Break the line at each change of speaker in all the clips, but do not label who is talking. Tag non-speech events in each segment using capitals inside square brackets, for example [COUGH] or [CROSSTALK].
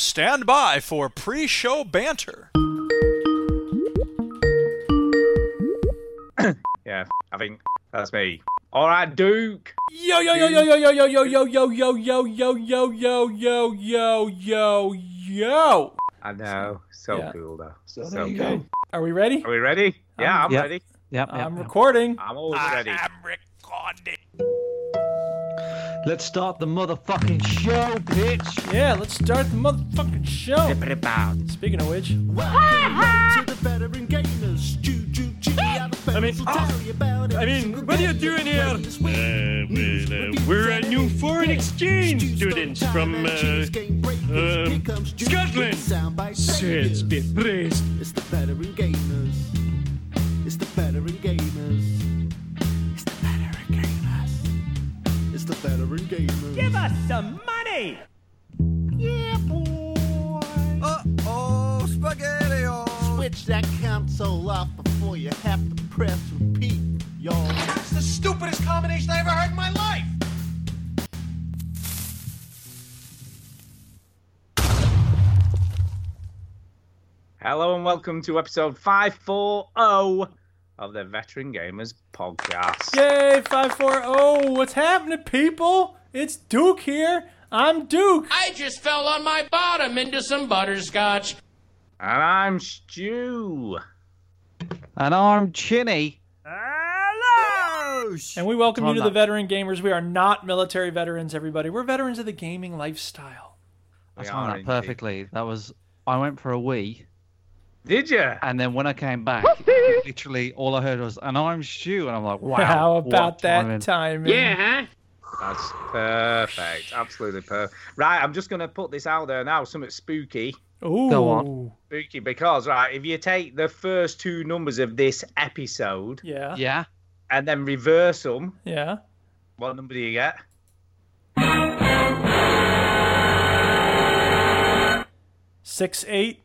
Stand by for pre show banter.
Yeah, f- I think that's me. All right, Duke.
Yo yo yo yo yo yo yo yo yo yo yo yo yo yo yo yo yo yo yo.
I know, so
Yeah.
cool though. So,
there you
cool.
go.
Are we ready?
Are we ready? yeah, I'm
Um, yeah.
ready.
Yep, yep,
I'm
yep.
recording.
I'm always
Ah,
ready.
Let's start the motherfucking show, bitch.
Yeah, let's start the motherfucking show. Speaking of which,
I mean, I mean, what are you doing here?
Uh, well, uh, we're a new foreign exchange students from uh, um, Scotland. Says be praised.
It's the veteran gamers. It's the veteran gamers. It's the veteran gamers. It's the veteran gamers. Give us some money. Yeah, boy. Uh oh, spaghetti. Switch that console off before you have to press repeat, y'all. That's the stupidest combination I ever heard in my life.
Hello and welcome to episode 540 of the Veteran Gamers Podcast.
yay, 540. What's happening, people? It's Duke here. I'm Duke.
I just fell on my bottom into some butterscotch.
And I'm Stu.
And I'm Chinny.
And we welcome you
Hold
to the
on.
Veteran Gamers. We are not military veterans, everybody. We're veterans of the gaming lifestyle.
I
We
timed
are
that
indeed.
perfectly. That was. I went for a wee,
Did you?
and then when I came back, literally all I heard was, "And I'm Stu," and I'm like, "Wow."
[LAUGHS] How
what
about
timing.
that timing?
That's perfect. Absolutely perfect. Right, I'm just going to put this out there now. Something spooky.
Ooh.
Go on.
Spooky because, right, if you take the first two numbers of this episode
Yeah.
Yeah.
and then reverse them,
Yeah.
what number do you get?
Six, eight.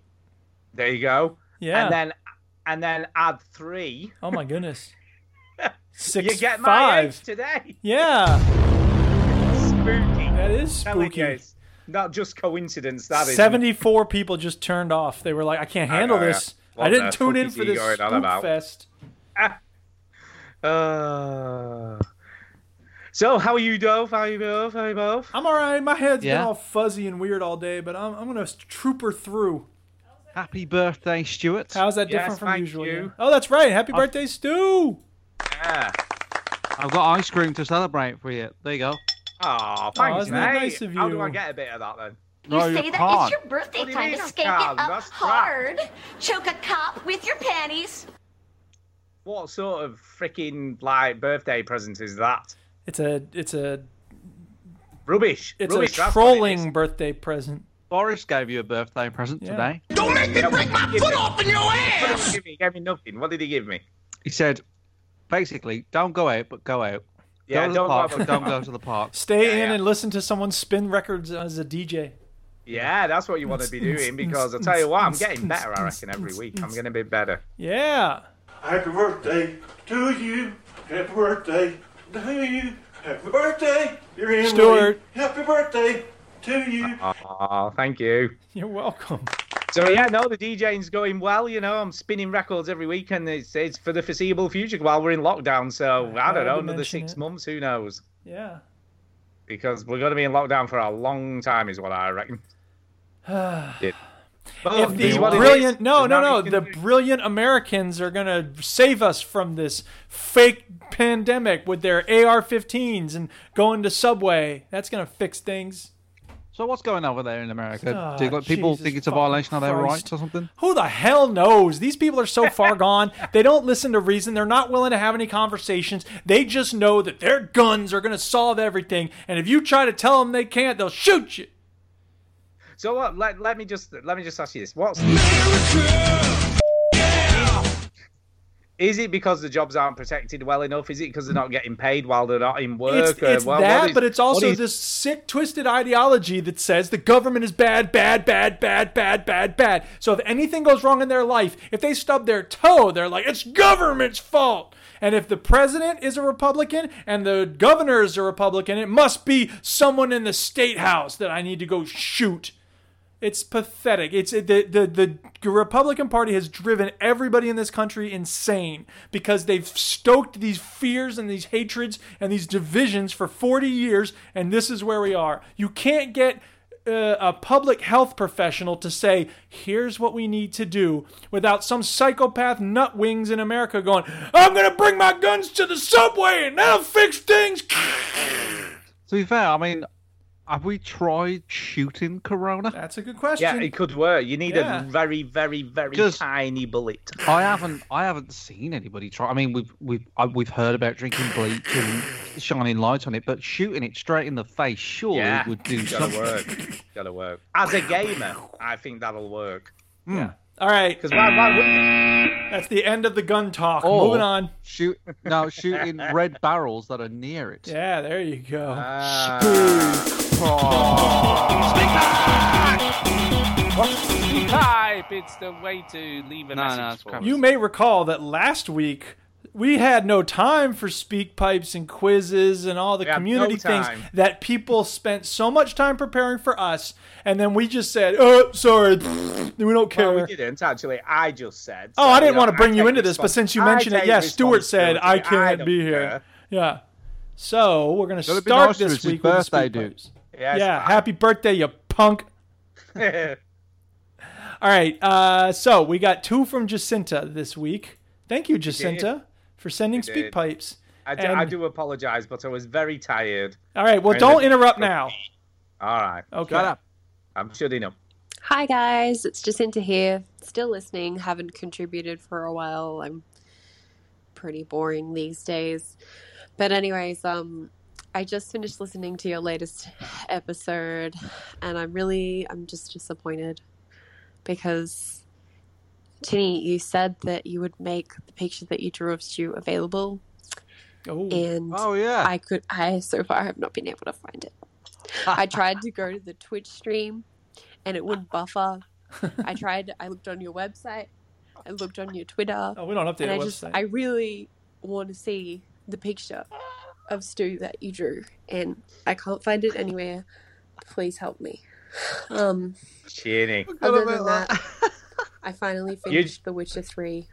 There you go.
Yeah.
And then and then add three.
Oh my
[LAUGHS]
goodness. Six
you get my
five.
age today.
yeah,
Spooky.
that is
Telling you,
spooky.
it's Not just coincidence, that is.
Seventy-four people just turned off. They were like, "I can't handle
know, yeah.
this.
What
I didn't
the
tune
fuck
in
is
for
he
this
going on
spook
about?"
fest."
Uh, so, how are you, Dove? How are you, Dove? How are you, Dove?
I'm all right. My head's been
Yeah.
all fuzzy and weird all day, but I'm, I'm gonna trooper through.
Happy birthday, Stuart.
How's that
Yes,
different from
thank
usual?
you.
yeah? Oh, that's right. Happy birthday, Stu.
Yeah.
I've got ice cream to celebrate for you. There you go.
Oh, thanks,
isn't that
mate.
nice of
How do
you?
I get a bit of that then?
You
No,
say
you
that
can't.
it's your birthday
What do you
time
mean
to
I
shank
can't?
it up
That's crap.
hard, choke a cop with your panties.
What sort of freaking like birthday present is that?
It's a it's a
Rubbish.
it's
Rubbish,
a
that's what it
trolling birthday present.
Boris gave you a birthday
[LAUGHS]
present
Yeah.
today.
Don't make me break my foot off in your
is. What did
ass!
he give me? He gave me nothing. What did he give me?
He said, basically, don't go out, but go out.
Yeah,
go to
don't
the park,
bother.
but [LAUGHS] don't go to the park.
Stay in
yeah.
and listen to someone spin records as a DJ.
Yeah, that's what you want to be doing because I tell you what, I'm getting better. I reckon every week I'm going to be better.
Yeah.
Happy birthday to you. Happy birthday to you. Happy birthday, dear Emily.
Stuart.
Happy birthday to you.
Oh, thank you.
You're welcome.
So yeah, no, the DJing's going well. You know, I'm spinning records every week, and it's, it's for the foreseeable future while we're in lockdown. So I
Glad
don't know,
you
another
mentioned
six
it.
months, who knows?
Yeah.
Because we're going to be in lockdown for a long time, is what
[SIGHS]
I reckon. Yeah. But
if
it is
the
what it is.
brilliant no
There's
no no
nothing we
the
can do.
brilliant americans are gonna save us from this fake pandemic with their ar-15s and going to subway that's gonna fix things
So what's going on over there in America?
Ah,
Do you- like, people
Jesus
think it's a
fucking
violation of their
Christ.
rights or something?
who the hell knows these people are so far gone they don't listen to reason they're not willing to have any conversations they just know that their guns are gonna solve everything and if you try to tell them they can't they'll shoot you
So what? Let, let me just let me just ask you this: What's is it because the jobs aren't protected well enough? Is it because they're not getting paid while they're not in work?
It's, it's
well, what
that,
is-
but it's
what
also
is-
this sick, twisted ideology that says the government is bad, bad, bad, bad, bad, bad, bad. So if anything goes wrong in their life, if they stub their toe, they're like, it's government's fault. And if the president is a Republican and the governor is a Republican, it must be someone in the state house that I need to go shoot. It's pathetic. It's it- the, the the Republican Party has driven everybody in this country insane because they've stoked these fears and these hatreds and these divisions for 40 years, and this is where we are. You can't get uh, a public health professional to say, here's what we need to do, without some psychopath nutwings in America going, I'm going to bring my guns to the subway and that'll fix things.
To be fair, I mean, have we tried shooting Corona?
That's a good question.
Yeah, it could work. You need
Yeah.
a very, very, very
Just-
tiny bullet.
I haven't. I haven't seen anybody try. I mean, we've we've I, we've heard about drinking bleach and shining light on it, but shooting it straight in the face surely
Yeah.
would do
Gotta
something.
work. Gotta work. As a
[LAUGHS]
gamer, I think that'll work.
All right,
Because why, why wouldn't it?
that's the end of the gun talk.
Oh.
Or-
Moving on.
Shoot now, shooting red barrels that are near it.
Yeah, there you go.
Pipe. It's the way to leave a
No,
message.
no, it's
for
crap.
us.
you may recall that last week we had no time for speak pipes and quizzes and all the
had
community
no
things
time.
that people spent so much time preparing for us, and then we just said, "Oh, sorry, [LAUGHS] we don't care."
Well, we didn't actually. I just said.
oh,
so,
I didn't
know,
want to bring you
take
into this, but
respons-
since you
I
mentioned it,
take
yes, Stuart said I
responsibility.
can't
don't
be here.
care.
Yeah. So we're gonna
Gotta
start
be nice to him,
this
it's his
week with the
birthday,
speak
dude.
pipes.
Yes,
yeah, happy birthday, you punk.
[LAUGHS]
All right. Uh, so we got two from Jacinta this week. Thank you, Jacinta, for sending speak
did.
pipes.
I, do, I
And-
do apologize, but I was very tired.
All right. Well,
I
don't
did.
interrupt now.
All right,
Okay.
Shut up.
I'm shutting up.
Hi guys, it's Jacinta here. Still listening, haven't contributed for a while. I'm pretty boring these days. But anyways, um I just finished listening to your latest episode and I'm really I'm just disappointed because Tinny, you said that you would make the picture that you drew of Stu available
Oh,
and
Oh yeah.
[LAUGHS] I could I so far have not been able to find it. I tried to go to the Twitch stream and it wouldn't buffer. I tried I looked on your website, I looked on your Twitter,
oh, we don't update
and
our
I just
website.
I really want to see the picture of Stu that you drew and I can't find it anywhere. Please help me. Um
Cheering.
other than that, I finally finished The Witcher 3.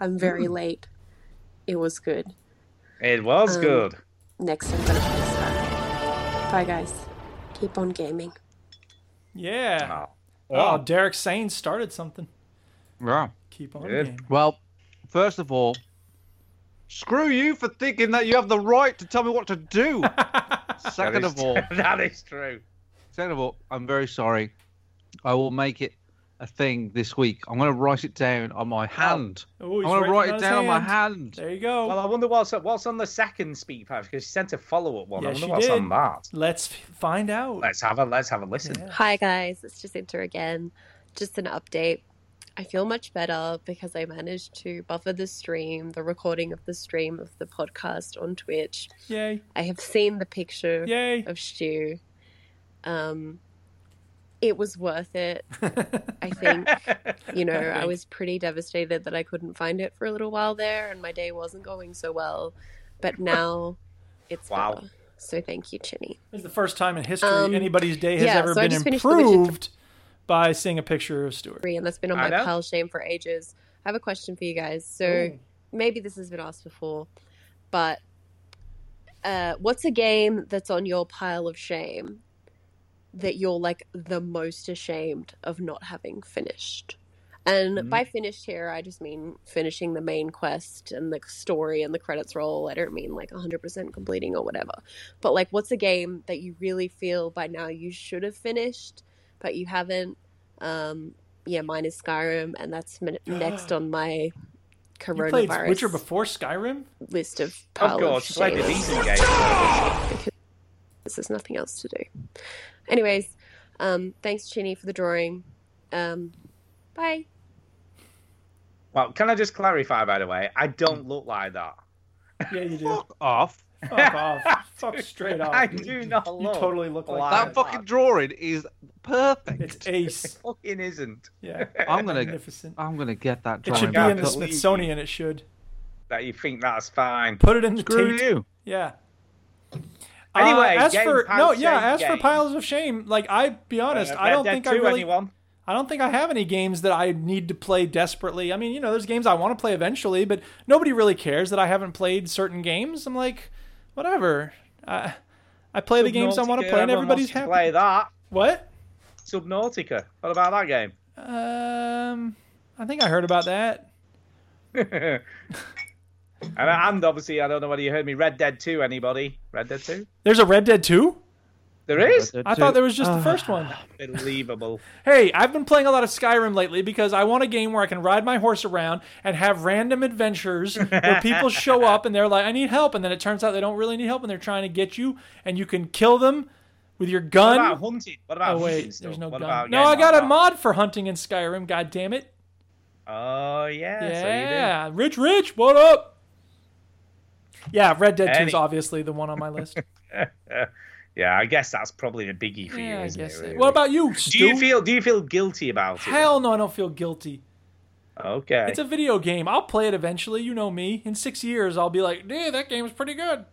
I'm very late. It was good.
It was
Um,
good.
Next I'm gonna fix that. Bye guys. Keep on gaming.
yeah. Oh,
Oh.
Derek Sain started something.
Yeah.
Keep on.
Good.
gaming.
Well, first of all, screw you for thinking that you have the right to tell me what to do.
[LAUGHS] That
second
is-
of all,
[LAUGHS] that is true.
second of all, I'm very sorry. I will make it a thing this week. I'm going to write it down on my hand.
Oh, he's
I'm going
writing
to
on
write it
his
down on my
hand.
hand.
There you go.
Well, I wonder what's what's on the second speak pipe because she sent a follow up one.
Yeah,
I wonder
she
what's
did.
on that.
Let's f- find out.
Let's have a let's have a listen.
Hi guys, it's Jacinta again. Just an update. I feel much better because I managed to buffer the stream, the recording of the stream of the podcast on Twitch.
Yay!
I have seen the picture
Yay!
of Stu. Um, it was worth it. I think, you know, I was pretty devastated that I couldn't find it for a little while there and my day wasn't going so well. But now it's
Wow.
better. So thank you, Chinny.
This is the first time in history
Um,
anybody's day has
yeah,
ever
so I
been
just finished the Witcher
improved by seeing a picture of Stuart.
and that's been on
I
my
know.
pile shame for ages. I have a question for you guys. So maybe this has been asked before, but uh, what's a game that's on your pile of shame that you're like the most ashamed of not having finished? And
Mm-hmm.
by finished here, I just mean finishing the main quest and the story and the credits roll. I don't mean like 100% completing or whatever. But like, what's a game that you really feel by now you should have finished, but you haven't? Um, yeah, mine is Skyrim, and
[GASPS]
that's min- next on my
You played
coronavirus
Witcher Oh, before Skyrim?
list of pile
Of
of,
course, play the
shames
decent game.
because there's nothing else to do. Anyways, um, thanks Chinny for the drawing. Um, bye.
Well, can I just clarify, by the way? I
Mm.
don't look like that.
Yeah, you
[LAUGHS]
do.
Fuck off.
Fuck off. Fuck straight off.
I do not
You
look.
totally look like
Wow.
That
that.
fucking drawing is
It's
perfect.
ace.
Fucking isn't.
Yeah.
I'm gonna,
Magnificent.
I'm gonna get that
It
drawing
should be
back
in the
up.
Leave.
Smithsonian. It should.
That you think that's fine.
Put it in the
Screw
Tate.
you.
Yeah. Uh,
Anyway,
as
game
for
piles
no,
of shame,
yeah, as for
game.
piles of shame, like I be honest,
Uh,
I don't
Red Dead
think I
2,
really,
anyone?
I don't think I have any games that I need to play desperately. I mean, you know, there's games I want to play eventually, but nobody really cares that I haven't played certain games. I'm like, whatever. I I play the games I want to
Subnautica,
play, and
everyone
everybody's
wants to
happy.
Play that.
What?
Subnautica. What about that game?
Um, I think I heard about that.
[LAUGHS] and, and obviously, I don't know whether you heard me. Red Dead 2, anybody? Red Dead 2?
There's a Red Dead Two.
There is?
I thought there was just the
uh,
first one. [LAUGHS]
Unbelievable.
Hey, I've been playing a lot of Skyrim lately because I want a game where I can ride my horse around and have random adventures where
[LAUGHS]
people show up and they're like, I need help. And then it turns out they don't really need help and they're trying to get you and you can kill them with your
What
gun.
about hunting? What about
oh,
hunting
wait,
stuff?
there's no
What
gun.
about
no,
games
I
like
got a
that?
mod for hunting in Skyrim, god damn it.
Oh, yeah. So
Yeah. Rich Rich, what up? Yeah, Red Dead 2
Any-
is obviously the one on my list.
you do. yeah, I guess that's probably a biggie for
yeah,
you,
I
isn't
guess
it? really?
it. What about you,
do you
Stu?
feel do you feel guilty about it?
Hell no, I don't feel guilty.
Okay.
It's a video game. I'll play it eventually. You know me. In six years, I'll be like, dude, that game was pretty good.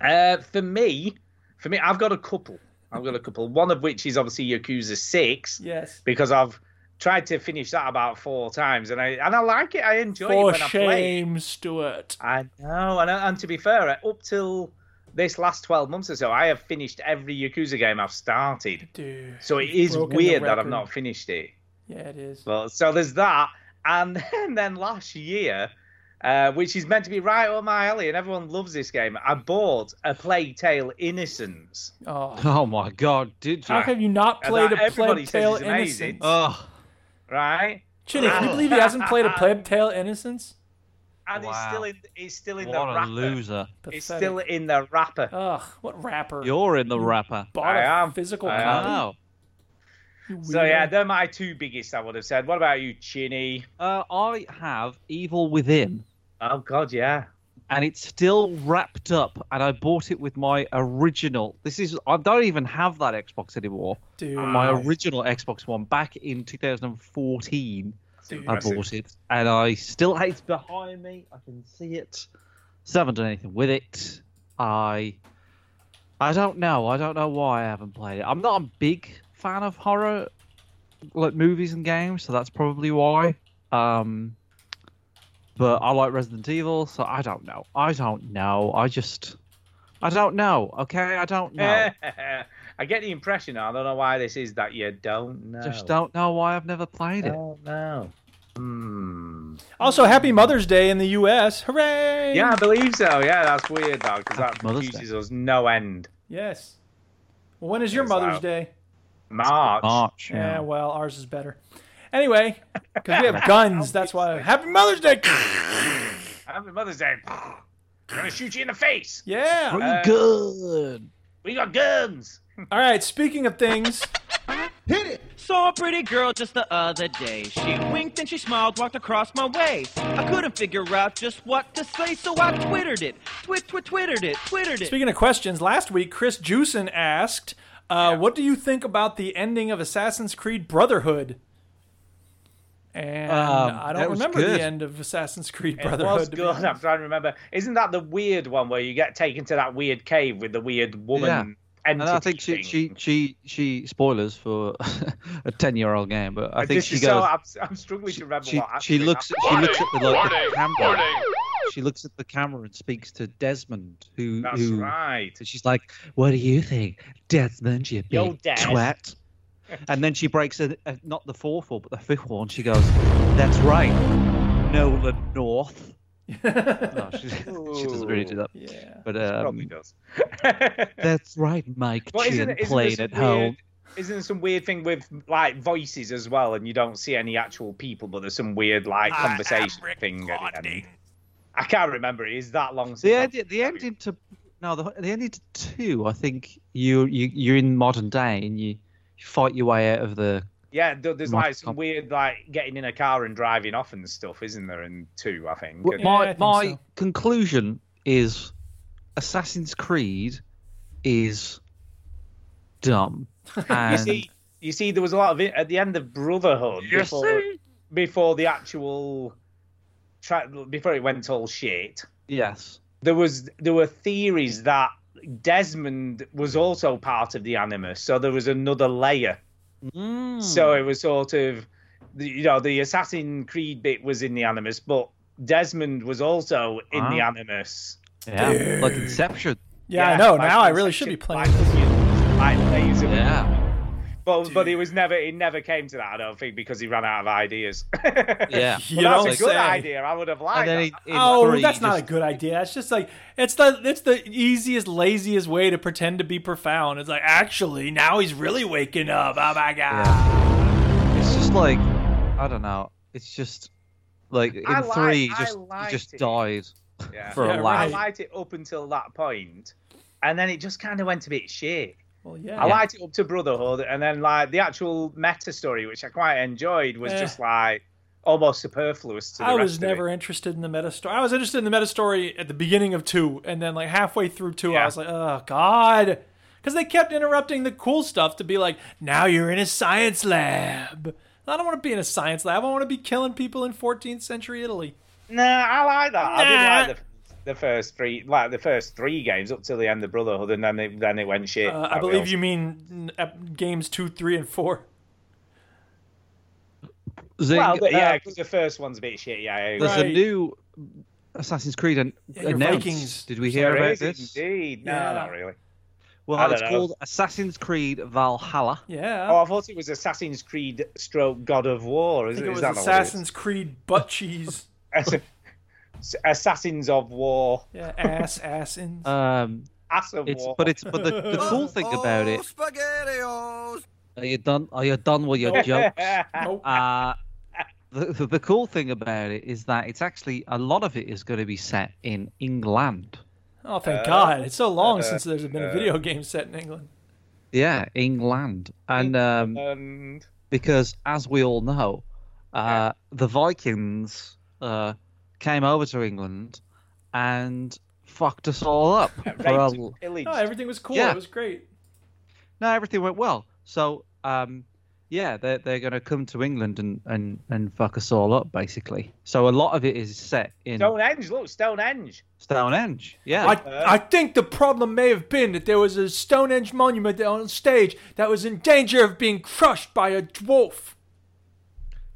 Uh, for me, for me, I've got a couple. I've got a couple. One of which is obviously Yakuza Six.
Yes.
Because I've tried to finish that about four times, and I and I like it. I enjoy it
For
when I play. it.
shame, Stuart.
I know, and and to be fair, up till this last twelve months or so, I have finished every Yakuza game I've started.
Dude.
So it
you've
is
broken the
weird that I've
record.
not finished it.
Yeah, it is.
Well, so there's that, and [LAUGHS] then, then last year, uh, which is meant to be right on my alley, and everyone loves this game. I bought a Plague Tale Innocence.
Oh,
Oh my god, did you?
how have you not
And
played
that
a
Ah. everybody
Plague
says
Tale
is amazing.
Innocence?
Oh,
right?
Chinny, can you believe he hasn't
[LAUGHS]
played a Plague Tale Innocence?
And it's
Wow.
still in, it's still in the
what a
wrapper.
loser!
It's
Pathetic.
still in the wrapper.
Ugh, what rapper?
You're in the wrapper.
Bought a
I am.
physical
I am.
copy?
Wow.
You
So yeah,
weirdo.
they're my two biggest. I would have said. What about you, Chinny?
Uh, I have Evil Within,
Oh God, yeah.
and it's still wrapped up, and I bought it with my original. This is I don't even have that Xbox anymore.
Dude.
My original Xbox One back in 2014.
Dude.
I
Impressive.
bought it, and I still it's behind me. I can see it. Still haven't done anything with it. I, I don't know. I don't know why I haven't played it. I'm not a big fan of horror, like movies and games, so that's probably why. Um, but I like Resident Evil, so I don't know. I don't know. I just, I don't know. Okay, I don't [LAUGHS] know.
Eh. I get the impression. I don't know why this is that you don't know.
Just don't know why I've never played it.
Don't know. Hmm.
Also, happy Mother's Day in the U.S. Hooray!
Yeah, I believe so. Yeah, that's weird though, because that
Mother's Day.
confuses us no end.
Yes. Well, when is your
Yes,
Mother's
I-
Day?
March.
March.
Yeah, well, ours is better. Anyway, because we
[LAUGHS]
have guns, that's why. Happy Mother's Day! [LAUGHS]
Happy Mother's Day. gonna shoot you in the face.
Yeah.
Pretty good.
We got guns.
All right. Speaking of things,
Saw a pretty girl just the other day. She winked and she smiled, walked across my way. I couldn't figure out just what to say, so I twittered it. Twit, twit, twittered it, twittered it.
speaking of questions, last week Chris Jusen asked, uh, "What do you think about the ending of Assassin's Creed Brotherhood?" And
Um,
I
that
don't
was
remember
good.
the end of Assassin's Creed
It
Brotherhood.
was
to be
good. I'm
honest.
trying to remember. Isn't that the weird one where you get taken to that weird cave with the weird woman?
Yeah.
Entity
And I think she,
thing?
she, she, she, spoilers for [LAUGHS] a 10 year old game, but I
But
think
this
she
is so-
goes,
I'm, I'm struggling
she,
to remember
she,
what
she
actually
looks,
happened.
she looks at the, like, the camera. She looks at the camera and speaks to Desmond, who,
That's
who,
right.
so she's like, what do you think? Desmond, you big
Yo, Des." [LAUGHS]
twat. And then she breaks a, a, not the fourth one, but the fifth one. She goes, that's right, Nolan North. No, she, she doesn't really do that.
yeah.
But
She
um,
Probably does.
[LAUGHS] that's right, Mike
Well,
Chin
isn't, isn't there
played
some
at
weird,
home.
Isn't there some weird thing with like voices as well, and you don't see any actual people, but there's some weird like conversation thing at the end. I can't remember. It is that long since.
the
I've-
ending, the ending to no, the, the ending to two. I think you you you're in modern day and you, you fight your way out of the.
Yeah, there- there's
Must
like some
come.
weird like getting in a car and driving off and stuff, isn't there? In two, I think.
Well,
And-
Yeah, I
my
think
my
so.
conclusion is, Assassin's Creed, is dumb.
[LAUGHS]
And
you see, you see, there was a lot of it at the end of Brotherhood before, before the actual tra- before it went all shit.
yes,
there was there were theories that Desmond was also part of the Animus, so there was another layer.
Hmm.
So it was sort of, the- you know, the Assassin Creed bit was in the Animus, but Desmond was also in the
Wow.
Animus.
Yeah, like Inception.
Ah. Yeah, I know. Now I really should be playing this.
Like laser.
Yeah.
But but it was never it never came to that. I don't think because he ran out of ideas. [LAUGHS]
Yeah.
Well,
You
that's a
don't
good
say.
idea. I would have liked.
then
that.
he- he- in
Oh,
three,
that's not
just-
a good idea. It's just like it's the it's the easiest, laziest way to pretend to be profound. It's like actually now he's really waking up. Oh my god!
It's just like I don't know. It's just like in
I like-
three, you
I
just you
liked
just
it.
died
Yeah.
for
Yeah,
a
I
laugh.
liked it up until that point, and then it just kind of went a bit shit.
Well, yeah.
I liked it up to Brotherhood, and then like the actual meta story, which I quite enjoyed, was
Yeah.
just like almost superfluous to the
I
rest
was
of it.
never interested in the meta story. I was interested in the meta story at the beginning of two, and then like halfway through two, I
Yeah.
was like, oh god, because they kept interrupting the cool stuff to be like, now you're in a science lab. I don't want to be in a science lab. I want to be killing people in 14th century Italy.
Nah, I like that. I
Nah.
did like the, the first three, like the first three games up till the end of Brotherhood, and then it, then it went shit.
Uh, I
That
believe
was-
you mean mm, ep- games two, three, and four.
Zing,
Well, but yeah,
uh,
because the first one's a bit shit. Yeah, I agree.
there's
Right.
a new Assassin's Creed an-
your
announced.
Vikings.
Did we hear
There
about
is
this?
Indeed, no,
Yeah.
not really. I
Well,
don't
it's
know.
called Assassin's Creed Valhalla.
Yeah.
Oh, I thought it was Assassin's Creed stroke God of War.
I
Is,
think it
is
was
that not what it is?
Assassin's Creed butt cheese. [LAUGHS]
Ass- Assassins of War.
Yeah, ass, assins.
Um,
Ass of
it's
War.
but it's but the, the
[LAUGHS]
cool thing about it. Are you done? Are you done with your jokes?
nope.
Uh, the, the the cool thing about it is that it's actually a lot of it is going to be set in England.
Oh,
uh,
thank God. It's so
uh,
long since there's been a video game set in England.
Yeah, England, and
[LAUGHS]
um, [LAUGHS]
and
because as we all know, uh, the Vikings uh, came over to England and fucked us
[LAUGHS]
all up. for a
raped
l-
and pillaged.
No, everything was cool.
uh, Yeah.
It was great.
no, everything went well. So, um, yeah, they're, they're going to come to England and, and, and fuck us all up, basically. So a lot of it is set in
Stonehenge, look, Stonehenge. [LAUGHS]
Stonehenge. Yeah.
I, I think the problem may have been that there was a Stonehenge monument on stage that was in danger of being crushed by a dwarf.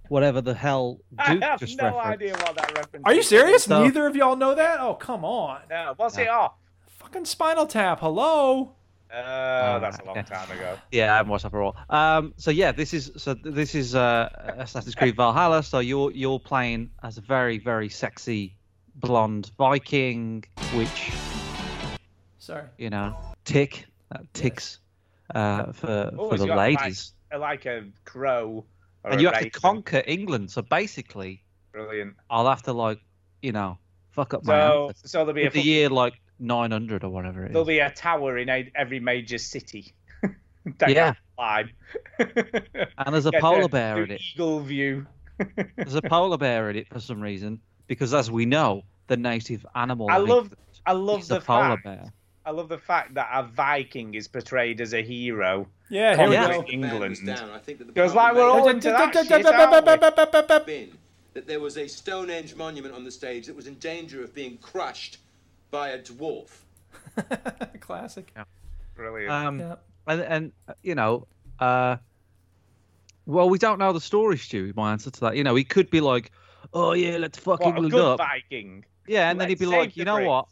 Whatever the hell
I
Duke
have
just
no
referenced.
idea what that reference
Are you
is.
serious?
So-
Neither of y'all know that? Oh, come on.
No, what's it off?
Fucking Spinal Tap. Hello.
Oh,
Uh,
that's a long
okay.
time ago.
Yeah, I haven't watched that for a while. Um, so yeah, this is so th- this is uh, Assassin's Creed Valhalla. So you're you're playing as a very very sexy blonde Viking, which
Sorry.
you know tick that ticks uh, [LAUGHS] for
Oh,
for
so
the
you got, like,
ladies,
Like a crow. Or
and
a
you have to
raven.
conquer England. So basically,
Brilliant.
I'll have to like you know fuck up my
So,
answers.
so there'll be a
With the
fucking-
year like 900 or whatever it
there'll
is.
be a tower in a, every major city. [LAUGHS] that you
Yeah.
can climb. [LAUGHS]
And there's a
Yeah,
polar
the-
bear
the [LAUGHS]
in it.
Eagle view.
There's a polar bear in it for some reason because, as we know, the native animal.
I
of
love-
England
I love
is
the
the polar
fact.
bear.
I love the fact that a Viking is portrayed as a hero.
Yeah, here we
Oh, Yeah.
go.
in England.
Down. I think that the
Goes like we're all
problem
into that shit, aren't we?
may have been that there was a Stonehenge monument on the stage that was in danger of being crushed by a dwarf.
[LAUGHS] Classic.
Brilliant.
Um,
Yeah.
and, and uh, you know, uh, well, we don't know the story, Stu. My answer to that, you know, he could be like, "Oh yeah, let's fuck
what a
England
good
up,"
Viking.
yeah, and then he'd
Let's
be
save
like,
the
"You know
Brits."
what?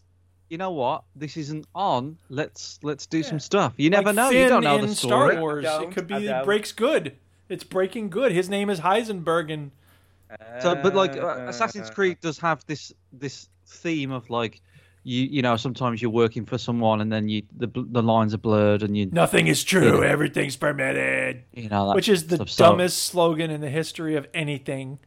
You know what? This isn't on. Let's let's do
Yeah.
some stuff. You never
Like
know. You don't
Finn
know
in
the story."
Star Wars.
I
It could
don't, I
be it
don't.
breaks good. It's breaking good. His name is Heisenberg, and
So, but like uh,
Uh,
Assassin's Creed does have this this theme of like, you you know, sometimes you're working for someone and then you the bl- the lines are blurred and you
nothing is true. Everything's permitted.
you know that
Which is the
stuff. So-
dumbest slogan in the history of anything.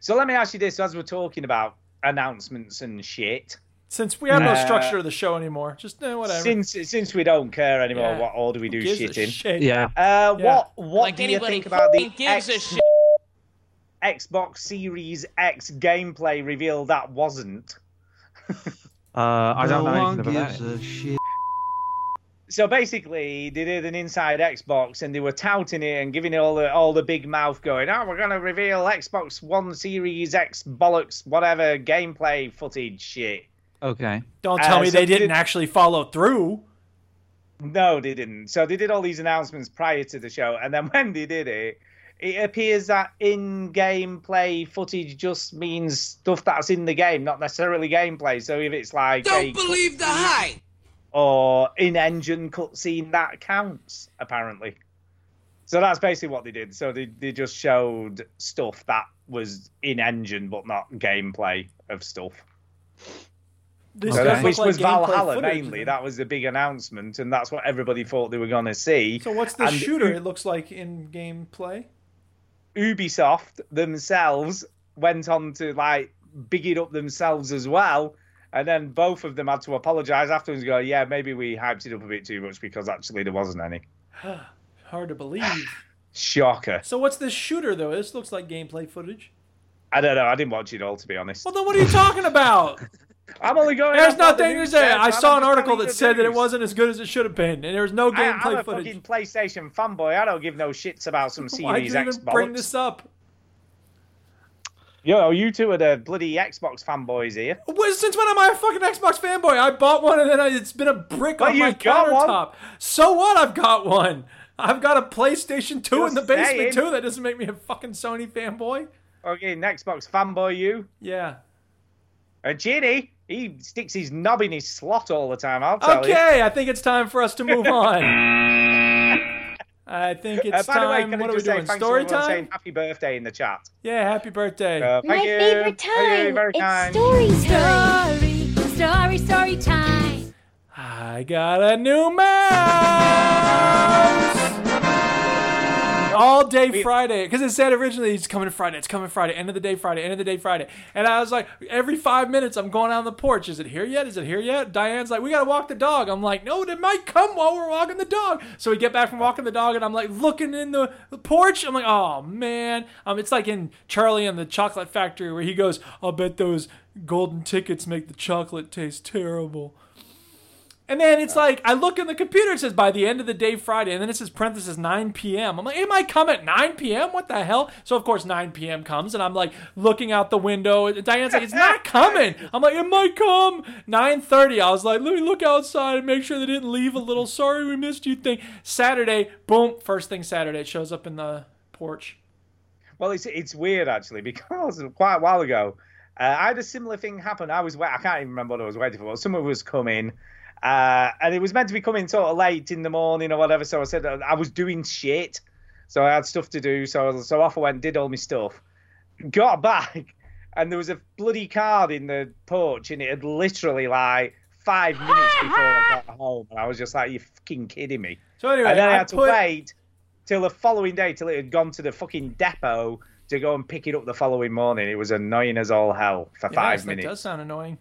So let me ask you this: as we're talking about announcements and shit,
Since we have no
Uh,
structure of the show anymore, just eh, whatever.
since since we don't care anymore,
Yeah.
what order we do
Gives a
shit in?
shit.
yeah.
Uh,
Yeah.
What what
like
do you
anybody
think about the
fucking gives a
X-
shit.
Xbox Series X gameplay reveal that wasn't?
Uh, I don't know anything about it.
so basically, they did an inside Xbox, and they were touting it and giving it all the all the big mouth, going, "Oh, we're gonna reveal Xbox One Series X bollocks, whatever gameplay footage shit."
Okay.
Don't tell
Uh,
me
so
they
did-
didn't actually follow through.
No, they didn't. So they did all these announcements prior to the show, and then [LAUGHS] when they did it, it appears that in-game play footage just means stuff that's in the game, not necessarily gameplay. So if it's like a
believe the hype.
or in-engine cutscene, that counts apparently. So that's basically what they did. So they they just showed stuff that was in-engine but not gameplay of stuff.
This does
So that-
look
which
like
was
gameplay
Valhalla
footage,
mainly. That was the big announcement, and that's what everybody thought they were going to see.
So what's the
And [LAUGHS]
shooter?
U-
It looks like in game play.
Ubisoft themselves went on to like big it up themselves as well, and then both of them had to apologise afterwards. and Go, yeah, maybe we hyped it up a bit too much because actually there wasn't any.
Hard to
[SIGHS]
believe.
Shocker.
so what's this shooter though? This looks like gameplay footage.
I don't know. I didn't watch it all to be honest.
Well, then what are you talking about?
I'm only going.
There's
off what the
nothing to
news
say.
says,
I
man.
saw
I'm
an
just
article
telling
that
you
said that it
news.
wasn't as good as it should have been, and there was no
I, I'm
gameplay
a
footage.
fucking PlayStation fanboy. I don't give no shits about some
[LAUGHS]
Series
Why did you
X
even bring this up?
Yo, you two are the bloody Xbox fanboys here.
Well, Since when am I a fucking Xbox fanboy? I bought one and then I, it's been a brick
Well,
on my
you've got one.
countertop. So what? I've got one. I've got a PlayStation 2 in the
Just
basement
saying.
too. That doesn't make me a fucking Sony fanboy.
Okay, an Xbox fanboy, you.
Yeah.
A Ginny, he sticks his knob in his slot all the time, I'll tell you.
Okay, I think it's time for us to
[LAUGHS]
move on. I think
Uh,
it's
by the way,
time.
can
what
I
are we
just say
doing?
thanks to
Story
everyone
time?
saying happy birthday in the chat.
Yeah, happy birthday.
Uh, thank
My
you.
favorite
Thank you,
time.
very
it's
kind.
story, story, story, story time.
I got a new mouse all day Friday because it said originally it's coming Friday, it's coming Friday, end of the day Friday, end of the day Friday, and I was like, every five minutes I'm going out on the porch. Is it here yet? Is it here yet? Diane's like, we gotta walk the dog. I'm like, no, it might come while we're walking the dog. So we get back from walking the dog, and I'm like looking in the porch. I'm like, oh man, um, it's like in Charlie and the Chocolate Factory where he goes, I'll bet those golden tickets make the chocolate taste terrible. And then it's like I look in the computer, it says by the end of the day Friday, and then it says parenthesis 9 p.m. I'm like, it might come at 9 p.m. What the hell? So of course 9 p.m. comes, and I'm like looking out the window. and Diane's like, it's not
[LAUGHS]
coming. I'm like, it might come 9:30. I was like, let me look outside and make sure they didn't leave a little. Sorry we missed you thing. Saturday, boom, first thing Saturday, it shows up in the porch.
Well, it's it's weird actually because [LAUGHS] quite a while ago, uh, I had a similar thing happen. I was wait, I can't even remember what I was waiting for. but Someone was coming, uh, and it was meant to be coming sort of late in the morning or whatever. So I said uh, I was doing shit, so I had stuff to do. So so off I went, did all my stuff, got back, [LAUGHS] and there was a bloody card in the porch, and it had literally like five minutes before I got home, and I was just like, "You fucking kidding me?"
So anyway,
and then I
I
had to
put-
wait till the following day till it had gone to the fucking depot to go and pick it up the following morning. It was annoying as all hell for
Yes,
five
that
minutes.
does sound annoying.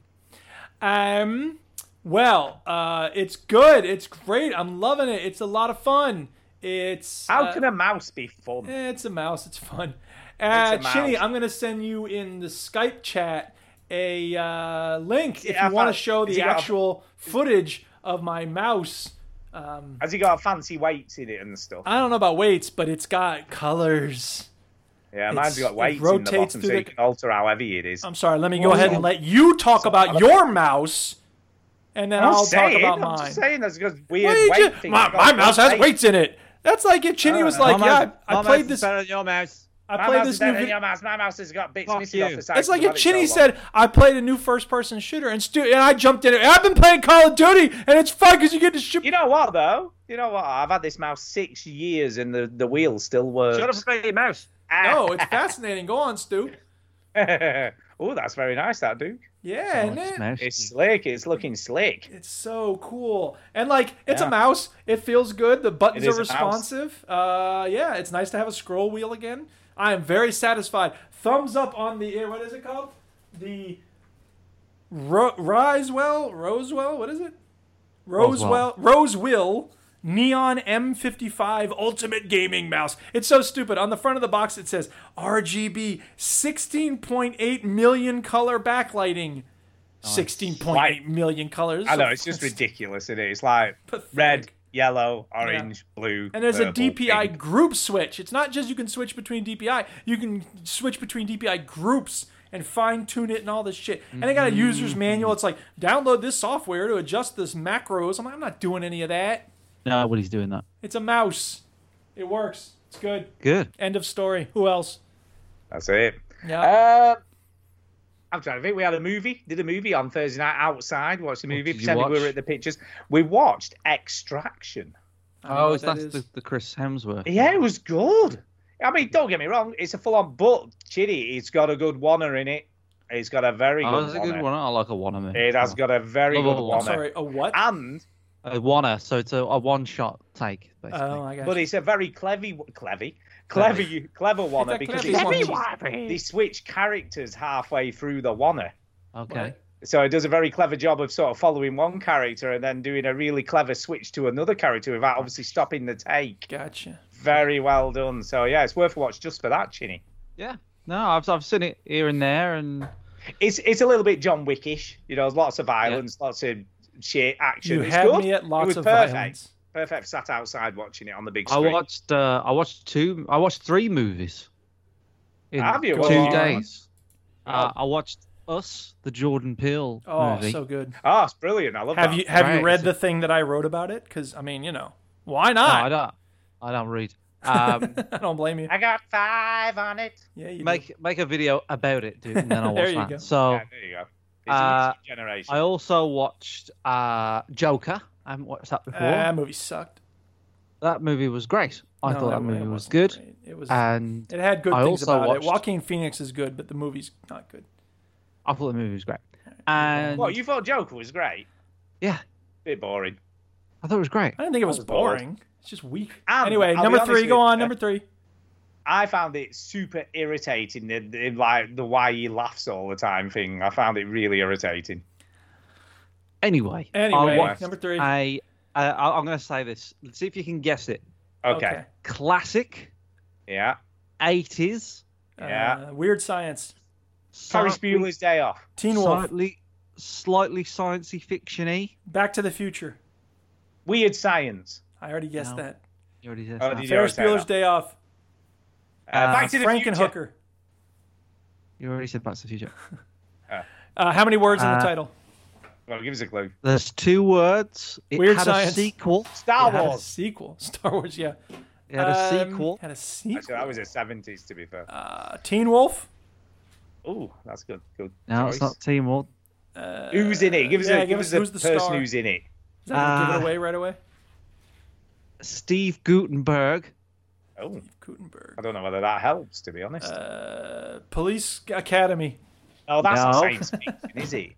Um, well, uh, it's good. It's great. I'm loving it. It's a lot of fun. It's
How
uh,
can a mouse be fun?
eh, it's a mouse. It's fun. Uh,
It's a
Chinny,
mouse.
I'm gonna send you in the Skype chat a uh, link if
Yeah, I
you want to
found-
show
has
the
he got a-
actual footage of my mouse. Um,
Has he got fancy weights in it and stuff?
I don't know about weights, but it's got colors.
Yeah,
it's-
mine's got
it
weights in the
rotates through
bottom so
the-
you can alter how heavy it is.
I'm sorry. Let me go
Well,
ahead and
yeah.
let you talk about your mouse, and then
I'm
I'll
saying,
talk about
I'm
mine.
just saying that's because
What
weird
did you-
weight thing.
my,
It's
my
got
mouse has
weight.
weights in it. That's like if Chinny was like,
Uh, My
yeah,
mouse-
I, I
my
played
mouse is
this.
better than your mouse.
I
My
played
mouse
this
is better
new
than
video.
your mouse. My mouse has got bits
Fuck
missing off
you.
the side.
It's like if
Bloody
Chinny
so long.
said, I played a new first-person shooter, and Stu and I jumped in it. I've been playing Call of Duty, and it's fun because you get to shoot.
You know what though? You know what? I've had this mouse six years and the, the wheel still works. Ah.
Shut up and play your mouse.
No, it's fascinating. Go on, Stu.
[LAUGHS] oh, that's very nice, that Duke.
Yeah, isn't it?
It's slick. It's looking slick.
It's so cool. And like it's a
Yeah.
mouse. It feels good. The buttons
It
are
is a mouse.
responsive. Uh yeah, it's nice to have a scroll wheel again. I am very satisfied. Thumbs up on the eh, what is it called? The Ro- Risewell, Rosewell, what is it? Rosewell,
Rosewell.
Rosewill Neon M55 Ultimate Gaming Mouse. It's so stupid. On the front of the box it says RGB 16.8 million color backlighting. sixteen point eight million colors.
Uh, I know it's just ridiculous. It is like red, yellow, orange, blue.
[LAUGHS] And there's a
purple,
DPI group switch. It's not just you can switch between DPI, you can switch between DPI groups and fine tune it and all this shit. And they got a
Mm-hmm.
user's manual. It's like, download this software to adjust this macros. I'm like, I'm not doing any of that.
Nobody's doing that.
It's a mouse. It works. It's good.
Good.
End of story. Who else?
That's it.
Yeah.
Uh, I'm trying to think. We had a movie. Did a movie on Thursday night outside. Watched a movie.
did you
pretending we
watch?
were at the pictures. We watched Extraction.
Oh, is that the, the Chris Hemsworth?
Yeah, it was good. I mean, don't get me wrong. It's a full-on but Chitty, it's got a good oneer in it. It's got a very
Oh,
good.
that's a good
oneer.
one. I like a one of them.
It has got a very
Love
good
a
one.
oneer. Sorry,
a what?
And
A one so it's a, a one shot take. Basically.
Uh, Oh,
But it's a very clever, clever, clever, clever one
It's a
because
clever
it's-
one.
they switch characters halfway through the one.
Okay.
So it does a very clever job of sort of following one character and then doing a really clever switch to another character without obviously stopping the take.
Gotcha.
Very well done. So yeah, it's worth a watch just for that, Chinny.
Yeah. No, I've, I've seen it here and there, and
It's it's a little bit John Wickish. You know, there's lots of violence, lots of shit action.
You
It's
had
good.
me at
It
lots
was
of
perfect.
violence.
Perfect. Sat outside watching it on the big
I
screen.
watched uh, I watched two I watched three movies in
Have you?
two
What did you
days. Uh, I watched Us, the Jordan Peele
Oh,
movie.
so good.
Oh, it's brilliant. I love
Have
that.
you have
Right.
you read the thing that I wrote about it? Because I mean, you know, why
No,
not?
I don't. I don't read. Um,
[LAUGHS] I don't blame you.
I got five on it.
Yeah, you
make make a video about it, dude, and then I'll
There
watch
you
that.
go.
So
Yeah, there you go. It's
Oh. uh,
each generation.
I also watched uh, Joker. I haven't watched that before.
Ah, that movie sucked.
that movie was great. I
Um, No,
thought
it-
that movie
it
was
wasn't
good.
great. It was,
and
it had good
I
things
also
about
watched,
it. Joaquin Phoenix is good, but the movie's not good.
I thought the movie was great. And
What you thought Joker was great?
Yeah.
Bit boring.
I thought it was great.
I didn't think it was,
bored.
boring. It's just weak.
And
anyway,
I'll be
number
honest
three.
with
Go on,
you,
number three.
I found it super irritating. The, the, like the why he laughs all the time thing. I found it really irritating.
Anyway,
Anyway,
I watched
number
three.
A, uh, I- I'm going to say this. Let's see if you can guess it.
Okay. Okay.
Classic.
Yeah.
80s.
Uh, weird science.
Ferris Bueller's Day Off.
Teen Wolf.
slightly, Slightly sciencey fictiony.
Back to the Future.
Weird Science.
I already guessed
No.
that.
You already said
Oh,
that.
did you already
Ferris
say
Bueller's
that?
Day Off.
Uh,
Back to the
Frank and
Future.
Hooker.
You already said Back to the Future.
Uh, how many words in
Uh,
the title?
Well, give us a clue.
There's two words. It
Weird
had
Science.
a sequel.
Star
It had a-
Wars.
Sequel. [LAUGHS] Star Wars. Yeah.
It had a
Um,
sequel.
Had a sequel.
Actually, that was the seventies, to be fair.
Uh, Teen Wolf.
Ooh, that's good. Good.
No, it's
choice.
not Team Wolf.
Who's in it? Give us
yeah,
a
give
give us
us
a
who's the
person
star.
who's in it.
Is that gonna give
Uh,
it away right away?
Steve Gutenberg.
Oh,
Gutenberg.
I don't know whether that helps, to be honest.
Uh, Police Academy.
oh, that's not
no.
science fiction, is
[LAUGHS]
it?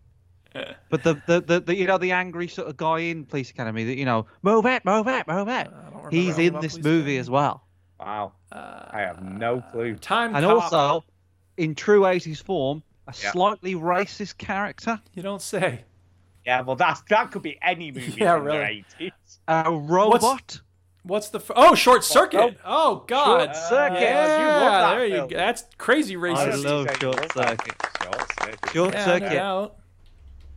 But the, the, the, the you know the angry sort of guy in Police Academy that you know move it, move it, move it.
Uh, remember
He's
all
in
about
this
Police
movie as well.
Wow, I have no clue.
Time
and
Cop.
also in true 80s form a
Yeah.
slightly racist character
you don't say.
Yeah, well, that that could be [LAUGHS] any movie
Yeah,
from
really.
the 80s.
a robot
What's the f- oh short circuit? Oh, God,
Short Circuit.
Yeah,
Uh, You love that
there you
film.
go. That's crazy
i
racist.
love
Racist.
short circuit
Short Circuit.
short
Yeah, no
circuit
doubt.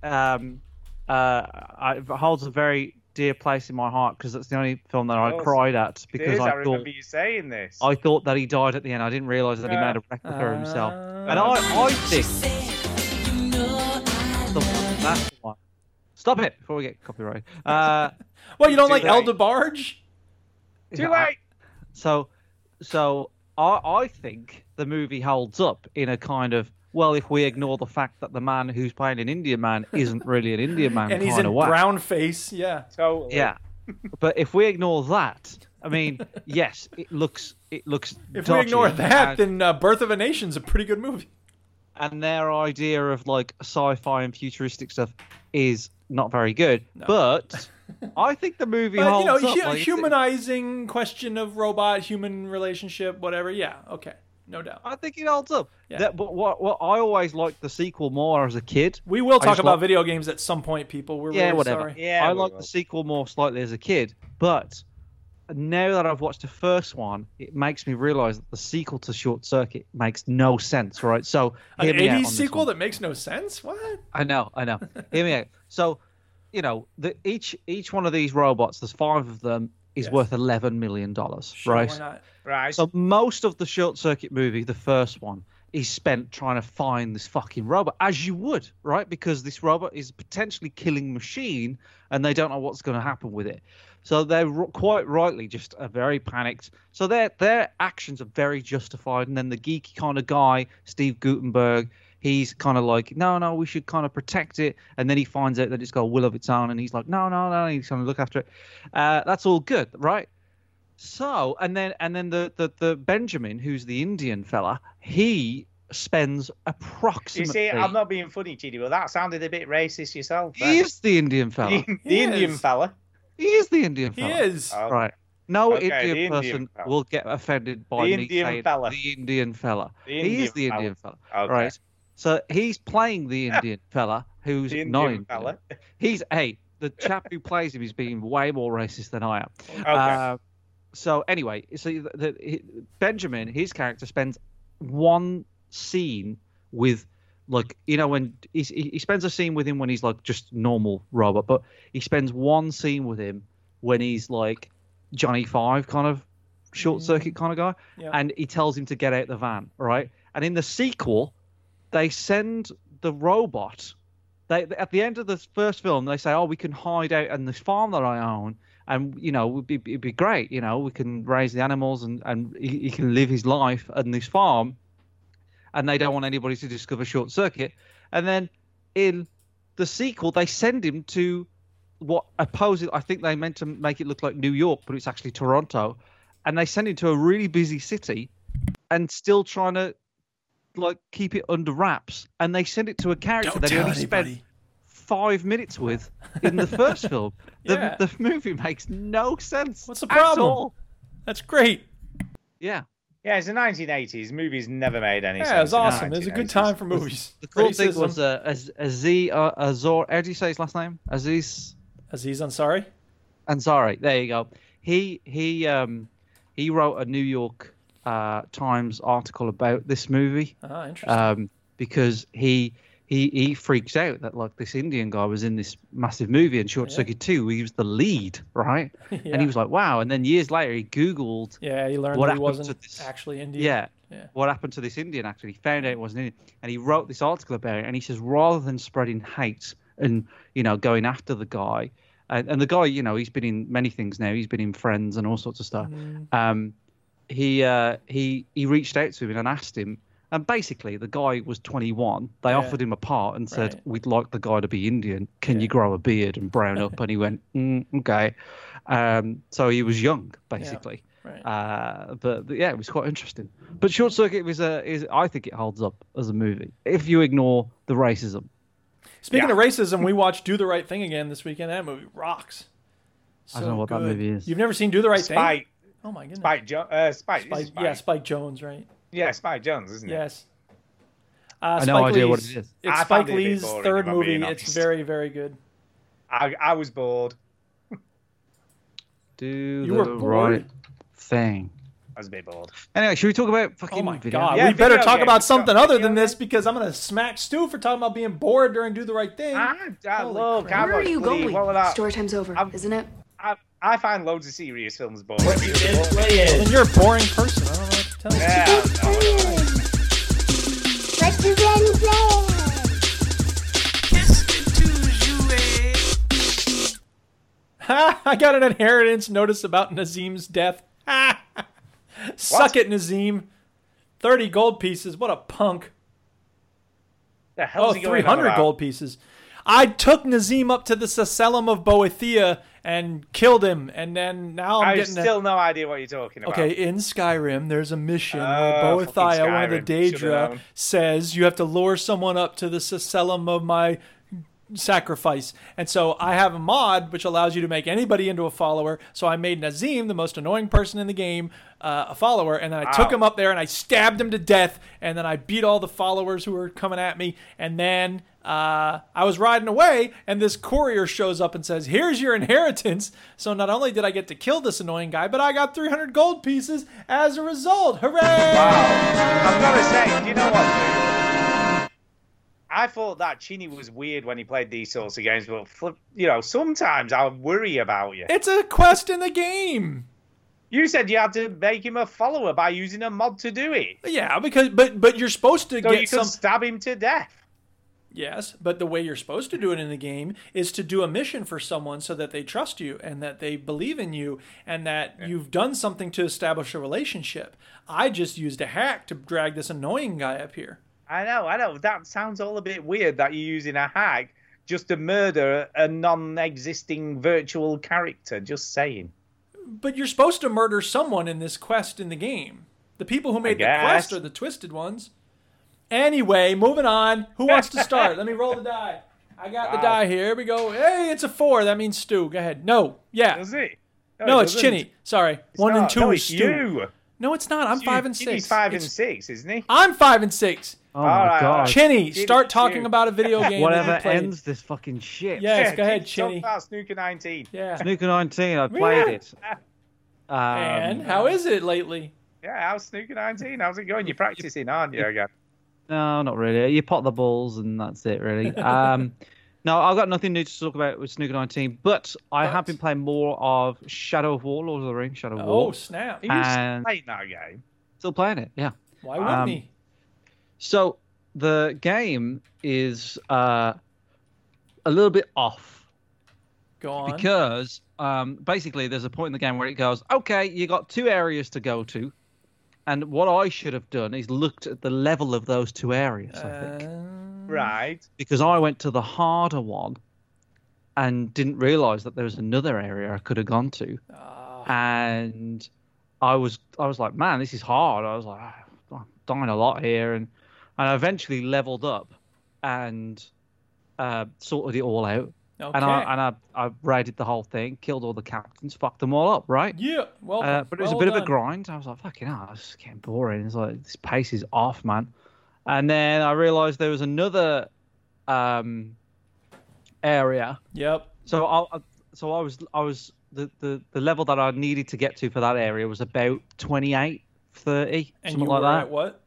um uh I, it holds a very dear place in my heart because that's the only film that i
course.
cried at
It
because
is, I
i thought
remember you saying this.
i thought that he died at the end i didn't realize that he made a replica
Uh,
of himself and i i think the, that's one. stop it before we get
[LAUGHS]
copyright uh
Well, you don't
Too
like
late.
El DeBarge?
Too
I-
late.
So, so I, I think the movie holds up in a kind of well, if we ignore the fact that the man who's playing an Indian man isn't really an Indian
[LAUGHS]
man,
and he's
kind
in
of way.
brown face. Yeah,
Totally.
Yeah, but if we ignore that, I mean, yes, it looks it looks.
if we
dodgy
ignore that,
and,
then uh, Birth of a Nation's a pretty good movie.
and their idea of like sci-fi and futuristic stuff is not very good,
[LAUGHS]
but I think the movie
But you know,
holds up.
hu-
like,
humanizing question of robot human relationship, whatever. Yeah, okay, no doubt.
I think it holds up.
Yeah.
That, but what what I always liked the sequel more as a kid.
We will
I
talk
just
about
like-
video games at some point, people. We're
yeah,
really
whatever.
sorry.
Yeah,
I
we
liked
will.
the sequel more slightly as a kid, but now that I've watched the first one, it makes me realize that the sequel to Short Circuit makes no sense, right? So
An
hear me out on
80s
this
sequel that makes no sense? What?
I know, I know. Hear me out. So, you know, the, each each one of these robots, there's five of them, is
Yes.
worth eleven million dollars, right?
Right.
So most of the short circuit movie, the first one, is spent trying to find this fucking robot, as you would, right? Because this robot is a potentially killing machine, and they don't know what's going to happen with it. So they're r- quite rightly just are very panicked. So their their actions are very justified. And then the geeky kind of guy, Steve Gutenberg, he's kind of like, no, no, we should kind of protect it. And then he finds out that it's got a will of its own, and he's like, no, no, no, he's going to look after it. Uh, that's all good, right? So and then and then the, the the Benjamin, who's the Indian fella, he spends
You
approximately.
see, I'm not being funny, Chidi, but that sounded a bit racist yourself. there.
He is the Indian fella.
[LAUGHS] the Indian fella.
He is the Indian fella.
is. Oh.
Right. No
Okay,
Indian,
the Indian
person
fella.
will get offended by
The
me
Indian
saying
fella.
the Indian fella.
The
he
Indian
is the
fella.
Indian fella.
Okay.
Right. So he's playing the Indian fella who's
The Indian
not Indian.
fella.
He's hey, the chap who plays him is being way more racist than I am.
Okay.
Uh, so anyway, so the, the, he- Benjamin, his character spends one scene with like you know when he's, he he spends a scene with him when he's like just normal robot, but he spends one scene with him when he's like Johnny Five kind of short circuit kind of guy,
Yeah.
and he tells him to get out the van, right? And in the sequel, they send the robot. They at the end of the first film, they say, "Oh, we can hide out in this farm that I own, and you know, it'd be, it'd be great. You know, we can raise the animals and and he, he can live his life in this farm." And they don't want anybody to discover Short Circuit. And then in the sequel, they send him to what opposing. I think they meant to make it look like New York, but it's actually Toronto, and they send him to a really busy city, and still trying to like keep it under wraps. And they send it to a character
Don't
that he
tell
only spent
anybody.
five
[LAUGHS]
minutes with in the first film. The,
Yeah.
the movie makes no sense.
What's the
at
problem?
all.
That's great.
Yeah.
Yeah, it's the 1980s. Movies never made any sense.
Yeah, it was
in the
awesome. It was a good
1980s.
time for movies.
The cool thing
Racism.
was uh, Az- Aziz uh, Azor. How do you say his last name? Aziz.
Aziz Ansari.
Ansari. There you go. He he um he wrote a New York uh, Times article about this movie.
Ah, interesting.
Um, because he he he freaks out that like this Indian guy was in this massive movie in Short Circuit Two. He was the lead,
[LAUGHS]
right? And
Yeah.
he was like, wow. And then years later, he Googled.
yeah, he learned
what
that he
happened to
wasn't
this-
actually Indian.
Yeah.
Yeah.
What happened to this Indian actor? He found out it wasn't Indian, and he wrote this article about it. And he says, rather than spreading hate and you know going after the guy, and, and the guy, you know, he's been in many things now. He's been in Friends and all sorts of stuff.
Mm.
Um, he uh, he he reached out to him and asked him. And basically, the guy was 21. They
Yeah.
offered him a part and said,
Right.
"We'd like the guy to be Indian. Can you grow a beard and
[LAUGHS]
brown up?" And he went, mm, "Okay." Um, so he was young, basically.
right.
Uh, but, but yeah, it was quite interesting. But Short Circuit was a is I think it holds up as a movie if you ignore the racism.
Speaking of racism, we watched Do the Right Thing again this weekend. That movie rocks.
I don't know what that movie is.
You've never seen Do the Right
Spike.
Thing? Oh my goodness.
Spike, jo- uh, Spike,
Spike,
Spike, Spike.
Yeah, Spike Jones, right?
Yeah, Spike Jones, isn't it?
Yes. Uh,
I no idea what
Lee's-
it is.
It's
I
Spike
found it a bit
Lee's
boring,
third
if I'm being
movie. It's
honest.
very, very good.
I, I was bored.
Do
You
the
were bored.
right thing.
I was a bit bored.
Anyway, should we talk about fucking
Oh my
video?
god,
Yeah,
we better
video
talk
game.
about something
Go,
other than this because I'm gonna smack Stu for talking about being bored during Do the Right Thing.
I, I,
Holy
look,
crap.
I
Where
was bloody- What was that?
Story time's over, isn't it?
I, I find loads of serious films boring.
Well, then you're a boring person. I don't know what to tell you.
Yeah.
Ha! [LAUGHS] I got an inheritance notice about Nazim's death. [LAUGHS] Ha! Suck it, Nazim. 30 gold pieces. What a punk.
The
Oh,
hell's he going on
300
about?
gold pieces. I took Nazim up to the Sacelum of Boethia and killed him. And then now I'm
I have
getting a-
still no idea what you're talking about.
Okay, in Skyrim, there's a mission
Oh,
where Boethia,
fucking
one of the
Skyrim. Should've
Daedra,
known.
says you have to lure someone up to the Sacelum of my sacrifice. And so I have a mod which allows you to make anybody into a follower. So I made Nazim, the most annoying person in the game, uh, a follower. And then I took
Wow.
him up there and I stabbed him to death. And then I beat all the followers who were coming at me. And then uh, uh, I was riding away, and this courier shows up and says, Here's your inheritance. So not only did I get to kill this annoying guy, but I got 300 gold pieces as a result. Hooray!
I'm gonna say, do you know what? dude? I thought that Chini was weird when he played these sorts of games, but flip, you know, sometimes I worry about you.
It's a quest in the game.
You said you had to make him a follower by using a mod to do it.
Yeah, because but but you're supposed to
So
get
you
some
can stab him to death.
Yes, but the way you're supposed to do it in the game is to do a mission for someone so that they trust you and that they believe in you and that you've done something to establish a relationship. I just used a hack to drag this annoying guy up here.
I know, I know. That sounds all a bit weird that you're using a hack just to murder a non-existing virtual character. Just saying.
But you're supposed to murder someone in this quest in the game. The people who made the
guess.
quest are the twisted ones. Anyway, moving on. Who wants to start? Let me roll the die. I got the
Wow.
die here. Here we go. Hey, it's a four. That means Stu. Go ahead. No. Yeah.
Does it?
No,
it
it's
doesn't.
Chinny. Sorry.
It's
One and
not.
two
No,
is
it's
Stu.
you.
No, it's not. I'm
It's you.
five and six.
Chinny's five
It's-
and six, isn't he?
I'm five and six.
Oh my god.
Chinny, start talking about a
[LAUGHS]
video game. that you
Whatever
played.
ends this fucking shit.
Yes, go ahead,
Talk
Chinny.
about Snooker 19.
Yeah.
Snooker 19, I played it.
[LAUGHS]
Um,
and how
uh,
is it lately?
Yeah, how's Snooker 19? How's it going? You're practicing, aren't you? Again?
No, not really. You pot the balls and that's
[LAUGHS]
it, really. Um, no, I've got nothing new to talk about with Snooker 19, but I have been playing more of Shadow of War, Lord of the Rings, Shadow of War.
Oh, snap.
Are you
And-
playing that game?
Still playing it, yeah.
Why wouldn't
Um,
he?
So the game is uh, a little bit off
Go on.
because um, basically there's a point in the game where it goes, okay, you got two areas to go to, and what I should have done is looked at the level of those two areas. I
Uh,
think.
Right.
because I went to the harder one and didn't realize that there was another area I could have gone to. And I was I was like, man, this is hard. I was like, "Ah, I'm dying a lot here and and I eventually leveled up and uh, sorted it all out. And
Okay.
I and I, I raided the whole thing, killed all the captains, fucked them all up, right?
Yeah. Well,
Uh, but it was
well
a bit of a
done.
grind. I was like, fucking hell, this is getting boring. It's like, this pace is off, man. And then I realized there was another um, area.
Yep.
So I, I- so I was, I was the, the, the level that I needed to get to for that area was about 28, 30,
And
something
you
like
were
that.
at what?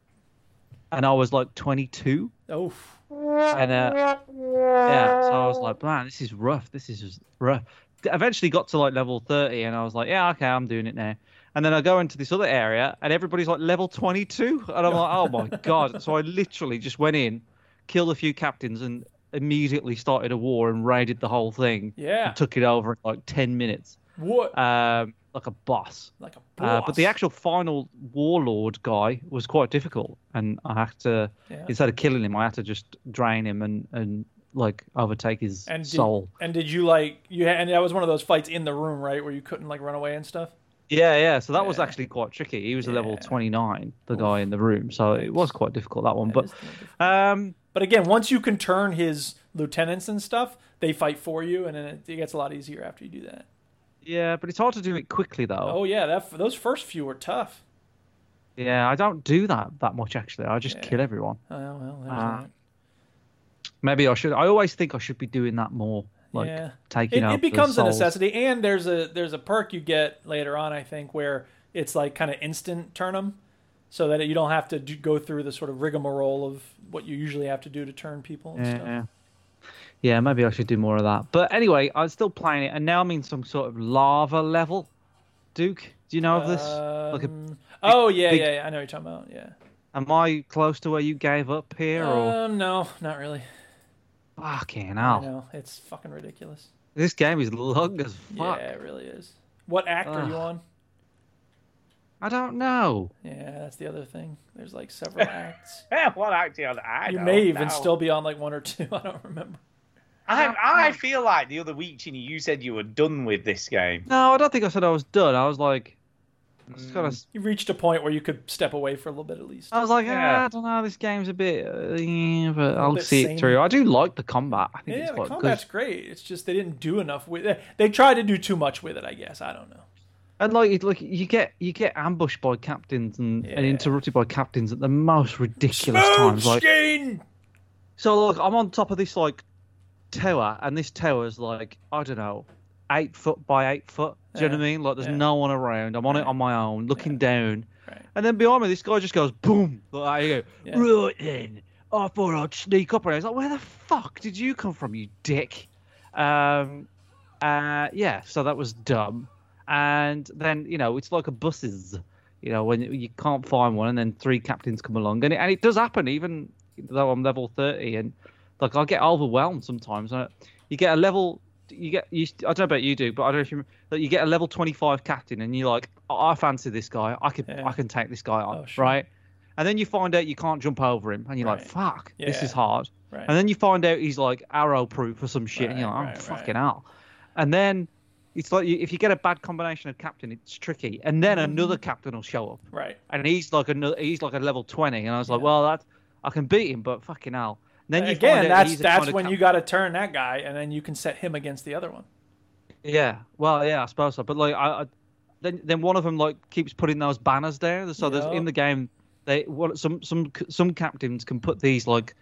And I was like 22.
Oh.
And uh, yeah, so I was like, man, this is rough. This is just rough. D- Eventually got to like level 30, and I was like, yeah, okay, I'm doing it now. And then I go into this other area, and everybody's like level 22, and I'm like, oh my god. So I literally just went in, killed a few captains, and immediately started a war and raided the whole thing.
Yeah.
and took it over in like 10 minutes.
What?
Um, like a boss.
Like a
Uh, but the
boss.
actual final warlord guy was quite difficult, and I had to
Yeah.
instead of killing him, I had to just drain him and and like overtake his
And did,
soul.
And did you like you? Had, and that was one of those fights in the room, right, where you couldn't like run away and stuff.
Yeah, yeah. So that was actually quite tricky. He was a level twenty nine, the guy in the room. So it was quite difficult that one. but um,
But again, once you can turn his lieutenants and stuff, they fight for you, and then it, it gets a lot easier after you do that.
yeah, but it's hard to do it quickly though.
Oh yeah, that those first few were tough.
Yeah, I don't do that that much actually. I just kill everyone.
Oh well, there's
Uh,
that.
Maybe I should. I always think I should be doing that more. Like
yeah.
taking
it,
out
it
the
becomes a
souls.
necessity, and there's a there's a perk you get later on, I think, where it's like kind of instant turn 'em, so that you don't have to do, go through the sort of rigmarole of what you usually have to do to turn people and stuff.
Yeah. Yeah, maybe I should do more of that. But anyway, I'm still playing it, and now I'm in some sort of lava level. Duke, do you know of this? Like a,
Um, oh yeah,
big-
yeah, yeah, I know what you're talking about. Yeah.
am I close to where you gave up here, or
Um, no, not really.
fucking
I
hell?
know it's fucking ridiculous.
This game is long as fuck.
Yeah, it really is. What act are you
Ugh.
on?
I don't know.
Yeah, that's the other thing. There's
[LAUGHS]
like several acts.
Yeah, what actually? I
you
don't
may even
know.
still be on like one or two. [LAUGHS] I don't remember.
I, I feel like the other week, Chinny, you said you were done with this game.
No, I don't think I said I was done. I was like, I was, kinda,
You reached a point where you could step away for a little bit at least.
I was like,
Yeah.
ah, I don't know. This game's a bit, uh, yeah, but
A
I'll
bit
see
samey.
it through. I do like the combat. I think
Yeah,
it's
the
quite
combat's
good.
great. It's just they didn't do enough with it. They tried to do too much with it, I guess. I don't know.
And like, it- like you get you get ambushed by captains and, and interrupted by captains at the most ridiculous times. Like, So look, I'm on top of this like tower, and this tower's like I don't know, eight foot by eight foot. Do you know what I mean? Like there's no one around. I'm on it on my own, looking down. And then behind me, this guy just goes boom. Like, I go, right then. Oh, I thought I'd sneak up on him. I was like, where the fuck did you come from, you dick? Um, uh, yeah, so that was dumb. And then, you know, it's like a buses, you know, when you can't find one and then three captains come along. And it, and it does happen, even though I'm level 30. And like, I get overwhelmed sometimes. And you get a level. You get you. I don't know about you do, but I don't know if you. remember- Like you get a level twenty five captain, and you're like, I I fancy this guy. I could, I can take this guy on, right? And then you find out you can't jump over him, and you're like, fuck, this
Yeah.
is hard.
Right.
And then you find out he's like arrow proof or some shit, and you're like, oh,
right,
fucking hell. And then it's like you, if you get a bad combination of captain, it's tricky. And then another captain will show up,
Right.
and he's like another, he's like a level twenty, and I was like, well, that I can beat him, but fucking hell. And then you
Again,
find out
that's
he's the
that's
kind of
when
cap-
you got to turn that guy, and then you can set him against the other one.
Yeah, well, yeah, I suppose so. But like, I, I then then one of them like keeps putting those banners down. So there's
Yeah.
in the game, they what some some some captains can put these like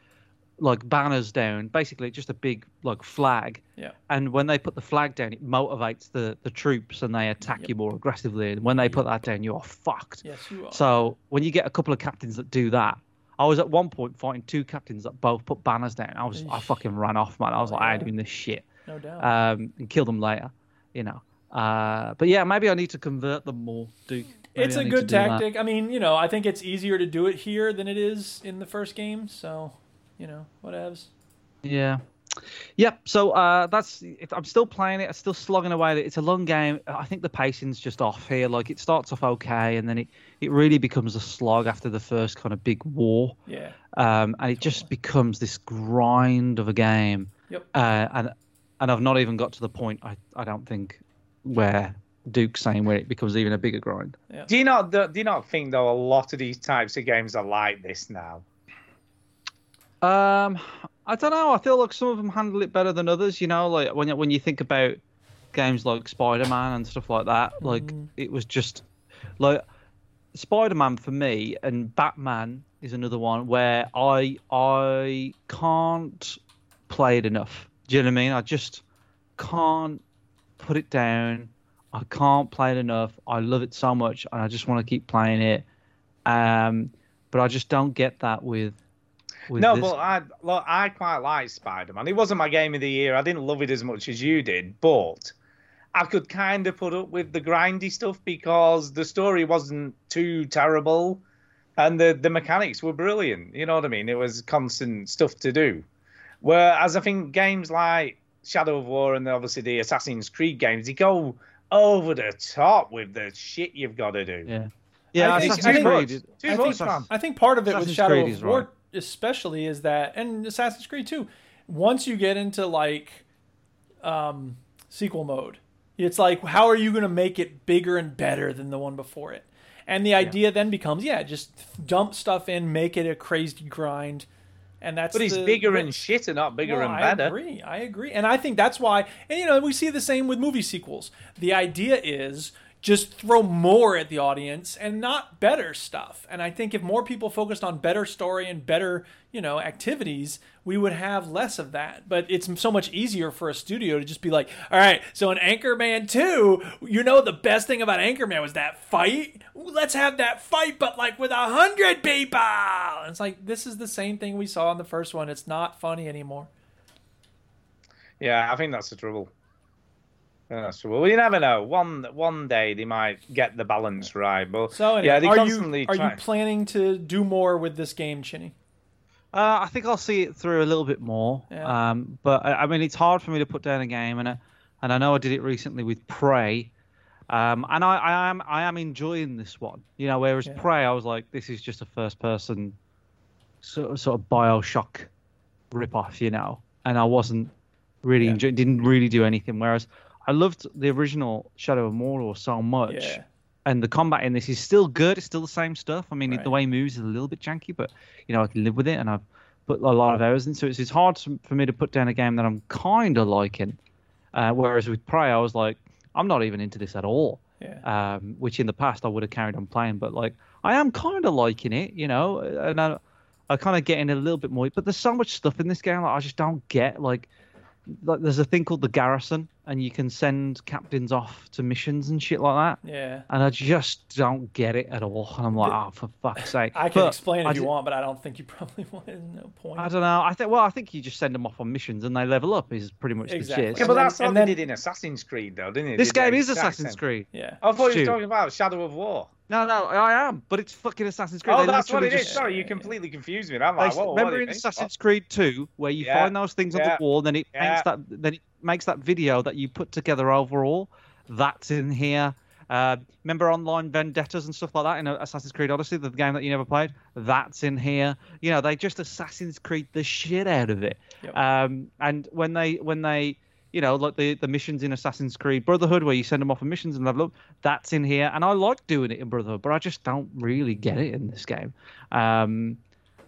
like banners down. Basically, just a big like flag.
Yeah.
And when they put the flag down, it motivates the the troops and they attack you more aggressively. And when they put that down, you are fucked.
Yes, you are.
So when you get a couple of captains that do that, I was at one point fighting two captains that both put banners down. I was I fucking ran off, man. I was like, I ain't doing this shit.
No doubt.
Um, and kill them later, you know. Uh, but yeah, maybe I need to convert them more, Duke. Maybe
it's
I
a
need to
good
do that.
tactic. I mean, you know, I think it's easier to do it here than it is in the first game. So, you know, whatevs.
Yeah. Yep. So uh, that's. It, I'm still playing it. I'm still slogging away. It's a long game. I think the pacing's just off here. Like it starts off okay, and then it it really becomes a slog after the first kind of big war.
Yeah.
Um, and it just becomes this grind of a game.
Yep.
Uh, and and I've not even got to the point. I I don't think where Duke's saying where it becomes even a bigger grind.
Do you not do you not think though a lot of these types of games are like this now?
Um, I don't know. I feel like some of them handle it better than others. You know, like when you- when you think about games like Spider Man and stuff like that, like
Mm.
it was just like Spider Man for me, and Batman is another one where I I can't play it enough. Do you know what I mean? I just can't put it down. I can't play it enough. I love it so much, and I just want to keep playing it. Um, but I just don't get that with. with
no,
this
but I look, I quite like Spider Man. It wasn't my game of the year. I didn't love it as much as you did, but I could kind of put up with the grindy stuff because the story wasn't too terrible, and the the mechanics were brilliant. You know what I mean? It was constant stuff to do. Whereas I think games like Shadow of War and obviously the Assassin's Creed games, they go over the top with the shit you've got to do.
Yeah,
I think, I think- I
Too
think-
much, man.
I think part of it with
Assassin's
Shadow
Creed
of
is
War,
right.
especially, is that, and Assassin's Creed too. Once you get into like um, sequel mode, it's like, how are you going to make it bigger and better than the one before it? And the idea then becomes, yeah, just dump stuff in, make it a crazy grind, and that's.
But it's
the-
bigger and shit and not bigger
No,
and better.
I agree. I agree. And I think that's why, and you know, we see the same with movie sequels. The idea is just throw more at the audience and not better stuff. And I think if more people focused on better story and better, you know, activities, we would have less of that. But it's so much easier for a studio to just be like, all right, so in Anchorman 2, you know, the best thing about Anchorman was that fight. Let's have that fight, but like with a hundred people. And it's like, this is the same thing we saw in the first one. It's not funny anymore.
Yeah, I think that's the trouble. Yeah, That's the trouble. Well, you never know. One one day they might get the balance right, but
So anyway,
yeah, they
are
constantly
you are
try.
you planning to do more with this game, Chinny?
Uh, I think I'll see it through a little bit more.
Yeah.
Um, but I, I mean, it's hard for me to put down a game, and I, and I know I did it recently with Prey, um, and I, I am I am enjoying this one. You know, whereas
Yeah.
Prey, I was like, this is just a first person sort of, sort of Bioshock rip off, you know, and I wasn't really enjoy, didn't really do anything. Whereas I loved the original Shadow of Mordor so much,
Yeah.
and the combat in this is still good. It's still the same stuff. I mean, the way it moves is a little bit janky, but you know I can live with it, and I've put a lot of hours into it. So it's hard to, for me to put down a game that I'm kind of liking. Uh, whereas with Prey, I was like, I'm not even into this at all.
Yeah.
Um, which in the past I would have carried on playing, but like I am kind of liking it, you know, and I, are kind of getting a little bit more. But there's so much stuff in this game that I just don't get. Like, like there's a thing called the garrison, and you can send captains off to missions and shit like that.
Yeah.
And I just don't get it at all. And I'm like, oh, for
[LAUGHS]
fuck's sake.
I can
But
explain
I
if you
did-
want, but I don't think you [LAUGHS] probably want. There's no point.
I don't know. I think. Well, I think you just send them off on missions and they level up. Is pretty much
Exactly.
the gist.
Yeah, but that's what they did in Assassin's Creed, though, didn't it?
This
Did the
game is
exact
Assassin's
same- Oh,
Creed.
Yeah.
I thought you
Stu.
were talking about Shadow of War.
No, no, I am, but it's fucking Assassin's Creed.
Oh,
They
that's what
literally
it is.
just-
Sorry, you completely confused me. I'm
They-
like, whoa, what
remember
do you
in
mean?
Assassin's Creed 2 where you
Yeah.
find those things on
Yeah.
the wall, then it
Yeah.
makes that then it makes that video that you put together overall. That's in here. Uh, remember online vendettas and stuff like that in Assassin's Creed Odyssey, the game that you never played. That's in here. You know, they just Assassin's Creed the shit out of it. Um, and when they when they you know like the the missions in Assassin's Creed Brotherhood where you send them off on missions and level up, that's in here. And I like doing it in Brotherhood, but I just don't really get it in this game. Um,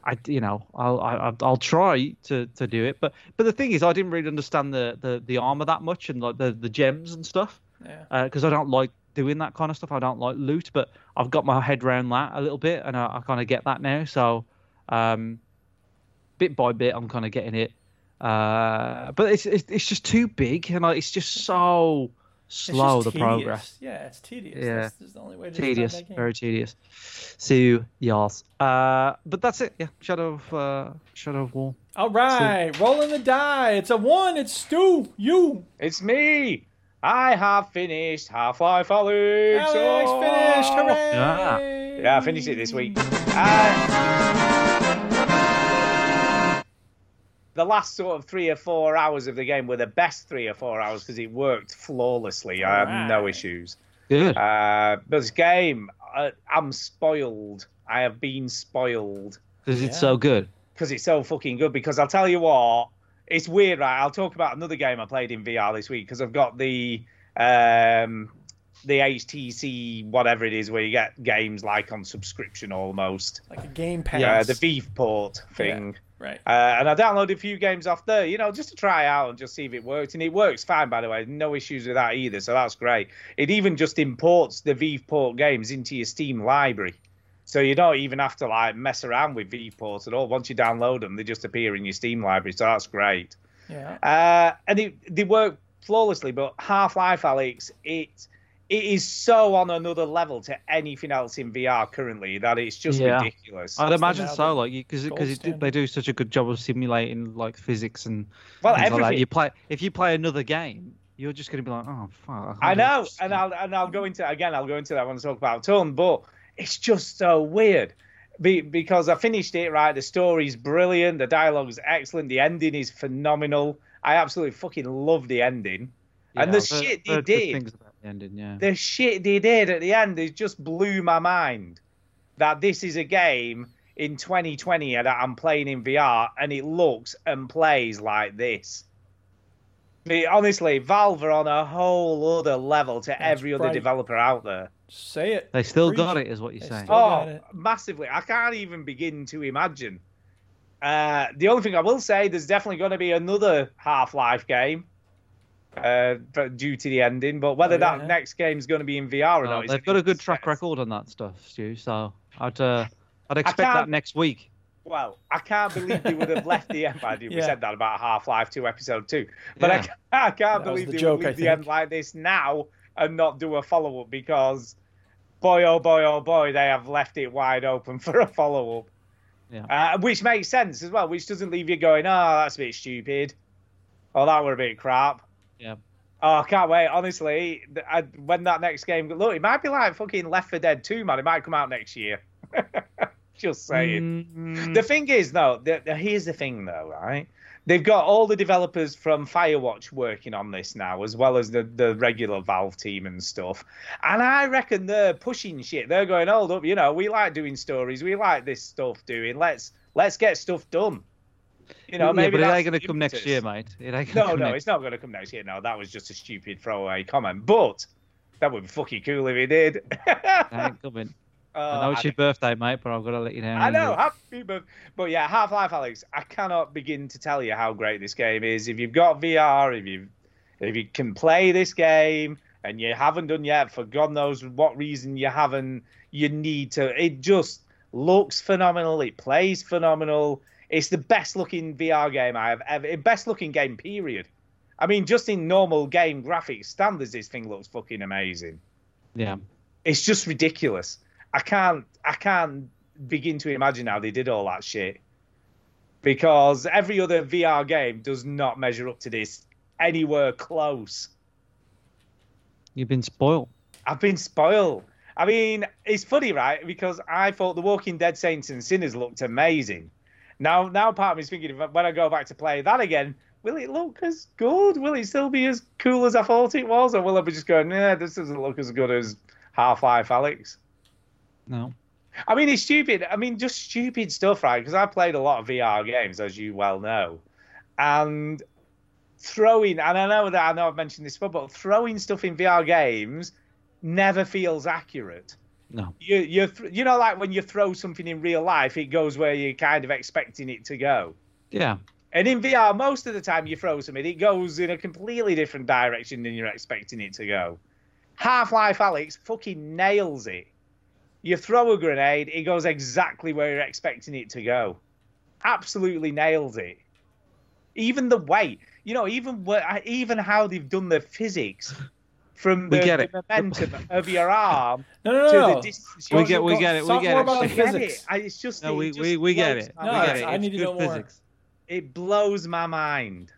I you know I'll I, I'll try to to do it, but but the thing is I didn't really understand the the, the armor that much and like the the gems and stuff
Yeah.
because I don't like doing that kind of stuff. I don't like loot, but I've got my head around that a little bit and I, I kind of get that now. So um, bit by bit I'm kind of getting it, uh, but it's, it's it's just too big and like, it's just so
It's
slow
just
the
tedious.
progress.
Yeah, it's tedious.
Yeah.
That's, that's the only way to describe
Tedious,
that game.
very tedious. So yes, uh, but that's it. Yeah, Shadow of uh, Shadow of War.
All right, rolling the die. It's a one. It's Stu. You.
Oh, It's me. I have finished Half-Life Alyx.
Alex finished. Hooray!
Yeah, I finished it this week. Uh, the last sort of three or four hours of the game were the best three or four hours because it worked flawlessly. I had no issues.
Good.
Uh, but this game, uh, I'm spoiled. I have been spoiled
Because it's so good.
because it's so fucking good. Because I'll tell you what, it's weird, right? I'll talk about another game I played in VR this week because I've got the um, the HTC whatever it is where you get games like on subscription almost.
Like a game
Uh,
pass.
the Vive port thing.
Right.
Uh, and I downloaded a few games off there, you know, just to try out and just see if it worked. And it works fine, by the way. No issues with that either. So that's great. It even just imports the Vport games into your Steam library. So you don't even have to like mess around with Vport at all. Once you download them, they just appear in your Steam library. So that's great.
Yeah.
Uh, and it, they work flawlessly, but Half Life, Alex, it it is so on another level to anything else in VR currently that it's just ridiculous.
I'd imagine so, like because because they do such a good job of simulating like physics and
Well,
things like that.
everything.
You play if you play another game, you're just going to be like, oh fuck.
I know, and I'll and I'll go into again. I'll go into that when I talk about Tone, but it's just so weird. Be, because I finished it right, the story's brilliant, the dialogue's excellent, the ending is phenomenal. I absolutely fucking love the ending, and the shit they did,
Things about the ending, yeah.
the shit they did at the end, it just blew my mind. That this is a game in 2020 that I'm playing in VR, and it looks and plays like this. They- honestly, Valve are on a whole other level to every other
right.
developer out there.
Say it.
They still got it, is what you're saying.
Oh, massively. I can't even begin to imagine. Uh, the only thing I will say, there's definitely going to be another Half Life game uh, for- due to the ending, but whether
Oh, yeah,
that
yeah.
next game's going to be in VR or
No,
not, it's
Uh, they've got a good track record on that stuff, Stu. So I'd uh, I'd expect that
can't-
next week.
Well, I can't believe they would have left the end. I did. We
[LAUGHS] Yeah.
said that about Half Life 2 Episode 2. But I
Yeah.
can't, I can't
That was
believe
the
they
joke,
would
I
leave the end like this now and not do a follow up because, boy, oh, boy, oh, boy, they have left it wide open [LAUGHS] for a follow up.
Yeah.
Uh, which makes sense as well, which doesn't leave you going, oh, that's a bit stupid. Oh, that were a bit crap.
Yeah.
Oh, I can't wait. Honestly, th- I, when that next game, look, it might be like fucking Left 4 Dead 2, man. It might come out next year. [LAUGHS] Just saying.
Hmm. Mm,
The thing is, though, the, the- here's the thing, though, right? They've got all the developers from Firewatch working on this now, as well as the, the regular Valve team and stuff. And I reckon they're pushing shit. They're going, hold up, you know, we like doing stories, we like this stuff doing. Let's let's get stuff done. You know,
Yeah,
maybe
but it
that's
ain't gonna
the
come next
impetus.
year, mate. It [LAUGHS] ain't gonna
No,
come
no,
next
it's not going to come next year. No, that was just a stupid throwaway comment. But that would be fucking cool if it did. [LAUGHS]
It ain't coming.
Oh,
I know
I
it's your birthday, mate, but I've got to let you down.
I know,
anyway.
happy birth. But yeah, Half Life Alex, I cannot begin to tell you how great this game is. If you've got VR, if you if you can play this game and you haven't done yet, for God knows what reason you haven't, you need to. It just looks phenomenal. It plays phenomenal. It's the best looking VR game I have ever. Best looking game period. I mean, just in normal game graphics standards, this thing looks fucking amazing.
Yeah.
It's just ridiculous. I can't. I can't begin to imagine how they did all that shit. Because every other VR game does not measure up to this anywhere close.
You've been spoiled.
I've been spoiled. I mean, it's funny, right? Because I thought The Walking Dead Saints and Sinners looked amazing. Now, now part of me's thinking, if- when I go back to play that again, will it look as good? Will it still be as cool as I thought it was? Or will I be just going, nah, this doesn't look as good as Half Life Alex?
No.
I mean, it's stupid. I mean, just stupid stuff, right? Because I played a lot of VR games, as you well know, and throwing. And I know that I know I've mentioned this before, but throwing stuff in VR games never feels accurate.
No.
You you th- you know, like when you throw something in real life, it goes where you're kind of expecting it to go.
Yeah.
And in VR, most of the time you throw something, it goes in a completely different direction than you're expecting it to go. Half Life Alex fucking nails it. You throw a grenade, it goes exactly where you're expecting it to go. Absolutely nails it. Even the weight, you know, even wh- even how they've done the physics from
We
the,
get
the
it. Oh.
momentum of your arm
No, no,
to
no.
the distance.
We
you're-
get, we
you've
get
got-
it, we get it.
I
[LAUGHS]
get it. I- It's just
No,
it
we,
just
we, we get
blows
it.
my
we
mind.
get it. It's good physics.
It blows my mind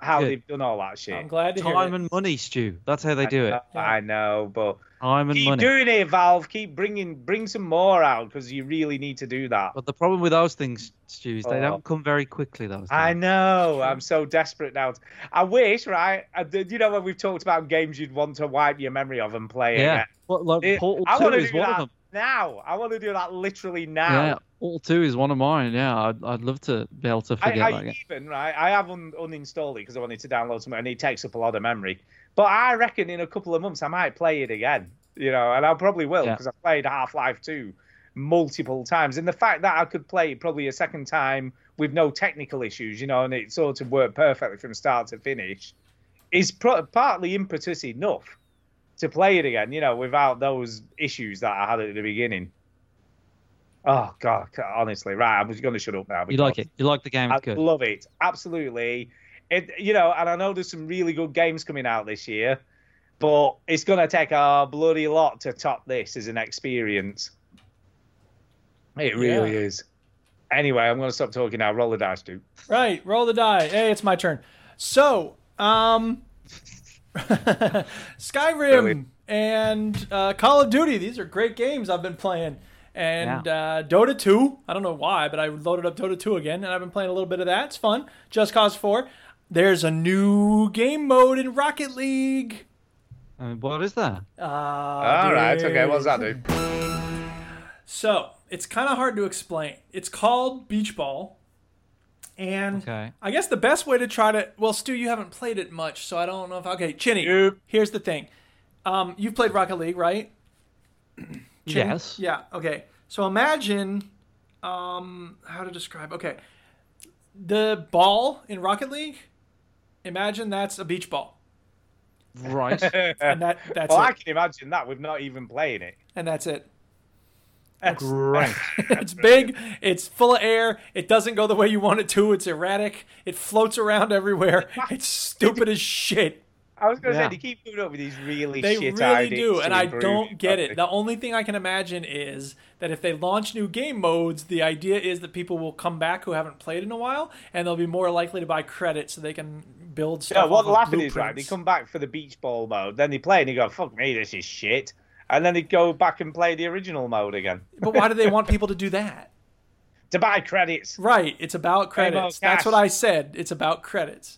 how
Good.
they've done all that shit. I'm
glad
Time and money, Stu. That's how they do it.
I know, but
Time and
keep
money.
doing it, Valve. Keep bringing bring some more out because you really need to do that.
But the problem with those things, Stu, is they
Oh.
don't come very quickly. Those.
I know. I'm so desperate now. I wish, right? I did, you know when we've talked about games you'd want to wipe your memory of and play
Yeah.
again.
Well, like,
It-
Portal
I
2
want to
is
do
one of
that
them.
now. I want to do that literally now.
Yeah, all two is one of mine. Yeah, I'd, I'd love to be able to forget
I,
that.
I even right. I have un- uninstalled it because I wanted to download something, and it takes up a lot of memory. But I reckon in a couple of months I might play it again. You know, and I probably will
Yeah.
because I played Half Life Two multiple times, and the fact that I could play it probably a second time with no technical issues, you know, and it sort of worked perfectly from start to finish, is pro- partly impetus enough to play it again. You know, without those issues that I had at the beginning. Oh God, honestly, right? I'm just going to shut up now.
You
because-
like it? You like the game?
I
It's good.
love it. Absolutely. It you know, and I know there's some really good games coming out this year, but it's gonna take a bloody lot to top this as an experience. It really
Yeah.
is. Anyway, I'm gonna stop talking now. Roll the dice, dude.
Right, roll the die. Hey, it's my turn. So, um, [LAUGHS] Skyrim and uh, Call of Duty. These are great games I've been playing. And uh, Dota 2. I don't know why, but I loaded up Dota 2 again, and I've been playing a little bit of that. It's fun. Just Cause 4. There's a new game mode in Rocket League.
I mean, what is that?
All
right, okay, what's that, dude?
So it's kind of hard to explain. It's called beach ball, and
Okay.
I guess the best way to try to well, Stu, you haven't played it much, so I don't know if okay, Chinny. Here's the thing, um, you've played Rocket League, right? Chinny?
Yes.
Yeah. Okay. So imagine, um, how to describe? Okay, the ball in Rocket League. Imagine that's a beach ball,
[LAUGHS]
Right.
and that that's
well,
it.
I can imagine that with not even playing it.
and that's it. That's-
Great.
[LAUGHS] it's big. It's full of air. It doesn't go the way you want it to. It's erratic. It floats around
[LAUGHS]
everywhere. It's stupid as shit.
[LAUGHS] I was gonna
Yeah.
say they keep moving up with these really
They
shit
really
ideas
do,
to
and I
improve
don't get it.
something.
The only thing I can imagine is that if they launch new game modes, the idea is that people will come back who haven't played in a while, and they'll be more likely to buy credit so they can build stuff.
Yeah, what
off of
laughing is right. They
blueprints.
come back for the beach ball mode, then they play and they go, "Fuck me, this is shit," and then they go back and play the original mode again.
But why do
[LAUGHS]
they want people to do that?
To buy credits.
Right. It's about
Pay more
credits. That's
cash.
what I said. It's about credits.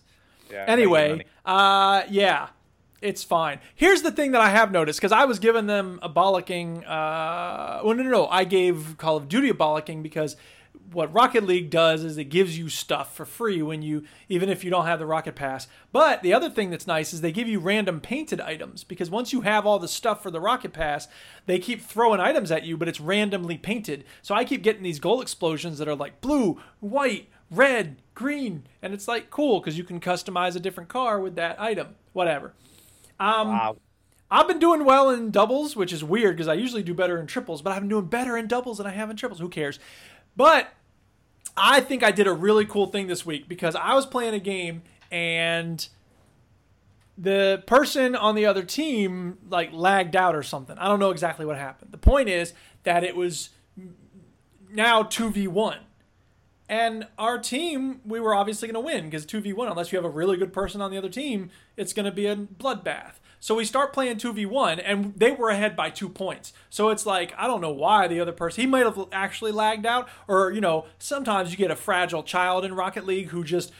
Yeah,
anyway, uh, yeah, it's fine. Here's the thing that I have noticed because I was giving them a bollocking. Uh, well, no, no, no. I gave Call of Duty a bollocking because what Rocket League does is it gives you stuff for free when you, even if you don't have the Rocket Pass. But the other thing that's nice is they give you random painted items because once you have all the stuff for the Rocket Pass, they keep throwing items at you, but it's randomly painted. So I keep getting these goal explosions that are like blue, white, red, green, and it's like cool because you can customize a different car with that item. Whatever. Um, I've been doing well in doubles, which is weird because I usually do better in triples, but I've been doing better in doubles than I have in triples. Who cares? But I think I did a really cool thing this week because I was playing a game and the person on the other team like lagged out or something. I don't know exactly what happened. The point is that it was now 2v1. And our team, we were obviously going to win because 2v1, unless you have a really good person on the other team, it's going to be a bloodbath. So we start playing 2v1, and they were ahead by two points. So it's like, I don't know why the other person, he might have actually lagged out, or, you know, sometimes you get a fragile child in Rocket League who just,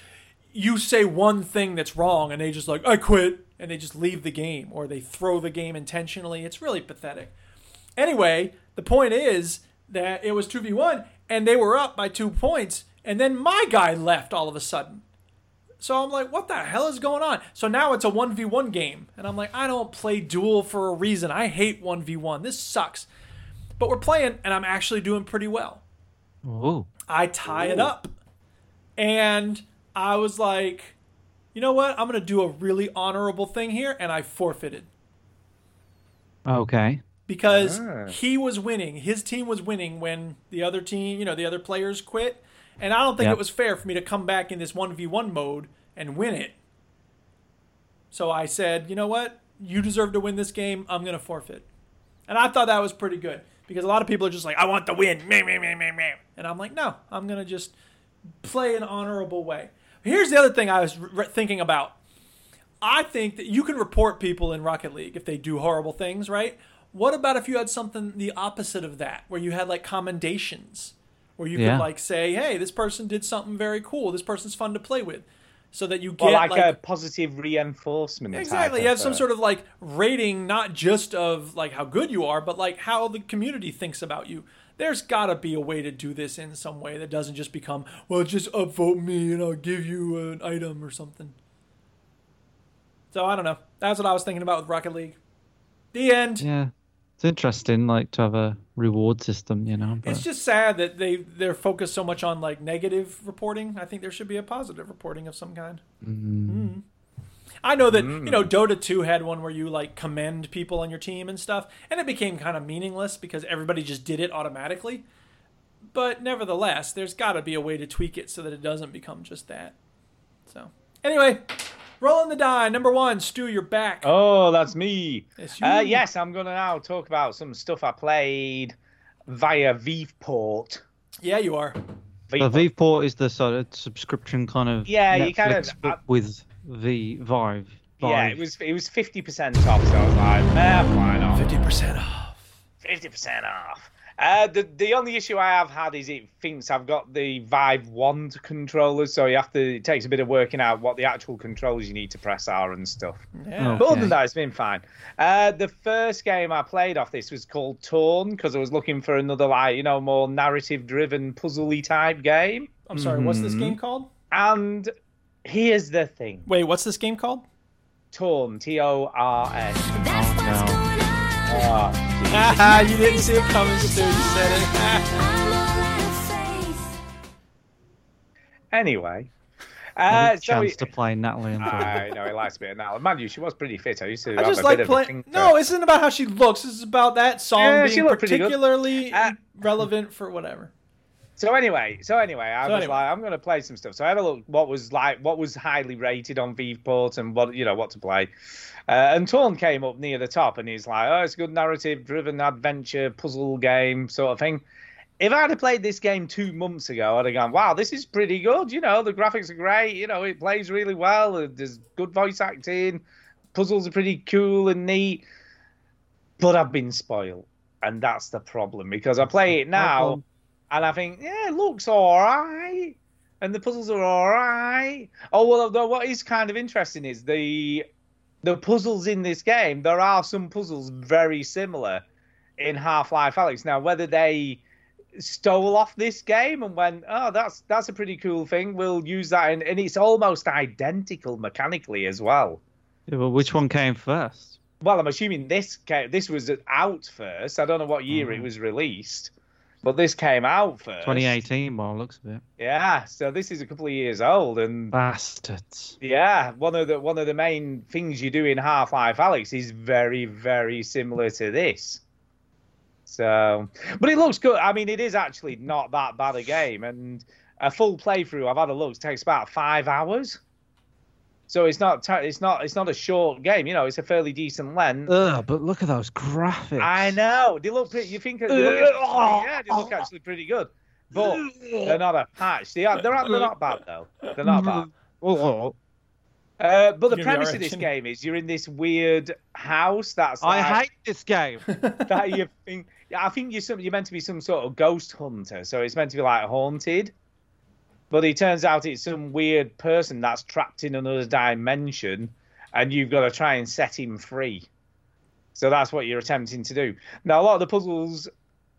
you say one thing that's wrong, and they just like, I quit, and they just leave the game, or they throw the game intentionally. It's really pathetic. Anyway, the point is that it was 2v1 and they were up by two points and then my guy left all of a sudden so i'm like what the hell is going on so now it's a 1v1 game and i'm like i don't play duel for a reason i hate 1v1 this sucks but we're playing and i'm actually doing pretty well
Ooh.
i tie it up and i was like you know what i'm gonna do a really honorable thing here and i forfeited
Okay.
because
Ah.
he was winning. His team was winning when the other team, you know, the other players quit. And I don't think
Yep.
it was fair for me to come back in this 1v1 mode and win it. So I said, you know what? You deserve to win this game. I'm going to forfeit. And I thought that was pretty good because a lot of people are just like, I want the win. Meh, meh, meh, meh, meh. And I'm like, no, I'm going to just play an honorable way. Here's the other thing I was re- thinking about. I think that you can report people in Rocket League if they do horrible things, right? What about if you had something the opposite of that, where you had like commendations, where you
Yeah.
could like say, "Hey, this person did something very cool. This person's fun to play with," so that you get
Or like, uh,
like
a positive reinforcement. type
Exactly. You have some
of, uh,
sort of like rating, not just of like how good you are, but like how the community thinks about you. There's got to be a way to do this in some way that doesn't just become, well, just upvote me and I'll give you an item or something. So I don't know. That's what I was thinking about with Rocket League. The end.
Yeah. It's interesting, like to have a reward system, you know. But
It's just sad that they they're focused so much on like negative reporting. I think there should be a positive reporting of some kind. Mm. I know that you
Mm.
know Dota 2 had one where you like commend people on your team and stuff, and it became kind of meaningless because everybody just did it automatically. But nevertheless, there's got to be a way to tweak it so that it doesn't become just that. So anyway, rolling the die. Number one, Stu, you're back.
Oh, that's me.
It's
Uh,
you.
yes, I'm going to now talk about some stuff I played via Vport.
Yeah, you are.
But Viveport is the sort of subscription kind of
Yeah, you kind
Netflix,
of-
but with the Vive.
Yeah,
Vive.
it was it was fifty percent off, so I was like, eh, why not? Fifty
percent off.
Fifty percent off. Uh, the the only issue I have had is it thinks I've got the Vive Wand controller, so you have to. It takes a bit of working out what the actual controls you need to press are and stuff.
Oh,
Yeah.
But other
Okay.
than that, it's been fine. Uh, the first game I played off this was called Torn because I was looking for another like you know more narrative driven puzzly type game.
I'm sorry. What's this
Mhm.
game called?
And here's the thing.
Wait, what's this game called?
Torn. T O R N. That's what's going on.
[LAUGHS]
Ah, [LAUGHS] you didn't see it coming, Stu. You [LAUGHS] said it.
Anyway.
Another
Uh, so Uh,
chance
it,
to play Natalie and
I know it likes a bit of Nala. Mind you, she was pretty fit. I used to
I
have
just
a
like
bit
playing.
of a
No, this isn't about how she looks. This is about that song
Yeah, she
being
looked pretty good. Ah.
particularly relevant for whatever.
So anyway, so anyway, I
So
was
anyway.
like, I'm going to play some stuff. So I had a look what was like, what was highly rated on Viveport, and what you know what to play. Uh, and Torn came up near the top, and he's like, oh, it's a good narrative-driven adventure puzzle game sort of thing. If I'd have played this game two months ago, I'd have gone, wow, this is pretty good. You know, the graphics are great. You know, it plays really well. uh, There's good voice acting. Puzzles are pretty cool and neat. But I've been spoiled, and that's the problem because I play it now
Problem.
and I think, yeah, it looks all right. And the puzzles are all right. Oh, well, though, what is kind of interesting is the the puzzles in this game. There are some puzzles very similar in Half Life Alex. Now, whether they stole off this game and went, oh, that's that's a pretty cool thing. We'll use that, and, and it's almost identical mechanically as well.
Yeah, well, which one came first?
Well, I'm assuming this came, this was out first. I don't know what year it was released. But this came out first.
2018, by the looks of it.
Yeah, so this is a couple of years old, and
Bastards.
yeah, one of the one of the main things you do in Half Life Alex is very very similar to this. So, but it looks good. I mean, it is actually not that bad a game, and a full playthrough I've had a look takes about five hours. So it's not ter- it's not it's not a short game. You know, it's a fairly decent length.
Ugh, but look at those graphics.
I know. They look pretty. You think they look,
Ugh.
yeah, they look actually pretty good, but they're not a patch. They are. They're not, they're not bad though. They're not bad. Uh, but the
You're
premise of this
alright.
game is you're in this weird house. That's
I
like-
hate this game.
that you think. yeah, I think you're some, you're meant to be some sort of ghost hunter, so it's meant to be like haunted. But it turns out it's some weird person that's trapped in another dimension, and you've got to try and set him free. So that's what you're attempting to do. Now a lot of the puzzles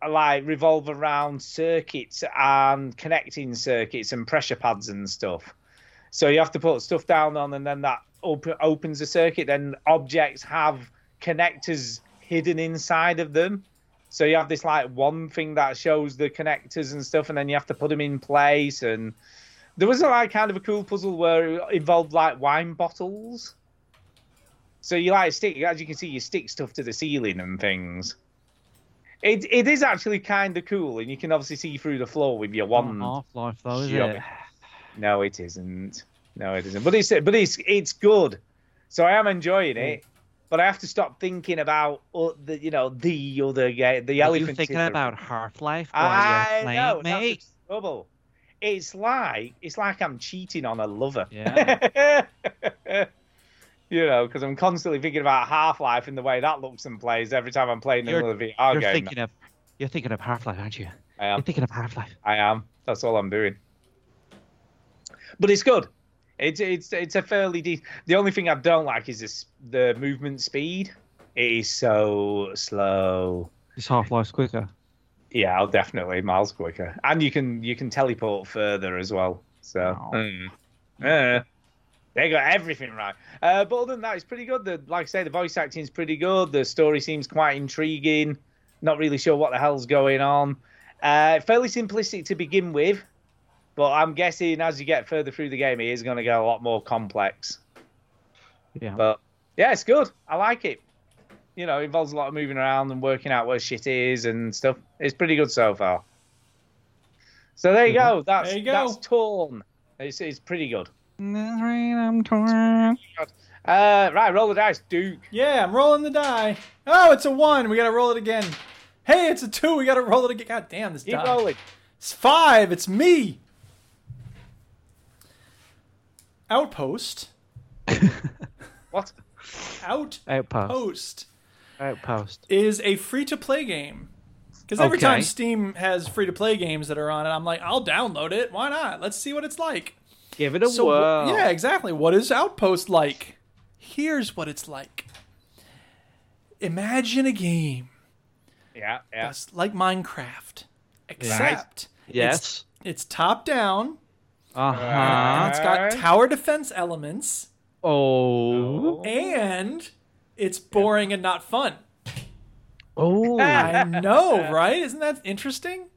are like revolve around circuits and connecting circuits and pressure pads and stuff. So you have to put stuff down on, and then that op- opens the circuit. Then objects have connectors hidden inside of them. So you have this like one thing that shows the connectors and stuff, and then you have to put them in place. And there was a like kind of a cool puzzle where it involved like wine bottles. So you like stick, as you can see, you stick stuff to the ceiling and things. It it is actually kind of cool, and you can obviously see through the floor with your wand.
Half Life though, is
Shove
it?
it. No, it isn't. No, it isn't. But it's but it's it's good. So I am enjoying
Mm.
it. But I have to stop thinking about uh, the you know the other game, the
Are you
elephant. in
thinking
the
about
room.
Half Life?
I know.
mate.
That's the trouble. It's like it's like I'm cheating on a lover.
Yeah.
[LAUGHS] you know, because I'm constantly thinking about Half Life and the way that looks and plays every time I'm playing another VR
[LAUGHS] you're
game.
thinking of you're thinking of Half Life, aren't you?
I am.
You're thinking of Half Life.
I am. That's all I'm doing. But it's good. It's it's it's a fairly decent. The only thing I don't like is this the movement speed. It is so slow.
It's Half Life's quicker.
Yeah, I'll definitely miles quicker, and you can you can teleport further as well. So mm. yeah, they got everything right. Uh, but other than that, it's pretty good. The like I say, the voice acting is pretty good. The story seems quite intriguing. Not really sure what the hell's going on. Uh, fairly simplistic to begin with, but I'm guessing as you get further through the game, it is going to get a lot more complex.
Yeah.
[LAUGHS] But yeah, it's good. I like it. You know, it involves a lot of moving around and working out where shit is and stuff. It's pretty good so far. So there you go. That's
Mm-hmm. There you go.
that's torn. It's it's pretty good.
I'm torn.
Uh, right, roll the dice, Duke.
Yeah, I'm rolling the die. Oh, it's a one. We gotta roll it again. Hey, it's a two. We gotta roll it again. God damn, this
Keep
die.
rolling.
It's five. It's me. Outpost.
what?
Outpost
[LAUGHS] Outpost. Outpost.
is a free-to-play game. Because every
Okay.
time Steam has free-to-play games that are on it, I'm like, I'll download it. Why not? Let's see what it's like.
Give it a
So,
whirl.
yeah, exactly. What is Outpost like? Here's what it's like. Imagine a game
Yeah, yeah.
just like Minecraft, except
Yes.
it's top down.
Uh
and
huh.
It's got tower defense elements,
[LAUGHS] Oh.
and it's boring and not fun.
Oh.
I know, right? Isn't that interesting?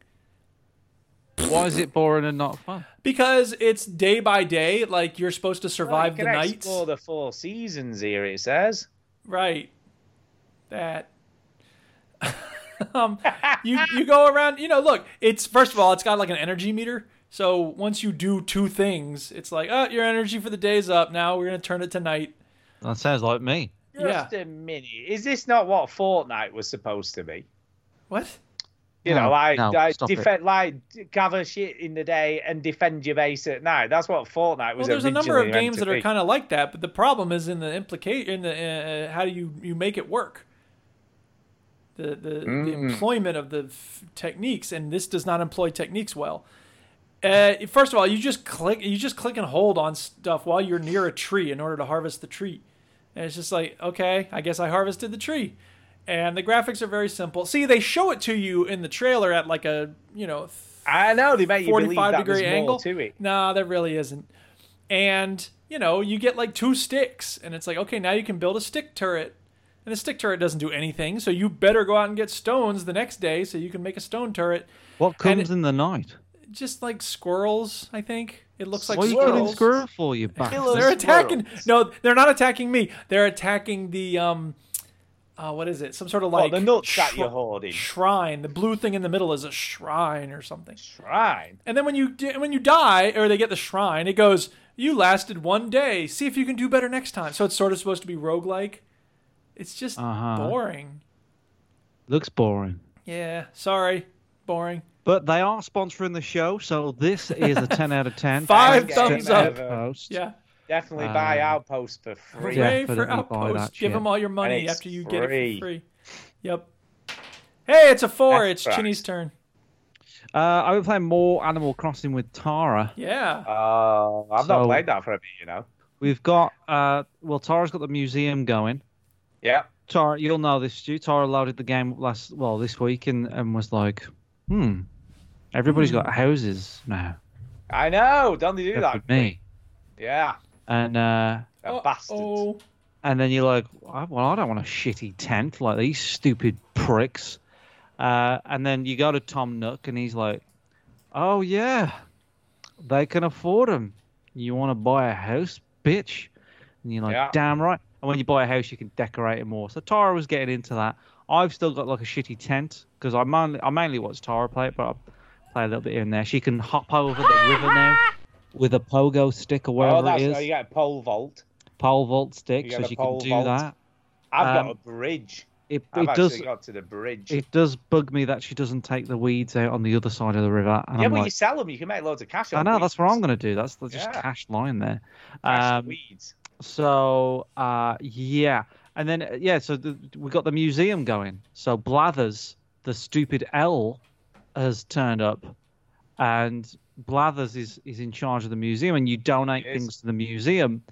Why is it boring and not fun?
Because it's day by day, like you're supposed to
Well, you
survive
can
the night.
explore the four seasons here. It says.
Right. That. [LAUGHS] um, you you go around. You know, look. It's first of all, it's got like an energy meter. So once you do two things, it's like, oh, your energy for the day's up. Now we're gonna turn it to night.
That sounds like me.
Just a minute. Is this not what Fortnite was supposed to be?
What?
You
No,
know, like,
no,
like,
stop
defe- like d- gather shit in the day and defend your base at night. That's what Fortnite
Well,
was.
there's a number
originally
of
meant
games
to
that are
be.
kind of like that, but the problem is in the implication, in the uh, how do you you make it work? The the, the
Mm.
employment of the f- techniques, and this does not employ techniques well. Uh, first of all, you just click you just click and hold on stuff while you're near a tree in order to harvest the tree, and it's just like okay, I guess I harvested the tree. And the graphics are very simple. See, they show it to you in the trailer at like a you know
I know they make you believe
45
that
degree
there's more
angle
to it.
No, there really isn't. And you know, you get like two sticks, and it's like, okay, now you can build a stick turret, And a stick turret doesn't do anything, so you better go out and get stones the next day so you can make a stone turret.
What comes in the night?
Just like squirrels, I think. It looks like
what are you killing
squirrels.
squirrel for, you bastard?
They're attacking. No, they're not attacking me. They're attacking the um, uh, what is it? Some sort of like
Oh, the nuts that you're hoarding.
Shrine. The blue thing in the middle is a shrine or something.
Shrine.
And then when you di- when you die or they get the shrine, it goes. You lasted one day. See if you can do better next time. So it's sort of supposed to be roguelike. It's just
Uh-huh.
boring.
Looks boring.
Yeah, sorry, boring.
But they are sponsoring the show, so this is a 10 out of 10.
Five
Thanks,
thumbs
Game
up.
Outpost.
Yeah.
Definitely buy
Um,
Outpost for free.
Hooray
Definitely
for
buy that
Outpost. Give
shit.
them all your money
And it's
after you get it
free.
for free. Yep. Hey, it's a four.
That's
it's
right.
Chinny's turn.
Uh, I've been playing more Animal Crossing with Tara.
Yeah.
Oh, I've not
So-
played that for a bit, you know.
We've got, uh, well, Tara's got the museum going.
Yeah.
Tara, you'll know this, Stu. Tara loaded the game up last, well, this week and, and was like, hmm, everybody's got houses now.
I know. Don't they Hmm. do
except
that?
for me.
Yeah.
And, uh,
They're bastards.
Oh.
and then you're like, "I- well, I don't want a shitty tent like these stupid pricks. Uh, and then you go to Tom Nook, and he's like, oh, yeah, they can afford them. You want to buy a house, bitch? And you're like,
Yeah.
damn right. And when you buy a house, you can decorate it more. So Tara was getting into that. I've still got like a shitty tent because I mainly, I mainly watch Tara play it, but I play a little bit here and there. She can hop over the river
[LAUGHS]
now with a pogo stick or wherever
Oh,
it
that's
is.
how you get a pole vault.
Pole vault
You
stick,
get
so
a
she can
pole
do
vault.
that.
I've
Um,
got a bridge.
It,
I've
it
actually
does
got to the bridge.
it does bug me that she doesn't take the weeds out on the other side of the river. And
yeah,
I'm
but you
like,
sell them. You can make loads of cash.
I
on
know
them.
that's what I'm going to do. That's the- just
Yeah.
cash line there.
Cash
Um,
weeds.
so uh, yeah, and then uh, yeah, so the, we got the museum going. So Blathers, the stupid L, has turned up, and Blathers is is in charge of the museum, and you donate things to the museum.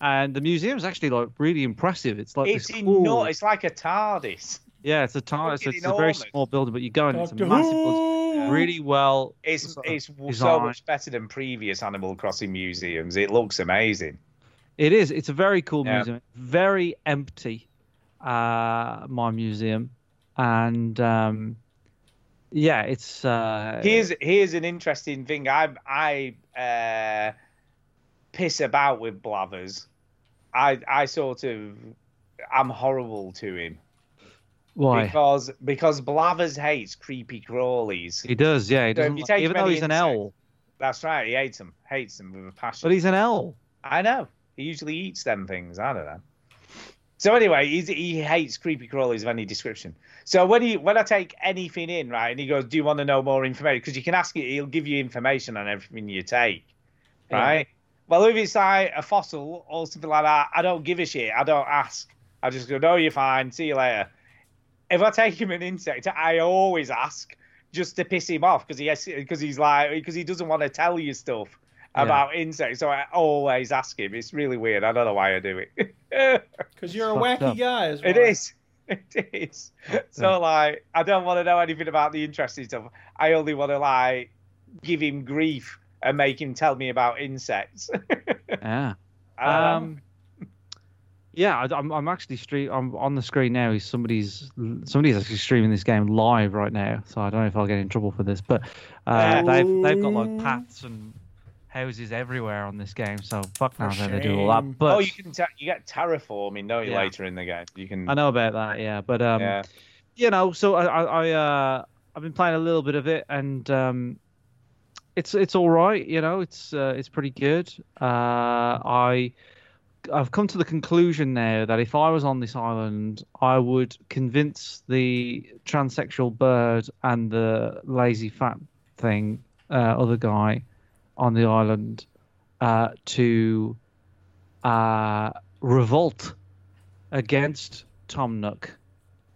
And the museum's actually like really impressive. It's like
It's
this
in
cool-
It's like a TARDIS.
yeah, it's a tiny, it's,
Fucking
it's a very
enormous.
small building, but you go in, it's a
Doctor
massive building,
Who!
really well.
It's
sort of
it's so
designed.
much better than previous Animal Crossing museums. It looks amazing.
It is. It's a very cool
Yeah.
museum. Very empty, uh, my museum, and um, yeah, it's uh,
here's here's an interesting thing. I I uh, piss about with Blathers. I I sort of I'm horrible to him
why
because because Blathers hates creepy crawlies.
he does. Yeah,
So
he
if
doesn't.
you
like-
take
even
many
though he's an
insects-
L,
That's right. He hates them. Hates them with a passion.
but he's
[LAUGHS]
an L.
I know. He usually eats them things. I don't know. So anyway, he's, he hates creepy crawlies of any description. So when he when I take anything in, right, and he goes, "Do you want to know more information?" Because you can ask it; he'll give you information on everything you take,
Yeah.
right? Well, if it's like a fossil or something like that, I don't give a shit. I don't ask. I just go, "No, you're fine. See you later." If I take him an insect, I always ask just to piss him off because he because he's like because he doesn't want to tell you stuff
Yeah.
about insects. So I always ask him. It's really weird. I don't know why I do it. [LAUGHS]
Because you're a
Fucked
wacky
up.
guy. Is
It
why.
is. [LAUGHS] It is. So like, I don't want to know anything about the interesting stuff. I only want to like give him grief and make him tell me about insects.
Yeah.
I don't know.
Um, yeah, I, I'm, I'm actually stream. I'm on the screen now. Is somebody's somebody's actually streaming this game live right now. So I don't know if I'll get in trouble for this, but
Yeah.
uh, they've they've got like paths and houses everywhere on this game. So fuck knows how they do all
shame.
that. But
oh, you can ta- you get terraforming, don't you?
Yeah.
Later in the game, you can.
I know about that. Yeah, but um,
Yeah.
you know, so I, I, I uh, I've been playing a little bit of it, and um, it's it's all right. You know, it's uh, it's pretty good. Uh, I I've come to the conclusion now that if I was on this island, I would convince the transsexual bird and the lazy fat thing, uh, other guy, on the island, uh, to uh, revolt against Tom Nook.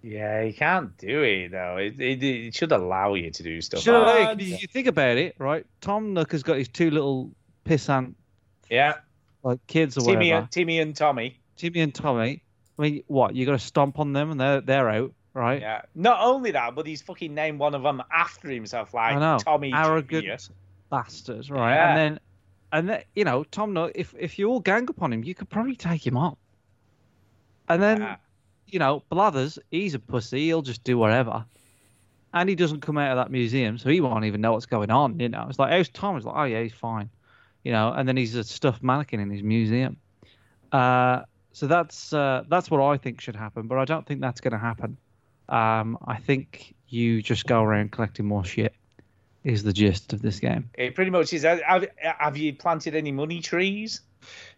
Yeah, you can't do it though. It, it, it should allow you to do stuff.
Should
like
I
that.
like, if you think about it, right? Tom Nook has got his two little pissant
Yeah,
like kids or
Timmy,
whatever.
and, Timmy and Tommy.
Timmy and Tommy. I mean, what? You got to stomp on them, and they're they're out, right?
Yeah. Not only that, but he's fucking named one of them after himself, like
I know.
Tommy
Arrogant
Junior.
bastards, right?
Yeah.
And then, and then you know, Tom Nook. If if you all gang upon him, you could probably take him on. And then
Yeah.
you know, Blathers, he's a pussy. He'll just do whatever. And he doesn't come out of that museum, so he won't even know what's going on. You know, it's like, how's Tom? It's like, oh, yeah, he's fine. You know, and then he's a stuffed mannequin in his museum. Uh, so that's uh, that's what I think should happen, but I don't think that's going to happen. Um, I think you just go around collecting more shit. Is the gist of this game?
It pretty much is. Have, have you planted any money trees?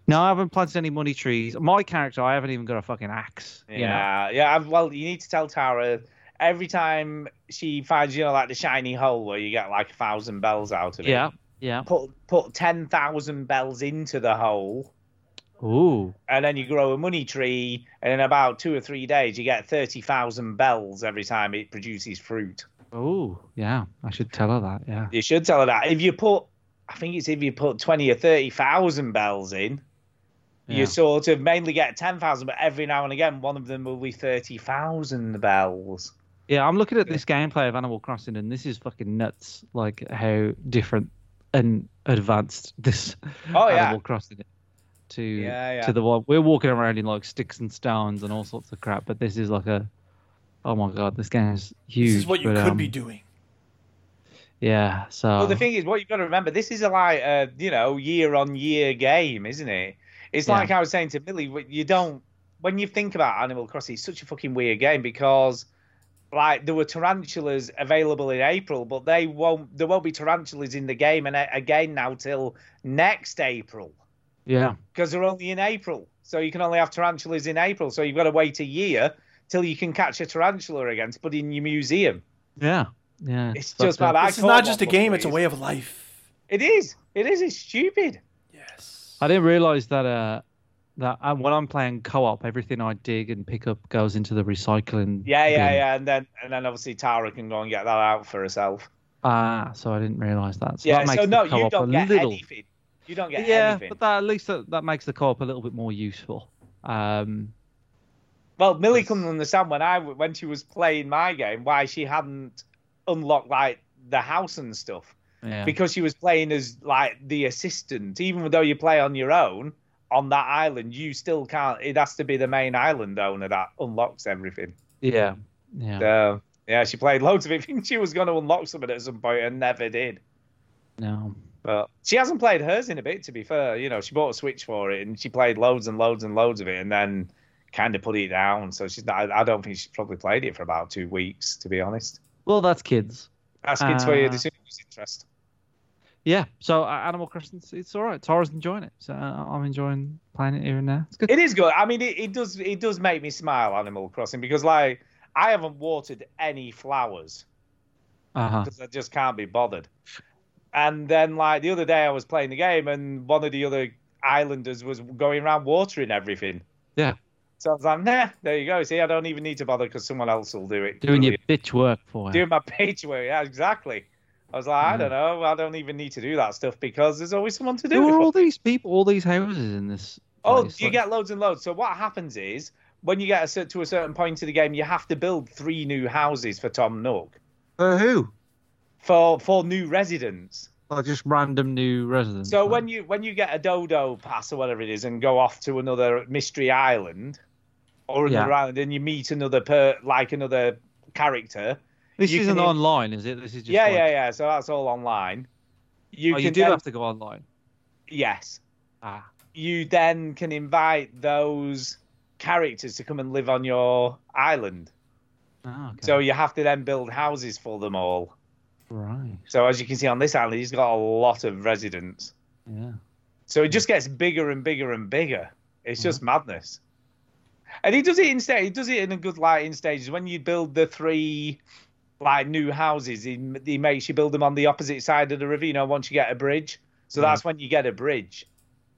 No, I haven't planted any money trees. My character, I haven't even got a fucking axe. you know?
Yeah, yeah. I've- Well, you need to tell Tara every time she finds, you know, like the shiny hole where you get like a thousand bells out of it.
Yeah, yeah.
Put put ten thousand bells into the hole,
Ooh.
and then you grow a money tree, and in about two or three days, you get thirty thousand bells every time it produces fruit.
Ooh. Yeah, I should tell her that. Yeah.
You should tell her that. If you put, I think it's if you put twenty or thirty thousand bells in.
Yeah.
You sort of mainly get 10,000, but every now and again, one of them will be 30,000 bells.
Yeah, I'm looking at this gameplay of Animal Crossing, and this is fucking nuts. Like how different and advanced this
Oh, yeah.
Animal Crossing is to
Yeah, yeah.
to the one we're walking around in like sticks and stones and all sorts of crap. But this is like a oh my god, this game is huge.
This is what you
but,
could
um,
be doing.
Yeah. So
Well, the thing is, what you've got to remember, this is a like a you know year on year game, isn't it? It's
Yeah.
like I was saying to Millie, wh- you don't when you think about Animal Crossing, it's such a fucking weird game because like there were tarantulas available in April, but they won't there won't be tarantulas in the game and uh, again now till next April
yeah,
because they're only in April, so you can only have tarantulas in April, so you've got to wait a year till you can catch a tarantula again to put in your museum.
yeah, yeah.
It's
fucked
just
up.
bad. I
This is
caught
not just a
one
game;
before,
it's a
yes.
way of life.
It is. It is. It's stupid.
I didn't realize that uh that uh, when I'm playing co-op, everything I dig and pick up goes into the recycling.
Yeah, yeah,
bin.
yeah. And then and then obviously Tara can go and get that out for herself.
Ah, so I didn't realize that. So
yeah.
that makes
So
the
no, you
co-op
don't
a
get
little.
anything. You don't get
yeah,
anything.
but that at least that, that makes the co-op a little bit more useful. Um,
Well, Millie couldn't understand when I when she was playing my game why she hadn't unlocked like the house and stuff
yeah.
because she was playing as like the assistant. Even though you play on your own on that island, you still can't. It has to be the main island owner that unlocks everything.
yeah, yeah,
So yeah, she played loads of it. [LAUGHS] thinking she was going to unlock something at some point and never did.
no,
But she hasn't played hers in a bit, to be fair. You know, she bought a Switch for it and she played loads and loads and loads of it and then kind of put it down. So she's not, I I don't think she's probably played it for about two weeks, to be honest.
Well, that's kids.
That's kids for you.
Uh,
This is interest.
Yeah, so uh, Animal Crossing, it's- it's all right. Tara's enjoying it, so uh, I'm enjoying playing it here and there. It's good.
It is good. I mean, it, it does it does make me smile, Animal Crossing, because like I haven't watered any flowers.
Uh huh.
because I just can't be bothered. And then, like the other day, I was playing the game, and one of the other islanders was going around watering everything.
Yeah,
So I was like, "Nah, there you go. See, I don't even need to bother because someone else will do it.
doing [LAUGHS] your bitch work for her.
doing my page work. Yeah, exactly. I was like, I don't know. I don't even need to do that stuff because there's always someone to
There
do it.
were
for."
Mm. all these people, all these houses in this.
Oh,
place,
you
like-
get loads and loads. So what happens is when you get a, cer- to a certain point in the game, you have to build three new houses for Tom Nook
For who?
for for new residents.
Like just random new residents.
So
like-
when you when you get a dodo pass or whatever it is and go off to another mystery island or another
Yeah.
island and you meet another per like another character.
this
you
isn't
can-
online, is it? This is just
yeah,
like-
yeah, yeah. So that's all online. You
oh,
can
you do
then-
have to go online.
yes.
Ah,
You then can invite those characters to come and live on your island.
oh, okay.
So you have to then build houses for them all.
right,
So as you can see on this island, he's got a lot of residents.
yeah.
So it just gets bigger and bigger and bigger. It's just madness. And he does it in sta- he does it in a good light in stages. When you build the three like new houses, he, he makes you build them on the opposite side of the river. You know, once you get a bridge, so that's when you get a bridge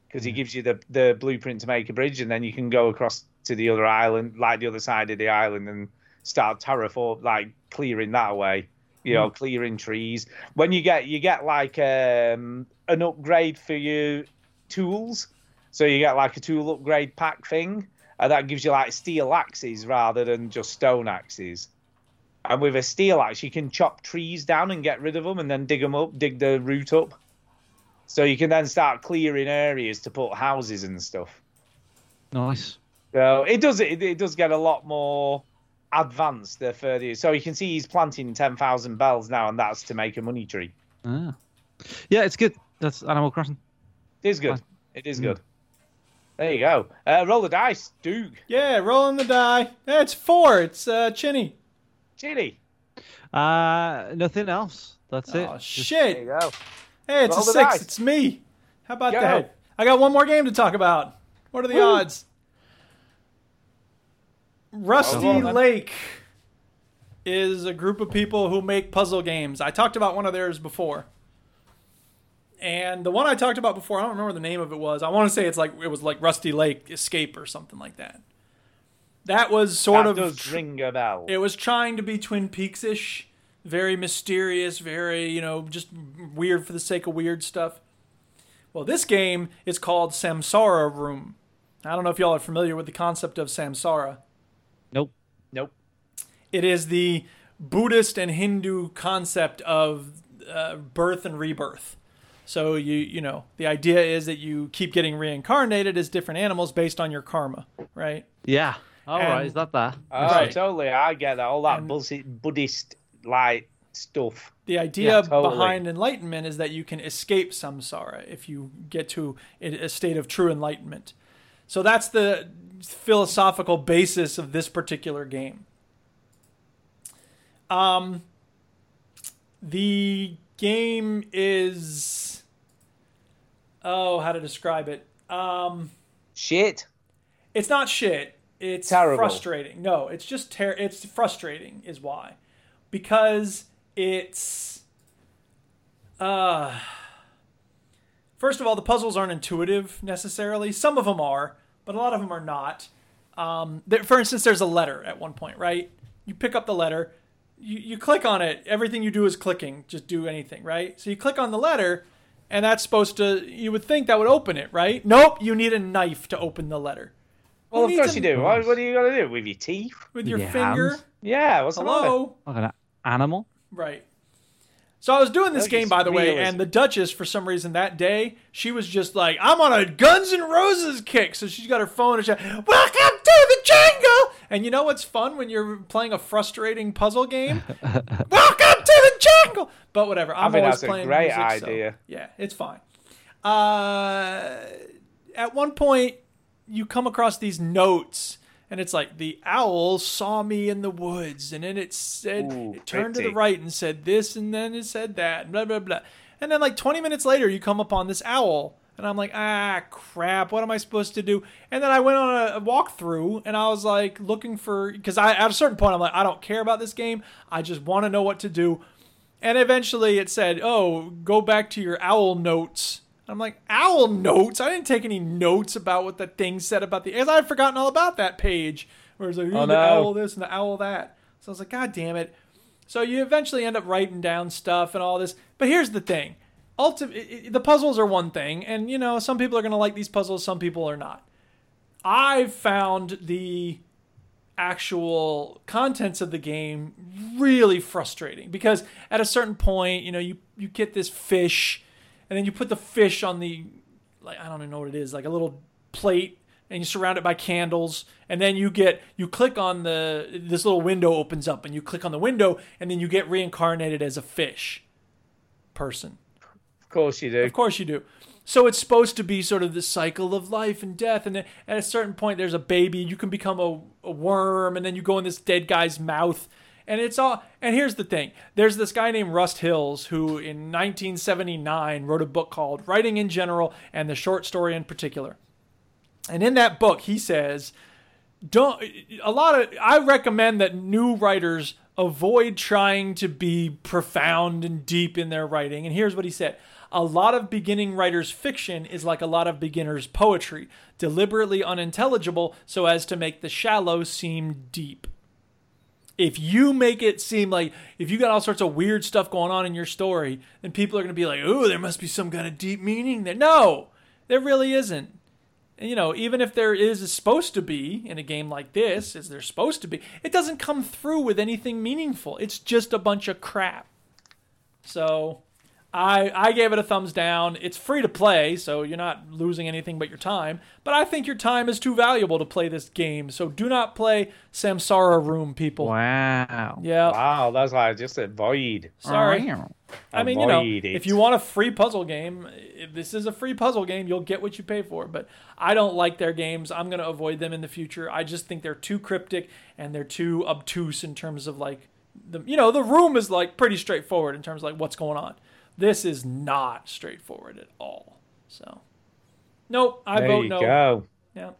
because he gives you the the blueprint to make a bridge, and then you can go across to the other island, like the other side of the island, and start terraform, like clearing that away. You know, clearing trees. When you get you get like um, an upgrade for your tools, so you get like a tool upgrade pack thing, and that gives you like steel axes rather than just stone axes. And with a steel axe, you can chop trees down and get rid of them, and then dig them up, dig the root up. So you can then start clearing areas to put houses and stuff.
Nice.
So it does it, it does get a lot more advanced the further. So you can see he's planting ten thousand bells now, and that's to make a money tree.
Ah. Yeah, it's good. That's Animal Crossing.
It is good. It is good. There you go. Uh, roll the dice, Duke.
Yeah, rolling the die. Yeah, it's four. It's uh, Chinny.
Chinny.
Uh, nothing else. That's it.
Oh shit.
There you go.
Hey, it's
Roll
a
the
six.
dice.
It's me. How about
Go.
that? I got one more game to talk about. What are the
Woo.
odds? Rusty
Oh, well, then.
Lake is a group of people who make puzzle games. I talked about one of theirs before. And the one I talked about before, I don't remember the name of it was. I want to say it's like it was like Rusty Lake Escape or something like that. That was sort
That
of
does ring a bell.
it was trying to be Twin Peaks ish, very mysterious, very, you know, just weird for the sake of weird stuff. Well, this game is called Samsara Room. I don't know if y'all are familiar with the concept of Samsara.
Nope.
Nope.
It is the Buddhist and Hindu concept of uh, birth and rebirth. So you you know the idea is that you keep getting reincarnated as different animals based on your karma, right?
Yeah. All right.
And- uh,
Is that that?
Oh,
Right.
totally. I get that. All that Buzzi- Buddhist like stuff.
The idea
Yeah, totally.
behind enlightenment is that you can escape samsara if you get to a a state of true enlightenment. So that's the philosophical basis of this particular game. Um, the game is oh, how to describe it? Um,
shit.
It's not shit. It's
Terrible.
frustrating. No, it's just ter- it's frustrating is why. Because it's uh First of all, the puzzles aren't intuitive necessarily. Some of them are, but a lot of them are not. Um, there, for instance, there's a letter at one point, right? You pick up the letter, you, you click on it. Everything you do is clicking. Just do anything, right? So you click on the letter, and that's supposed to. You would think that would open it, right? Nope. You need a knife to open the letter.
Well,
Who
of
needs
course
a-
you do. What, what are you going to do? With your teeth?
With your
Your
finger.
hands?
Yeah, what's the matter?
Hello.
Like an animal.
Right. So I was doing this
That
game,
is
by the way,
realism.
and the Duchess, for some reason that day, she was just like, "I'm on a Guns N' Roses kick," so she's got her phone and she, "Welcome to the jungle." And you know what's fun when you're playing a frustrating puzzle
[LAUGHS]
game? Welcome to the jungle. But whatever,
I
I'm
think
always
that's a
playing
great
music, so-
idea.
yeah, it's fine. Uh, at one point, you come across these notes, and it's like the owl saw me in the woods, and then it said
Ooh,
it turned to the
pretty.
right and said this, and then it said that, and blah blah blah. And then like 20 minutes later, you come upon this owl, and I'm like, ah, crap, what am I supposed to do? And then I went on a, a walkthrough, and I was like looking for because I at a certain point, I'm like, I don't care about this game. I just want to know what to do. And eventually it said, "Oh, go back to your owl notes." I'm like, "Owl notes? I didn't take any notes about what the thing said about the." As I had forgotten all about that page, where it's like, the
Oh, no.
owl this and the owl that. So I was like, "God damn it!" So you eventually end up writing down stuff and all this. But here's the thing: ultimately, the puzzles are one thing, and you know, some people are gonna like these puzzles, some people are not. I found the actual contents of the game really frustrating because at a certain point, you know, you you get this fish, and then you put the fish on the like I don't even know what it is, like a little plate, and you surround it by candles, and then you get you click on the this little window opens up, and you click on the window, and then you get reincarnated as a fish person.
Of course you do.
Of course you do. So it's supposed to be sort of the cycle of life and death, and then at a certain point, there's a baby. You can become a, a worm, and then you go in this dead guy's mouth, and it's all. And here's the thing: there's this guy named Rust Hills who, in 1979, wrote a book called "Writing in General" and the short story in particular. And in that book, he says, "Don't a lot of I recommend that new writers avoid trying to be profound and deep in their writing." And here's what he said. A lot of beginning writers' fiction is like a lot of beginners' poetry, deliberately unintelligible so as to make the shallow seem deep if you make it seem like if you got all sorts of weird stuff going on in your story, then people are going to be like, "Ooh, there must be some kind of deep meaning there." No, there really isn't. And, you know, even if there is is supposed to be in a game like this, is there supposed to be, it doesn't come through with anything meaningful. It's just a bunch of crap. So, I, I gave it a thumbs down. It's free to play, so you're not losing anything but your time. But I think your time is too valuable to play this game, so do not play Samsara Room, people.
Wow.
Yeah.
Wow, that's like just a void.
Sorry. I mean, you know,
Avoid it.
if you want a free puzzle game, if this is a free puzzle game, you'll get what you pay for. But I don't like their games. I'm going to avoid them in the future. I just think they're too cryptic and they're too obtuse in terms of like the you know, the room is like pretty straightforward in terms of like what's going on. This is not straightforward at all. So, nope, I
there
vote
you
no.
go.
Yeah.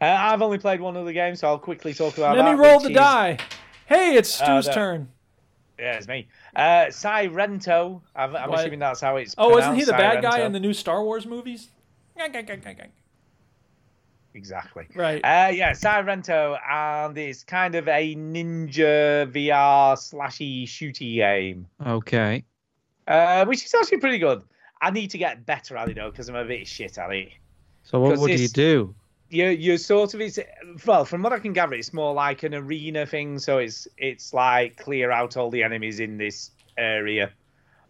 Uh, I've only played one other game, so I'll quickly talk about
Let
that.
me roll
which
the
is-
die. Hey, it's
Uh,
Stu's
that-
turn.
Yeah, it's me. Uh, Cyrento. I'm, I'm
What?
assuming that's how it's.
Oh, isn't he the
pronounced,
bad guy
Cyrento.
in the new Star Wars movies? Gang, gang, gang, gang, gang.
Exactly.
Right.
Uh, yeah, Cyrento, and it's kind of a ninja VR slashy shooty game,
Okay.
uh, which is actually pretty good. I need to get better at it though, because I'm a bit shit at it.
So what
'Cause
would you
it's-
do?
you you sort of it's well from what I can gather it's more like an arena thing so it's it's like clear out all the enemies in this area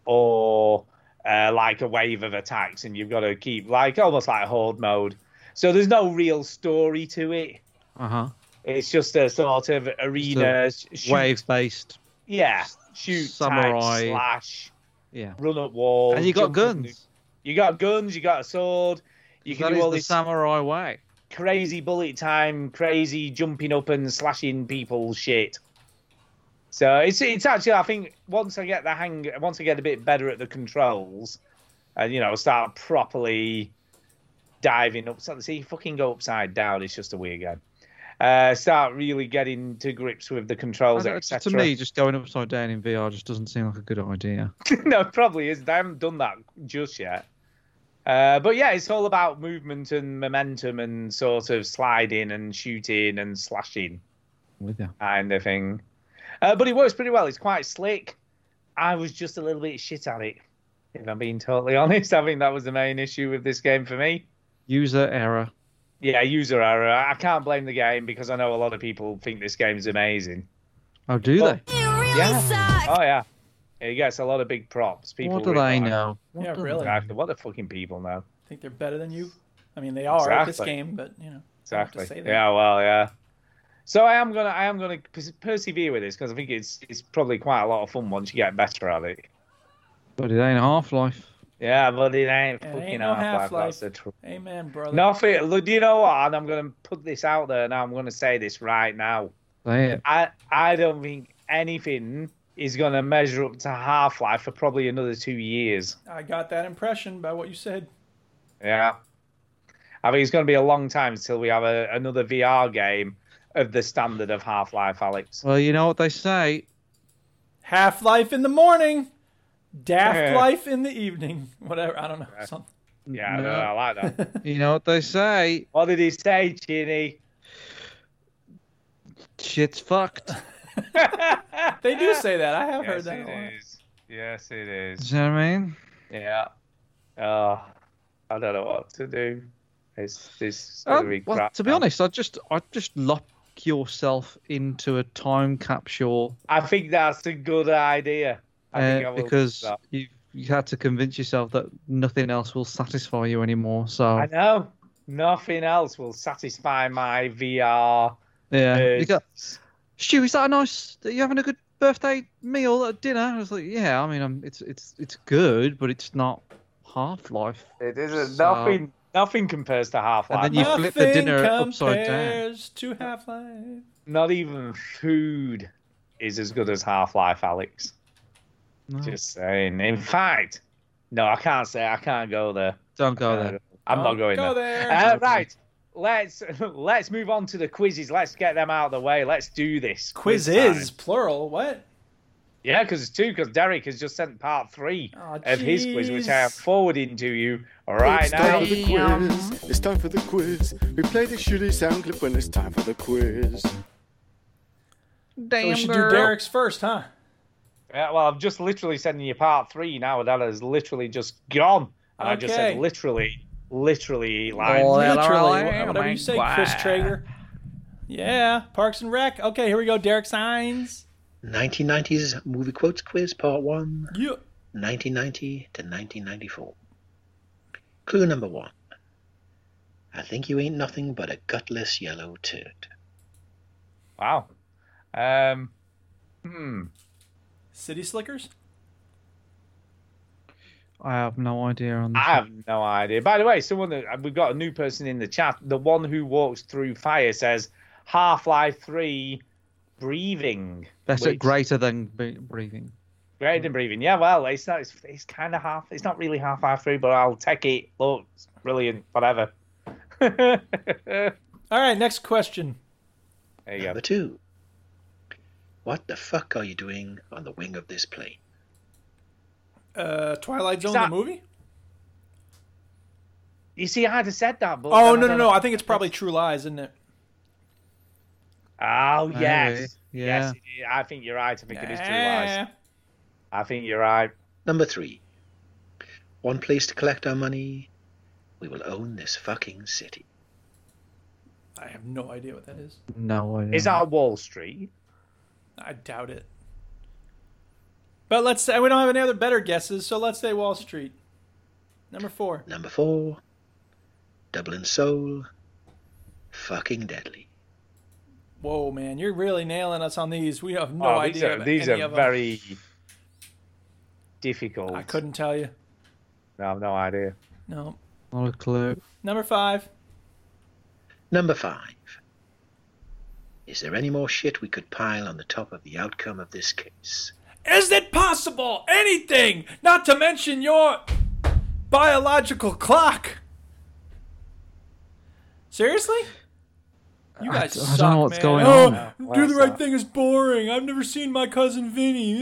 or uh, like a wave of attacks and you've got to keep like almost like horde mode so there's no real story to it
Uh huh.
it's just a sort of arena sh- shoot,
Waves based.
yeah shoot
samurai.
type, slash
Yeah.
run up walls
And you got
jump up and-
guns.
you got guns you got a sword you
That
can do
is
all
the
this
samurai way.
crazy bullet time, crazy jumping up and slashing people shit. So it's it's actually I think once I get the hang, once I get a bit better at the controls, and you know start properly diving up. so- See, fucking go upside down. It's just a weird game. Uh, start really getting to grips with the controls,
And
etc.
Uh, To me, just going upside down in VR just doesn't seem like a good idea.
[LAUGHS] no, it probably is. They haven't done that just yet. Uh, but yeah, it's all about movement and momentum and sort of sliding and shooting and slashing
With you.
kind of thing. Uh, but it works pretty well. It's quite slick. I was just a little bit shit at it, if I'm being totally [LAUGHS] honest. I think that was the main issue with this game for me.
User error.
Yeah, user error. I can't blame the game because I know a lot of people think this game's amazing.
Oh, do
Well,
they?
yeah. Oh yeah. It gets a lot of big props. People
What do
really
they
like-
know?
Yeah,
What do
really.
Exactly. What the fucking people know.
think they're better than you. I mean, they are at this
Exactly.
game, but you know, I don't have to
Exactly.
say that.
Yeah. Well. Yeah. So I am gonna I am gonna pers- persevere with this because I think it's it's probably quite a lot of fun once you get better at it.
But it ain't Half Life.
Yeah, but it ain't
It ain't
fucking
no
Half-Life.
Half-Life.
That's the truth.
Amen, brother.
Nothing. Look, do you know what? And I'm gonna put this out there now. I'm gonna say this right now.
Say it.
I I don't think anything is gonna measure up to Half Life for probably another two years.
I got that impression by what you said.
Yeah. I think it's going to be a long time until we have a, another VR game of the standard of Half Life, Alex.
Well, you know what they say.
Half Life in the morning, Daft
Yeah.
Life in the evening. [LAUGHS] Whatever. I don't know. Something.
Yeah, I
No.
don't know, I
[LAUGHS]
like that.
You know what they say.
what did he say, [LAUGHS] Ginny?
Shit's fucked.
They do say that. I have heard
yes,
that.
it
a lot.
is. Yes, it
Do
is.
you know what
[LAUGHS]
I mean?
Yeah. Oh, I don't know what to do. It's this
Um, well, to be honest, I just, I just lock yourself into a time capsule
I think that's a good idea. I think I
uh,
will do
because
that.
you you had to convince yourself that nothing else will satisfy you anymore. So
I know nothing else will satisfy my VR.
yeah, you
urge.
go, Stu, is that a nice? Are you having a good birthday meal at dinner? I was like, yeah. I mean, i it's it's it's good, but it's not Half Life.
It isn't
So-
nothing. Nothing compares to Half Life.
And then you
Not,
flip the
Nothing
dinner upside down.
compares to Half Life.
not even food is as good as Half Life, Alex.
No,
Just saying. In fact, no, I can't say. I can't go there.
don't go there. Oh,
I'm not going
Go
there.
there.
Uh, right. Let's [LAUGHS] let's move on to the quizzes. Let's get them out of the way. Let's do this. Quiz
Quizzes,
time.
plural. What?
Yeah, because it's two. Because Derek has just sent part three
Oh,
of his quiz, which I am
jeez.
forwarding to you right
it's time
now.
for the quiz. It's time for the quiz. We play the shitty sound clip when it's time for the quiz.
So we
Damn
should
girl.
do Derek's first, huh?
Yeah, well, I'm just literally sending you part three now. That has literally just gone. And I just said
Okay.
literally, literally lines.
Oh, yeah.
Literally,
Well,
whatever you say, Chris
wow.
Traeger. Yeah, Parks and Rec. Okay, here we go. Derek Signs.
1990s movie quotes quiz part one.
You.
1990 to 1994. Clue number one. I think you ain't nothing but a gutless yellow turd.
Wow. Um, hmm.
City Slickers?
I have no idea on this.
I have no idea. By the way, someone that uh, we've got a new person in the chat. The one who walks through fire says Half Life Three, breathing.
That's
which-
it, greater than be- breathing.
Greater than breathing. Yeah, well, it's not. It's, it's kind of half. It's not really half half through, but I'll take it. Look, it's brilliant. Whatever. [LAUGHS]
All right, next question.
There you go.
Number two. What the fuck are you doing on the wing of this plane?
Uh, Twilight Zone,
that-
the movie?
You see, I had to said that, but
Oh, no,
then
no,
don't
no.
know.
I think it's probably True Lies, isn't it?
Oh
Maybe.
yes,
Yeah.
yes. it is. I think you're right. I think it is true
Eh.
lies. I think you're right.
Number three. One place to collect our money. We will own this fucking city.
I have no idea what that is.
No idea.
Is that Wall Street?
I doubt it. But let's say we don't have any other better guesses, so let's say Wall Street. Number four.
Number four. Dublin Soul. Fucking deadly.
Whoa, man, you're really nailing us on these. We have no
oh,
idea.
these are
of
these
any
are
of 'em.
very difficult.
I couldn't tell you.
I have no idea.
No.
Not a clue.
Number five.
Number five. Is there any more shit we could pile on the top of the outcome of this case?
Is it possible anything? Not to mention your biological clock. Seriously? You
I
guys
d- I
suck,
don't know what's
man.
going
Oh,
on.
Do
No,
the
well, that's
right thing is boring. I've never seen my cousin Vinny.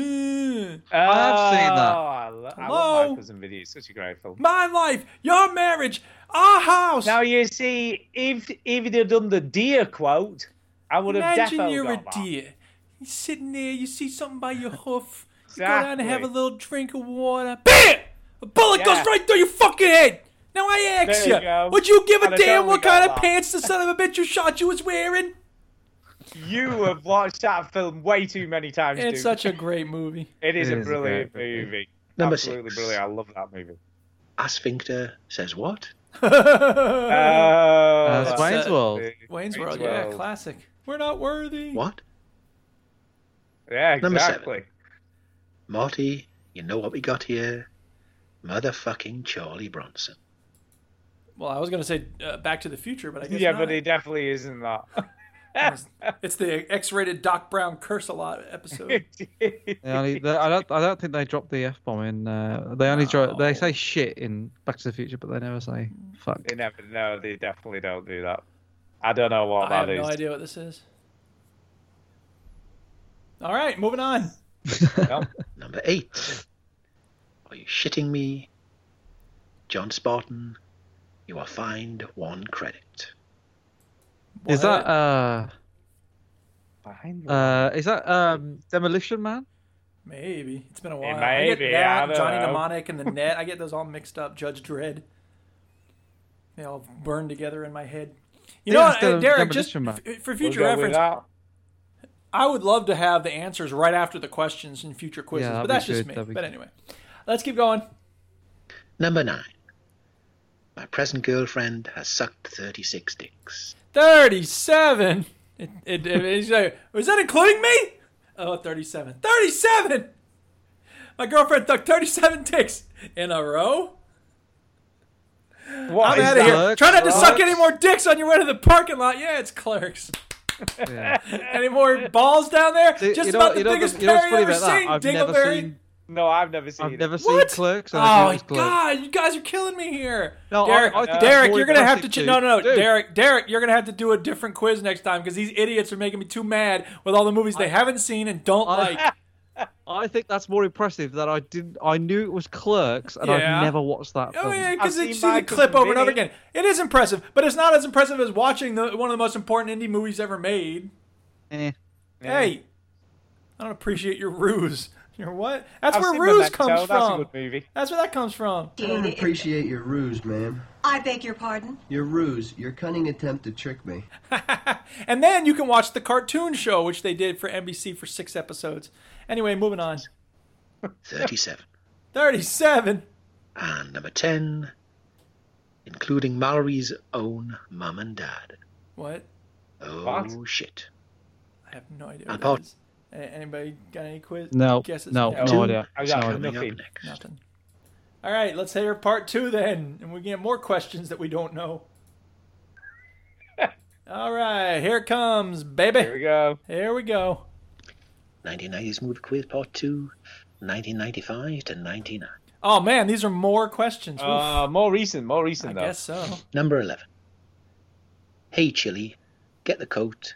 Ugh.
Oh, I, lo- I love
Hello?
my cousin video. It's such a great film.
My life, your marriage, our house.
Now you see, if if they'd done the deer quote, I would have
Imagine
defo
you're a
got that.
deer. You're sitting there, you see something by your hoof. You go down and have a
Exactly.
little drink of water. BAM! A bullet
Yeah.
goes right through your fucking head. Now I ask
There you
ya,
go.
would you give a
I'd have
damn
totally
what
got
kind of
that.
pants the son of a bitch who shot you was wearing?
You have watched that film way too many times.
It's
dude.
such a great movie.
[LAUGHS]
[LAUGHS]
It is
It
a
is a
brilliant
great movie.
movie.
Number
Absolutely
six.
brilliant. I love that movie.
A sphincter says what?
Uh,
it's Wayne's World.
Wayne's World, yeah, classic. We're not worthy.
What?
Yeah,
Number seven.
exactly.
Marty, you know what we got here? Motherfucking Charlie Bronson.
Well, I was gonna say uh, Back to the Future, but I guess
Yeah,
not.
but it definitely isn't that.
it's the X-rated Doc Brown curse a lot
[LAUGHS]
episode. [LAUGHS]
They only, they, I don't. I don't think they dropped the f bomb in. Uh, they only drop. They say shit in Back to the Future, but they never say fuck.
They never know. They definitely don't do that. I don't know what
I have
that is.
no idea what this is. All right, moving on.
Number eight. Are you shitting me? John Spartan, you are fined one credit.
Is that uh?
Behind
Uh, is that um Demolition Man?
Maybe it's been a while.
It
I
may
get
be, I
that
don't
Johnny
know.
Mnemonic and the Net. I get those all mixed up. Judge Dredd. They all burn together in my head. You
Yeah,
know,
instead
what, uh,
of
Derek, just
Demolition Man.
f- for future
We'll go with
reference,
that.
I would love to have the answers right after the questions in future quizzes,
that'd
but
be
that's just
good,
me.
that'd be
But
good.
anyway, let's keep going.
Number nine. My present girlfriend has sucked 36 dicks.
37. It, it, it- it's like, was that including me? Oh, 37. 37! My girlfriend took 37 dicks in a row.
What
I'm
is
out of here.
that?
Try not to suck
Clerks?
any more dicks on your way to the parking lot. Yeah, it's clerks. [LAUGHS] any more balls down there?
See,
Just
you know-
about the
you know
biggest
the- you know what's
pair
funny
you've ever
about that?
seen,
I've never
Dingleberry.
seen-
No, I've never seen
I've
it.
never
What?
seen Clerks. and I knew
Oh
it was Clerks.
God! You guys are killing me here.
No, I-
Derek,
I think
Derek,
Boyd
you're gonna have to.
Gossett,
Ch-
dude.
no, no, no,
Dude.
Derek, Derek, you're gonna have to do a different quiz next time because these idiots are making me too mad with all the movies they haven't seen and don't
I-
like.
I think that's more impressive that I didn't. I knew it was Clerks, and
Yeah.
I've never watched that.
Oh
film.
yeah, because
I've
you
seen
see the
Michael
clip over and over
Vick.
again. It is impressive, but it's not as impressive as watching the, one of the most important indie movies ever made.
Eh.
Hey, I don't appreciate your ruse. [LAUGHS] Your what? That's
I've
where
seen
ruse
Memento,
comes
That's a
from.
good movie.
That's where that comes from.
I don't appreciate your ruse, ma'am.
I beg your pardon?
Your ruse, your cunning attempt to trick me.
[LAUGHS] And then you can watch the cartoon show, which they did for NBC for six episodes. Anyway, moving on.
37.
37.
And number 10, including Mallory's own mum and dad.
What?
Oh,
What?
shit.
I have no idea.
And
What
Paul-
that is. A- Anybody got any quiz?
No,
Guesses?
no, no Two. idea. I got No idea.
nothing.
Nothing. All right, let's hear part two then, and we get more questions that we don't know. All right, here it comes, baby. Here we
go.
Here we go.
1990s Movie Quiz Part 2, 1995 to 99.
Oh man, these are more questions. Oof.
Uh, more recent, more recent
I
though.
guess so.
Number 11. Hey, Chili, get the coat.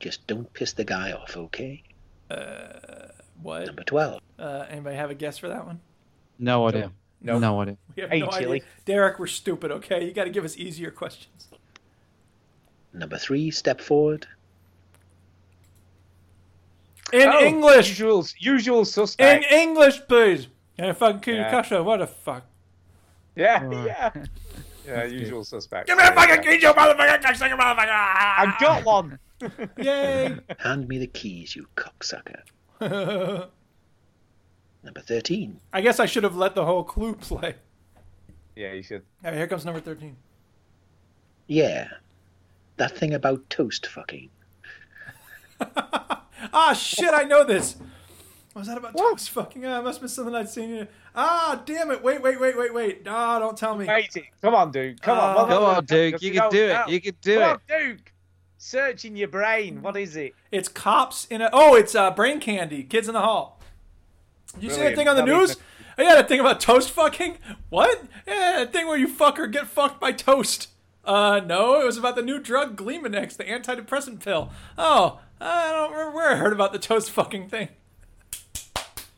Just don't piss the guy off, okay?
Uh, what?
Number 12.
Uh, anybody have a guess for that one?
No idea.
No.
No idea.
We have
Hey,
no
Chili.
idea. Derek, we're stupid. Okay, you got to give us easier questions.
Number 3, step forward.
In
Oh,
English,
usual, usual suspect.
in English, please. And fucking
Yeah.
Kirikasha, what the fuck?
yeah,
[LAUGHS]
yeah, yeah. Usual suspect.
Give me a fucking key, you motherfucker!
I got one. [LAUGHS]
Yay!
Hand me the keys, you cocksucker.
I
Number 13.
guess I should have let the whole clue play.
Yeah, you should.
All right, here comes number 13.
Yeah. That thing about toast fucking.
Ah, shit, I know this. What was that about dogs fucking? Ah, it must have been something I'd seen. in- Ah, damn it. Wait, wait, wait, wait, wait. Ah, don't tell me.
Waiting. Come on, dude. Come on.
Uh,
Well,
Come
well,
on,
well,
Duke. You
well,
can do it.
well.
You can do
Come on, Duke. Search in your brain. What is it?
It's cops in a. Oh, it's uh, brain candy. Kids in the hall. Did you see that
Brilliant.
thing on the
That makes
news? I got a thing about toast fucking. What? Yeah, that thing where you fucker get fucked by toast. Uh, no, it was about the new drug Gleamanex, the antidepressant pill. Oh, I don't remember where I heard about the toast fucking thing.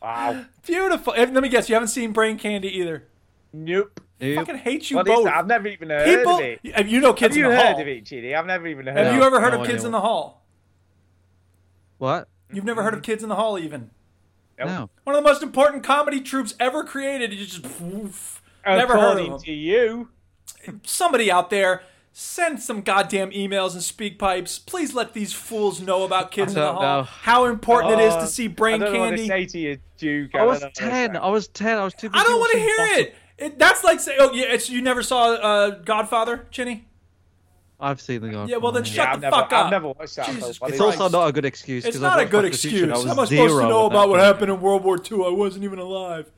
Wow.
Beautiful. Eh, Let me guess, you haven't seen Brain Candy either.
Nope.
I fucking hate you
What is
both.
that? I've never even heard
People,
of it.
Have you know kids
Have you
in the
heard
hall?
of it, Chidi? I've never even heard.
Have
of
you
it.
ever heard
no
of Kids
idea
in the Hall?
What?
You've never heard of Kids in the Hall, even.
No.
One of the most important comedy troupes ever created. You just poof,
Oh,
never heard of
According
them.
to you.
Somebody out there, send some goddamn emails and speak pipes. Please let these fools know about Kids in the
don't
Hall.
know.
How important it is
Oh,
to see brain
I don't know
candy.
What to say to you, Duke.
I was
don't know what to
ten.
Oh,
I was ten. I was too.
I
busy
don't want to
watching
hear
Boston-
it. it. That's like saying, "Oh, yeah, it's, you never saw uh, Godfather, Chinny."
I've seen the guy.
Yeah, well then
say.
shut
Yeah,
the
I've never,
fuck
I've
up.
never watched that.
Jesus
but what
It's
is it?
also not a good excuse.
It's
'cause I
not a
watched
good
Back to the Future
excuse.
and I was
How am I supposed to
zero
know
at that
about what
point.
happened in World War II? I wasn't even alive.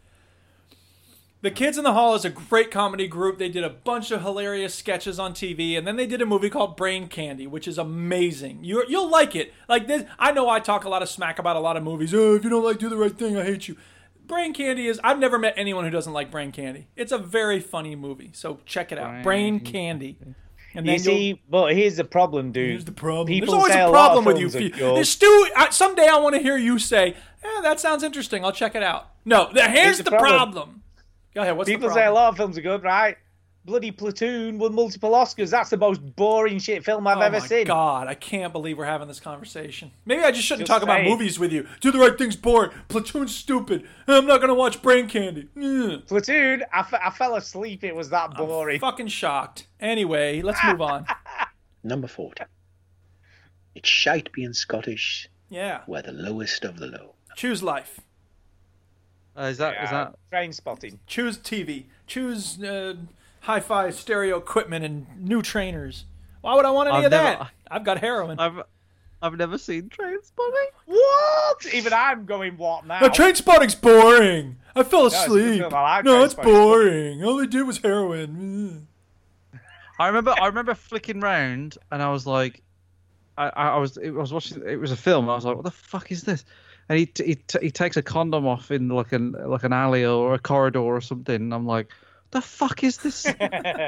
The Kids in the Hall is a great comedy group. They did a bunch of hilarious sketches on TV, and then they did a movie called Brain Candy, which is amazing. You you'll like it. Like this, I know I talk a lot of smack about a lot of movies. Oh, if you don't like Do the Right Thing, I hate you. Brain Candy is. I've never met anyone who doesn't like Brain Candy. It's a very funny movie, so check it out. Brain, Candy. And
You
then you'll-
see, but here's the problem, dude. Here's the
problem.
People
There's
say
always a
lot of
problem with you.
films are
Fe-
good.
There's Stu, I, someday I want to hear you say, eh, "That sounds interesting. I'll check it out." No, the, here's the,
the
problem.
problem.
Go ahead. What's
People
the
say a
problem?
lot of films are good, right? Bloody Platoon won multiple Oscars. That's the most boring shit film I've
oh
ever
my
seen.
God, I can't believe we're having this conversation. Maybe I just shouldn't
Just
talk about
saying.
movies with you. Do the right thing's boring. Platoon's stupid. I'm not gonna watch Brain Candy. Mm.
Platoon, I, f- I fell asleep. It was that
Oh,
boring.
Fucking shocked. Anyway, let's move
[LAUGHS]
on.
Number 40. It's shite being Scottish.
Yeah.
We're the lowest of the low.
Choose life.
Uh, is that? Is that?
Train spotting.
Choose TV. Choose uh, hi-fi stereo equipment and new trainers. Why would I want any
I've
of
never-
that? I've got heroin.
I've I've never seen Trainspotting.
What? Even I'm going what now?
No,
[LAUGHS]
train spotting's boring. I fell
it's
asleep.
good. I like
no, it's
Trainspotting's good.
boring. All they did was heroin.
I remember I remember flicking round and I was like, I, I I was it was watching it was a film and I was like, what the fuck is this? And he t- he, t- he takes a condom off in like an like an alley or a corridor or something. And I'm like, the fuck is this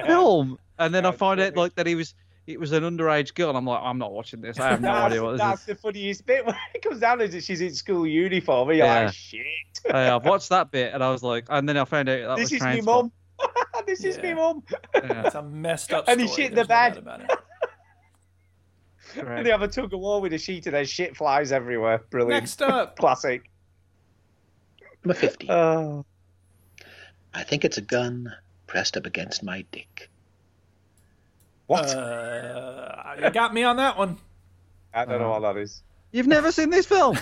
film? [LAUGHS] And then I find out like that he was it was an underage girl. And I'm like, I'm not watching this. I have [LAUGHS] no
that's
idea what this
that's
is.
the funniest bit. [LAUGHS] When it comes down to it, she's in school uniform. And you're
Yeah.
like, shit.
Uh, I've watched that bit and I was like, and then I found out that
This is
was
me
Trainspotting.
mum. [LAUGHS] this is me
Yeah.
mum.
[LAUGHS] Yeah.
It's a messed up
And
story.
he shit in the
There's
bed.
no doubt about it.
Right.
And they have a tug of war with a sheet and then shit flies everywhere. Brilliant.
Next up.
[LAUGHS] Classic.
Number 50.
Oh.
I think it's a gun pressed up against my dick.
What?
Uh, you got me on that one.
I don't
uh-huh.
know what that is.
You've never [LAUGHS] seen this film?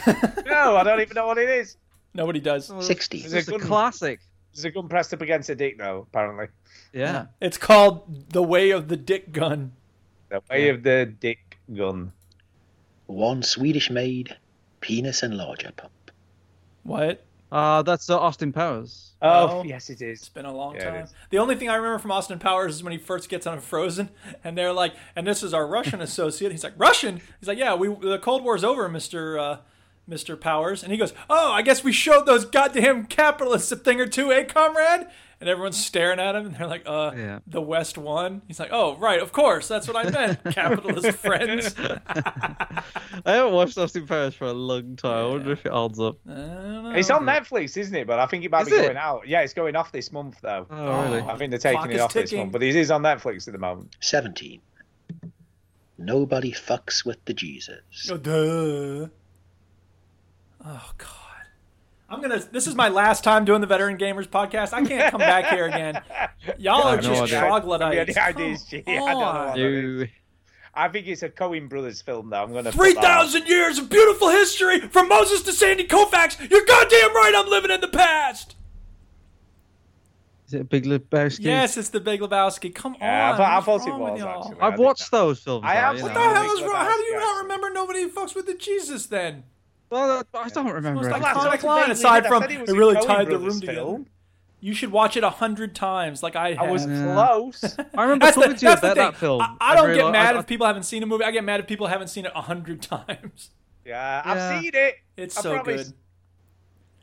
No, I don't even know what it is.
Nobody does.
uh,
Sixty.
It's a
It's a
classic.
There's a gun pressed up against a dick, though. Apparently,
Yeah.
It's called The Way of the Dick Gun.
the way of the dick gun.
One Swedish maid, penis enlarger pump.
What?
Uh, that's uh, Austin Powers.
No.
Oh, yes, it is. It's
been a long
Yeah, it
time.
is.
The only thing I remember from Austin Powers is when he first gets on Frozen, [LAUGHS] and they're like, "And this is our
[LAUGHS]
Russian associate." He's like, "Russian?" He's like, "Yeah, we the Cold War's over, Mister uh, Mister Powers." And he goes, "Oh, I guess we showed those goddamn capitalists a thing or two, eh, comrade?" And everyone's staring at him, and they're like, "Uh,
Yeah.
the West won." He's like, "Oh, right, of course, that's what I
[LAUGHS]
meant, capitalist friends."
I haven't watched Austin Powers for a long time. I wonder if it holds up.
It's on Netflix, isn't it? But I think it might
Is
be
it?
going out. Yeah, it's going off this month though.
Oh, really?
I think they're
Clock
taking it
is
off this
ticking.
month, but it is on Netflix at the moment.
17. Nobody fucks with the Jesus.
Oh, duh. Oh God. I'm gonna. This is my last time doing the Veteran Gamers podcast. I can't come back here
[LAUGHS]
again. Y'all
I
are
have no
just
idea.
troglodytes.
Yeah, the idea is-
Come
yeah, I don't know
on.
what that
You
I think it's a Coen Brothers film though. I'm gonna put
Three
that on.
thousand years of beautiful history from Moses to Sandy Koufax. You're goddamn right. I'm living in the past.
is it a Big Lebowski?
Yes, it's the Big Lebowski. Come
Yeah, I
on.
thought- I
what's
thought it
wrong with
was,
y'all?
actually. I've watched those films.
I
though,
have-
you
What the
know.
hell is wrong? How do you not remember nobody fucks with the Jesus then?
Well, I don't remember.
Most
it.
iconic line
vaguely
aside
did. I
from
said it
it
was a
really
Coen
tied the
Brothers
room together.
film.
You should watch it a hundred times, like I have.
I was
Yeah.
close.
[LAUGHS]
I remember
That's the-
talking to you
that's the
about that
thing.
film.
I, I don't
reali-
get mad
I-
if people haven't seen a movie. I get mad if people haven't seen it a hundred [LAUGHS] times.
Yeah, I've
Yeah.
seen it.
It's
I
so
promise.
good.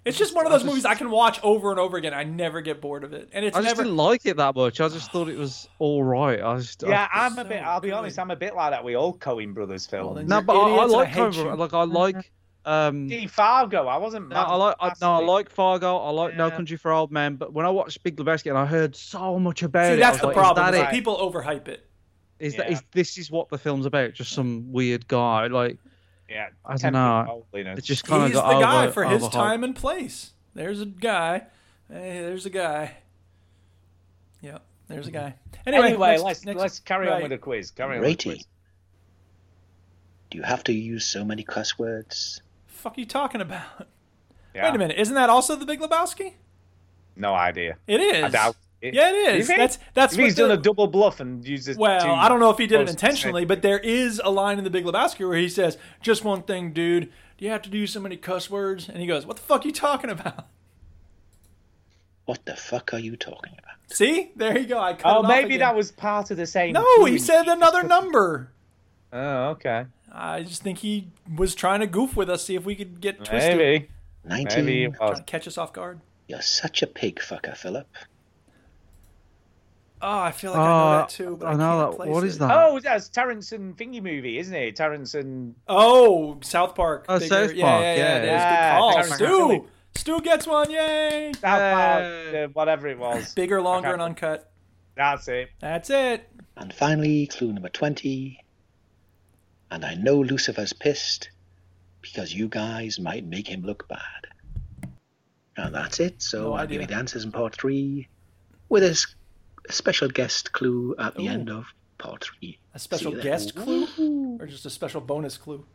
It's just one of those movies I can watch over and over again. I never get bored of it, and it's
I just
never.
didn't like it that much. I just thought it was all right. I just
Yeah,
I,
I'm a bit. I'll be honest. I'm a bit like that with all Coen Brothers films.
no, but I, I like Cobra. Like I like um.
Gee, Fargo. I wasn't.
No, I like I, no, I like Fargo. I like No Country for Old Men. But when I watched Big Lebowski and I heard so much about
See,
it,
that's
I
the
was like,
problem.
Is
is
that it?
People overhype it.
Is that is this is what the film's about? Just some weird guy like
Yeah,
I don't know. It just kind of
He's
got
the guy
over-
for his
overhyped.
time and place. There's a guy. Hey, there's a guy. Yeah, there's a guy. Anyway, next-
let's
next-
let's carry on
right.
with the quiz. Carry on. with the
Ratey. Do you have to use so many cuss words?
fuck you talking about?
Yeah.
Wait a minute. Isn't that also the Big Lebowski?
No idea.
It is.
I doubt it.
Yeah, it is.
You think?
That's- that's
If
what
he's
the-
done a double bluff and uses.
Well,
two
I don't know if he did it
close-
intentionally, but there is a line in The Big Lebowski where he says, "Just one thing, dude. Do you have to do so many cuss words?" And he goes, "What the fuck you talking about?" [LAUGHS]
What the fuck are you talking about?
See, there you go. I cut
Oh,
it off
maybe
again.
that was part of the same.
No, he
tune.
said another number.
Oh, okay.
I just think he was trying to goof with us, see if we could get twisted,
Maybe.
19.
Maybe it
trying
was.
to catch us off guard.
You're such a pig fucker, Philip.
Oh, I feel like I know
Uh,
that too, but I,
I know
can't
that-
place
what
it.
is that?
Oh, that's Terrence and thingy movie, isn't it? Terrence and
Oh, South Park.
Oh,
Bigger-
South
yeah,
Park,
yeah,
yeah.
it is.
Yeah,
Good
Terrence
call,
Phillips.
Stu. Stu gets one, yay!
South Park, uh, whatever it was.
Bigger, longer,
Okay.
and uncut.
That's it.
That's it.
And finally, clue number 20. And I know Lucifer's pissed because you guys might make him look bad. And that's it. So
No
I'll
idea.
give you the answers in part three with a s- a special guest clue at the
Ooh.
end of part three.
A special
See you then.
guest clue, or just a special bonus clue.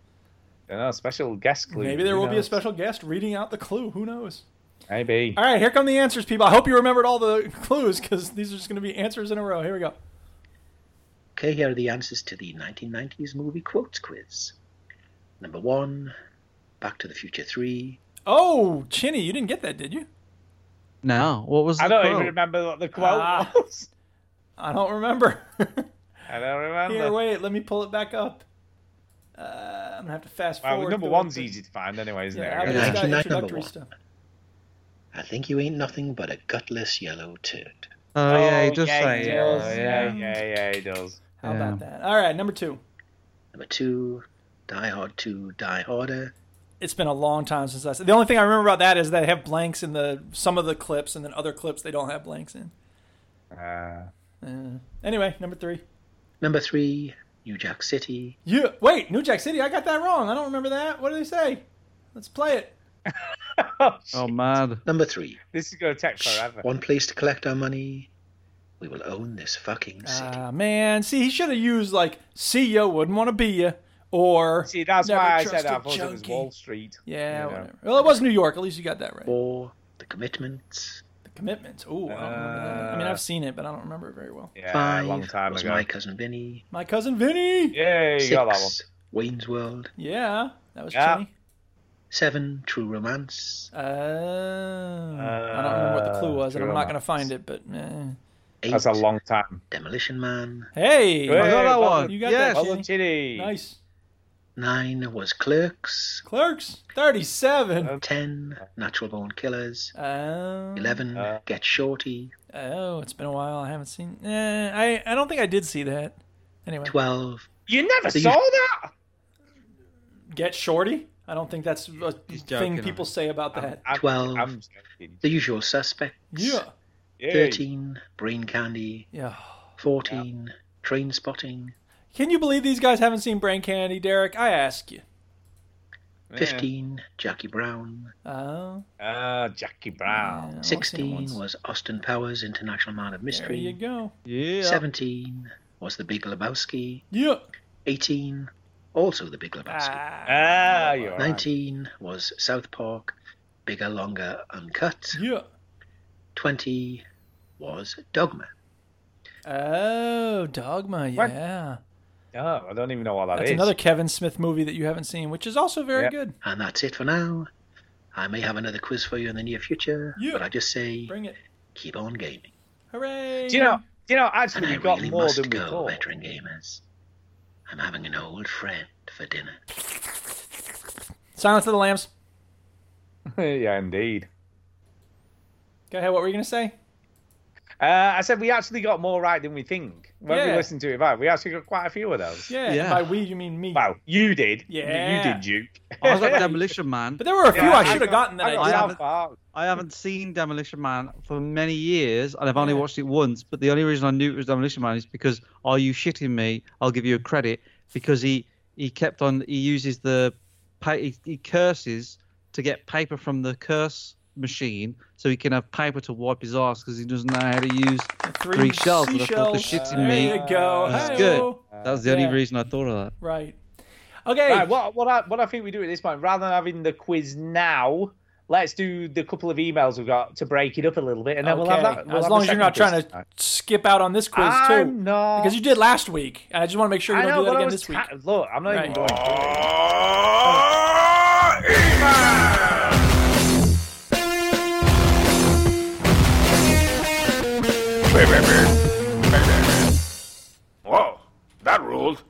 You know, special guest clue.
Maybe there
Who
will be a
knows?
special guest reading out the clue. Who knows?
Maybe.
All right, here come the answers, people. I hope you remembered all the clues because these are just going to be answers in a row. Here we go.
Okay, here are the answers to the 1990s movie quotes quiz. Number one, Back to the Future 3.
Oh, Chinny, you didn't get that, did you?
No, what was
I
the
don't even
quote?
remember what the quote
Ah.
was. [LAUGHS]
I don't remember.
I don't remember.
Here, wait, let me pull it back up. Uh, I'm gonna have to fast
Well,
forward.
number
through
one's
it,
easy to find anyway,
but-
isn't
Yeah,
it?
I've
Yeah.
just got
Number
introductory
one.
stuff.
I think you ain't nothing but a gutless yellow turd.
Oh yeah, he does
yeah,
say.
he
Yeah,
does.
yeah.
yeah, yeah, yeah, he does.
How
Yeah.
about that? All right, number two.
Number two, Die Hard 2, Die Harder.
It's been a long time since I said. The only thing I remember about that is they have blanks in the some of the clips, and then other clips they don't have blanks in.
Uh,
Uh, anyway, number three.
Number three, New Jack City.
Yeah. Wait, New Jack City. I got that wrong. I don't remember that. What do they say? Let's play it.
Oh man.
Number three,
this is going to take forever.
One Place to Collect Our Money. We will own this fucking city.
Ah, man. See, he should have used like "see ya," wouldn't want to be ya, or
See, that's
Never
why I
trust
said
a
I thought it was
junkie.
Wall Street.
yeah,
you know.
whatever. Well, it was New York. At least you got that right.
Four, The Commitment.
The Commitment. Ooh, I don't remember that. I mean, I've seen it, but I don't remember it very well.
Five was My Cousin Vinny.
My cousin Vinny.
Yeah,
Six,
you got that
Wayne's World.
Yeah, that was funny.
Seven, True Romance.
Uh, I don't remember what the clue was, and I'm
True
not
Uh,
going to find it. But eh.
That's a long time.
Demolition Man.
hey,
I got that one.
You got
Yes.
that,
Well done,
Chitty. Nice.
Nine was Clerks.
Clerks. Thirty-seven.
Ten, Natural Born Killers.
Um,
Eleven, Get Shorty.
Oh, it's been a while. I haven't seen. Eh, I I don't think I did see that. Anyway,
twelve.
You never
So you-
saw that.
Get shorty. I don't think that's a
joking,
thing people say about that.
12 The Usual Suspects.
Yeah. Yay.
13 Brain Candy.
Yeah.
14 Train Spotting.
Can you believe these guys haven't seen Brain Candy, Derek? I ask you.
15 Jackie Brown.
Oh,
Uh, Jackie Brown.
16 was Austin Powers International Man of Mystery.
there you go.
Yeah. 17 was The Big Lebowski.
Yeah.
18 also The Big Lebowski.
Ah, you're right.
19 was South Park Bigger, Longer, Uncut.
Yeah.
20 was Dogma.
Oh, Dogma. Yeah.
Oh, I don't even know what
That's another Kevin Smith movie that you haven't seen, which is also very
Yeah.
good.
And that's it for now. I may have another quiz for you in the near future, but I just say
Bring it.
keep on gaming.
Hooray.
Do you know? Do you know? Actually,
And I
we got
really
more
must
than we
go,
thought.
veteran gamers. I'm having an old friend for dinner.
Silence of the Lambs.
[LAUGHS] yeah, indeed.
Go ahead. What were you going to say?
Uh, I said we actually got more right than we think when we
Yeah.
listened to it back. We actually got quite a few of those.
Yeah. By we, you mean me.
Wow, you did. You-
Yeah.
you did, Duke.
I
[LAUGHS]
was like Demolition Man.
But there were a few
Yeah,
I
I
should have gotten
got-
that
I
I,
got
didn't.
South I
Mm.
haven't seen Demolition Man for many years, and I've only watched it once. But the only reason I knew it was Demolition Man is because "Are you shitting me?" I'll give you a credit because he he kept on he uses the pa- he, he curses to get paper from the curse machine so he can have paper to wipe his ass because he doesn't know how to use
Three
three, shells. And I thought the
seashells. There
shitting me.
you go.
was
Hi-yo.
good. That was the
Uh, Yeah.
only reason I thought of that.
Right. Okay.
Right, what what I, what I think we do at this point, rather than having the quiz now, let's do the couple of emails we've got to break it up a little bit, and then we'll have
Okay.
that. we'll
as
have
long
the
as you're
second
not
quiz.
trying to skip out on this quiz too,
I'm not.
because you did last week, and I just want to make sure you
I
don't
know,
do
but
that
I
again
was
this week.
ta- look, I'm not even
Right.
going. through it.
Whoa, that ruled.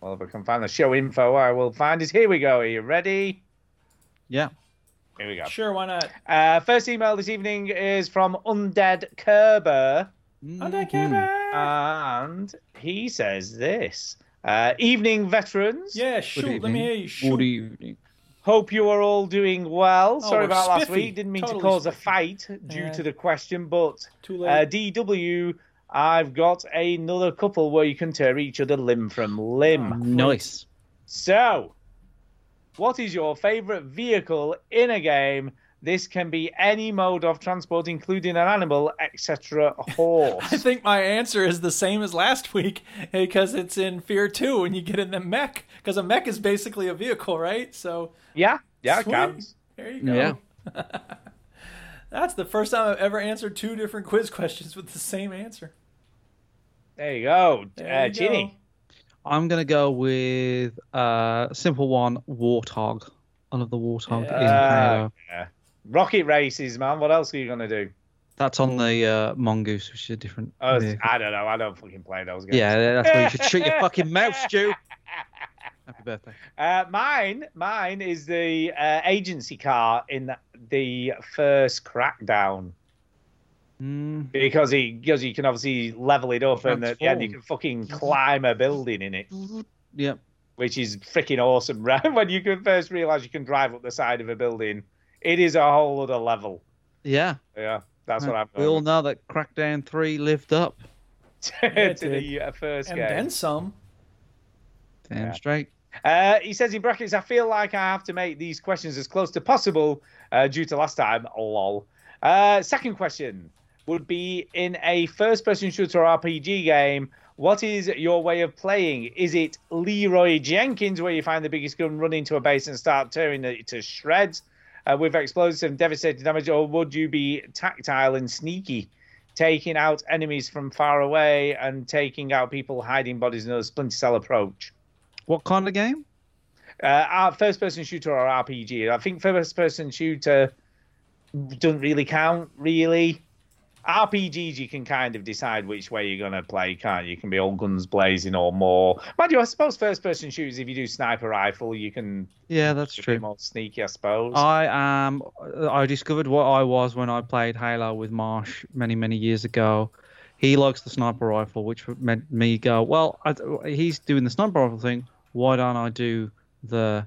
Well, if I can find the show info, I will find it. Here we go. Are you ready?
Yeah.
Here we go.
Sure, why not?
Uh, first email this evening is from Undead Kerber.
Mm-hmm.
Undead Kerber.
Uh, And he says this uh, Evening, veterans.
Yeah, shoot. Let me hear you. Shoot.
evening.
Hope you are all doing well.
Oh,
Sorry
we're
about last
spiffy.
week. Didn't mean
Totally
to cause a fight due
Yeah.
to the question, but
Too
Uh,
late.
DW, I've got another couple where you can tear each other limb from limb.
Ah.
Nice.
So, what is your favorite vehicle in a game? This can be any mode of transport, including an animal, etc.
[LAUGHS]
Horse.
I think my answer is the same as last week [LAUGHS] because it's in Fear Two, and you get in the mech because a mech is basically a vehicle, right? So
yeah, yeah, it
Sweet.
counts.
there you go.
Yeah.
[LAUGHS] That's the first time I've ever answered two different quiz questions with the same answer.
There you go,
There
uh,
you
Ginny.
I'm gonna go with uh simple one, Warthog. I love the Warthog in
Uh,
Halo.
yeah. Rocket races, man. What else are you gonna do?
That's on the uh, Mongoose, which is a different.
Mm. Oh,
yeah.
I don't know. I don't fucking play those games.
yeah, that's where you should treat
[LAUGHS]
your fucking mouth, Stu. Happy birthday.
Uh, mine, mine is the uh, agency car in the first Crackdown
Mm.
because he because you can obviously level it up and at the end you can fucking climb a building in it,
Yep.
which is freaking awesome. [LAUGHS] Right when you can first realize you can drive up the side of a building, it is a whole other level.
Yeah.
Yeah, that's what I'm.
we all know that Crackdown Three lived up.
[LAUGHS] to the uh, first
And
game.
then some.
Damn straight.
Uh, he says in brackets, I feel like I have to make these questions as close to possible uh, due to last time. Lol. Uh, second question would be in a first person shooter RPG game, what is your way of playing? Is it Leroy Jenkins, where you find the biggest gun, run into a base and start tearing it to shreds? uh, with explosives and devastating damage, or would you be tactile and sneaky, taking out enemies from far away and taking out people hiding bodies in a splinter cell approach?
What kind of game?
Uh, our first person shooter or RPG? I think first person shooter doesn't really count, really. RPGs, you can kind of decide which way you're going to play, can't you? You can be all guns blazing or more. Mind you, I suppose first person shooters, if you do sniper rifle, you can
Yeah, that's
be a bit
true. Uh,
more sneaky, I suppose.
I am. I discovered what I was when I played Halo with Marsh many, many years ago. He likes the sniper rifle, which made me go, well, I, he's doing the sniper rifle thing. Why don't I do the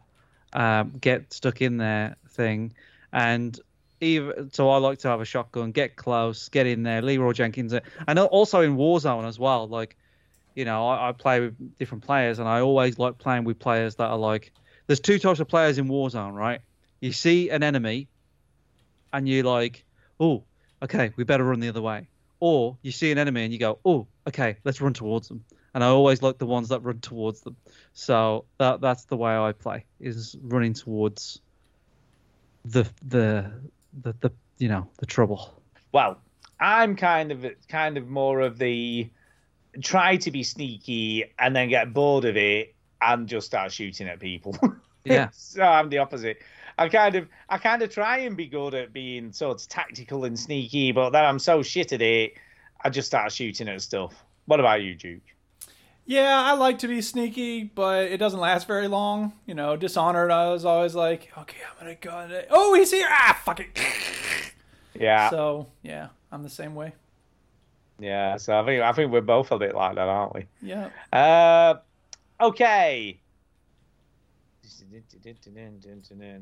um, get stuck in there thing? And even, so I like to have a shotgun, get close, get in there. Leroy Jenkins, and also in Warzone as well. Like, you know, I, I play with different players, and I always like playing with players that are like. There's two types of players in Warzone, right? You see an enemy, and you like, oh, okay, we better run the other way. Or you see an enemy and you go, oh, okay, let's run towards them. And I always like the ones that run towards them. So that that's the way I play is running towards the the the, the you know the trouble.
well, I'm kind of kind of more of the try to be sneaky and then get bored of it and just start shooting at people. [LAUGHS]
Yeah. [LAUGHS]
so I'm the opposite. I kind of I kind of try and be good at being sort of tactical and sneaky, but then I'm so shit at it, I just start shooting at stuff. What about you, Duke?
Yeah, I like to be sneaky, but it doesn't last very long. You know, Dishonored, I was always like, okay, I'm gonna go. Today. Oh, he's here! Ah, fuck it.
Yeah.
So yeah, I'm the same way.
Yeah, so I think I think we're both a bit like that, aren't we?
Yeah.
Uh, okay.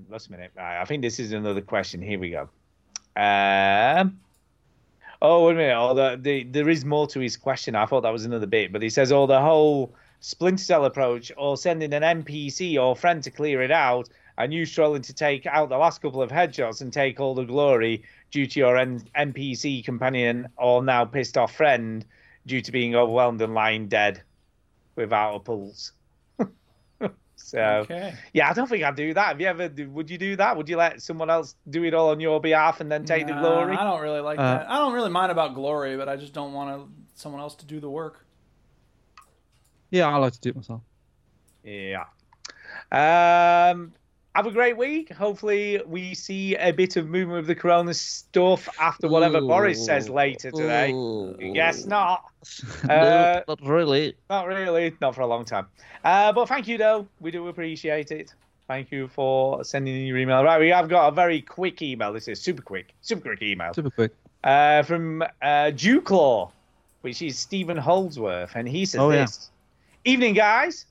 Last minute. Right, I think this is another question. Here we go. Um, oh, wait a minute. Oh, the, the, there is more to his question. I thought that was another bit, but he says, oh, the whole Splinter Cell approach or sending an NPC or friend to clear it out and you strolling to take out the last couple of headshots and take all the glory due to your N- NPC companion or now pissed off friend due to being overwhelmed and lying dead without a pulse. [LAUGHS] so,
Okay.
yeah, I don't think I'd do that. Have you ever? Would you do that? Would you let someone else do it all on your behalf and then take the
Nah,
glory?
I don't really like
Uh,
that. I don't really mind about glory, but I just don't want to, someone else to do the work.
Yeah, I like to do it myself.
Yeah. Um, have a great week. Hopefully, we see a bit of movement of the Corona stuff after whatever Boris says later today. Guess
[LAUGHS]
not. Uh,
not really.
Not really. Not for a long time. Uh, but thank you, though. We do appreciate it. Thank you for sending in your email. Right, we have got a very quick email. This is super quick, super quick email
Super quick.
uh, from uh, Dewclaw, which is Stephen Holdsworth, and he says
Oh, yeah.
this: "Evening, guys.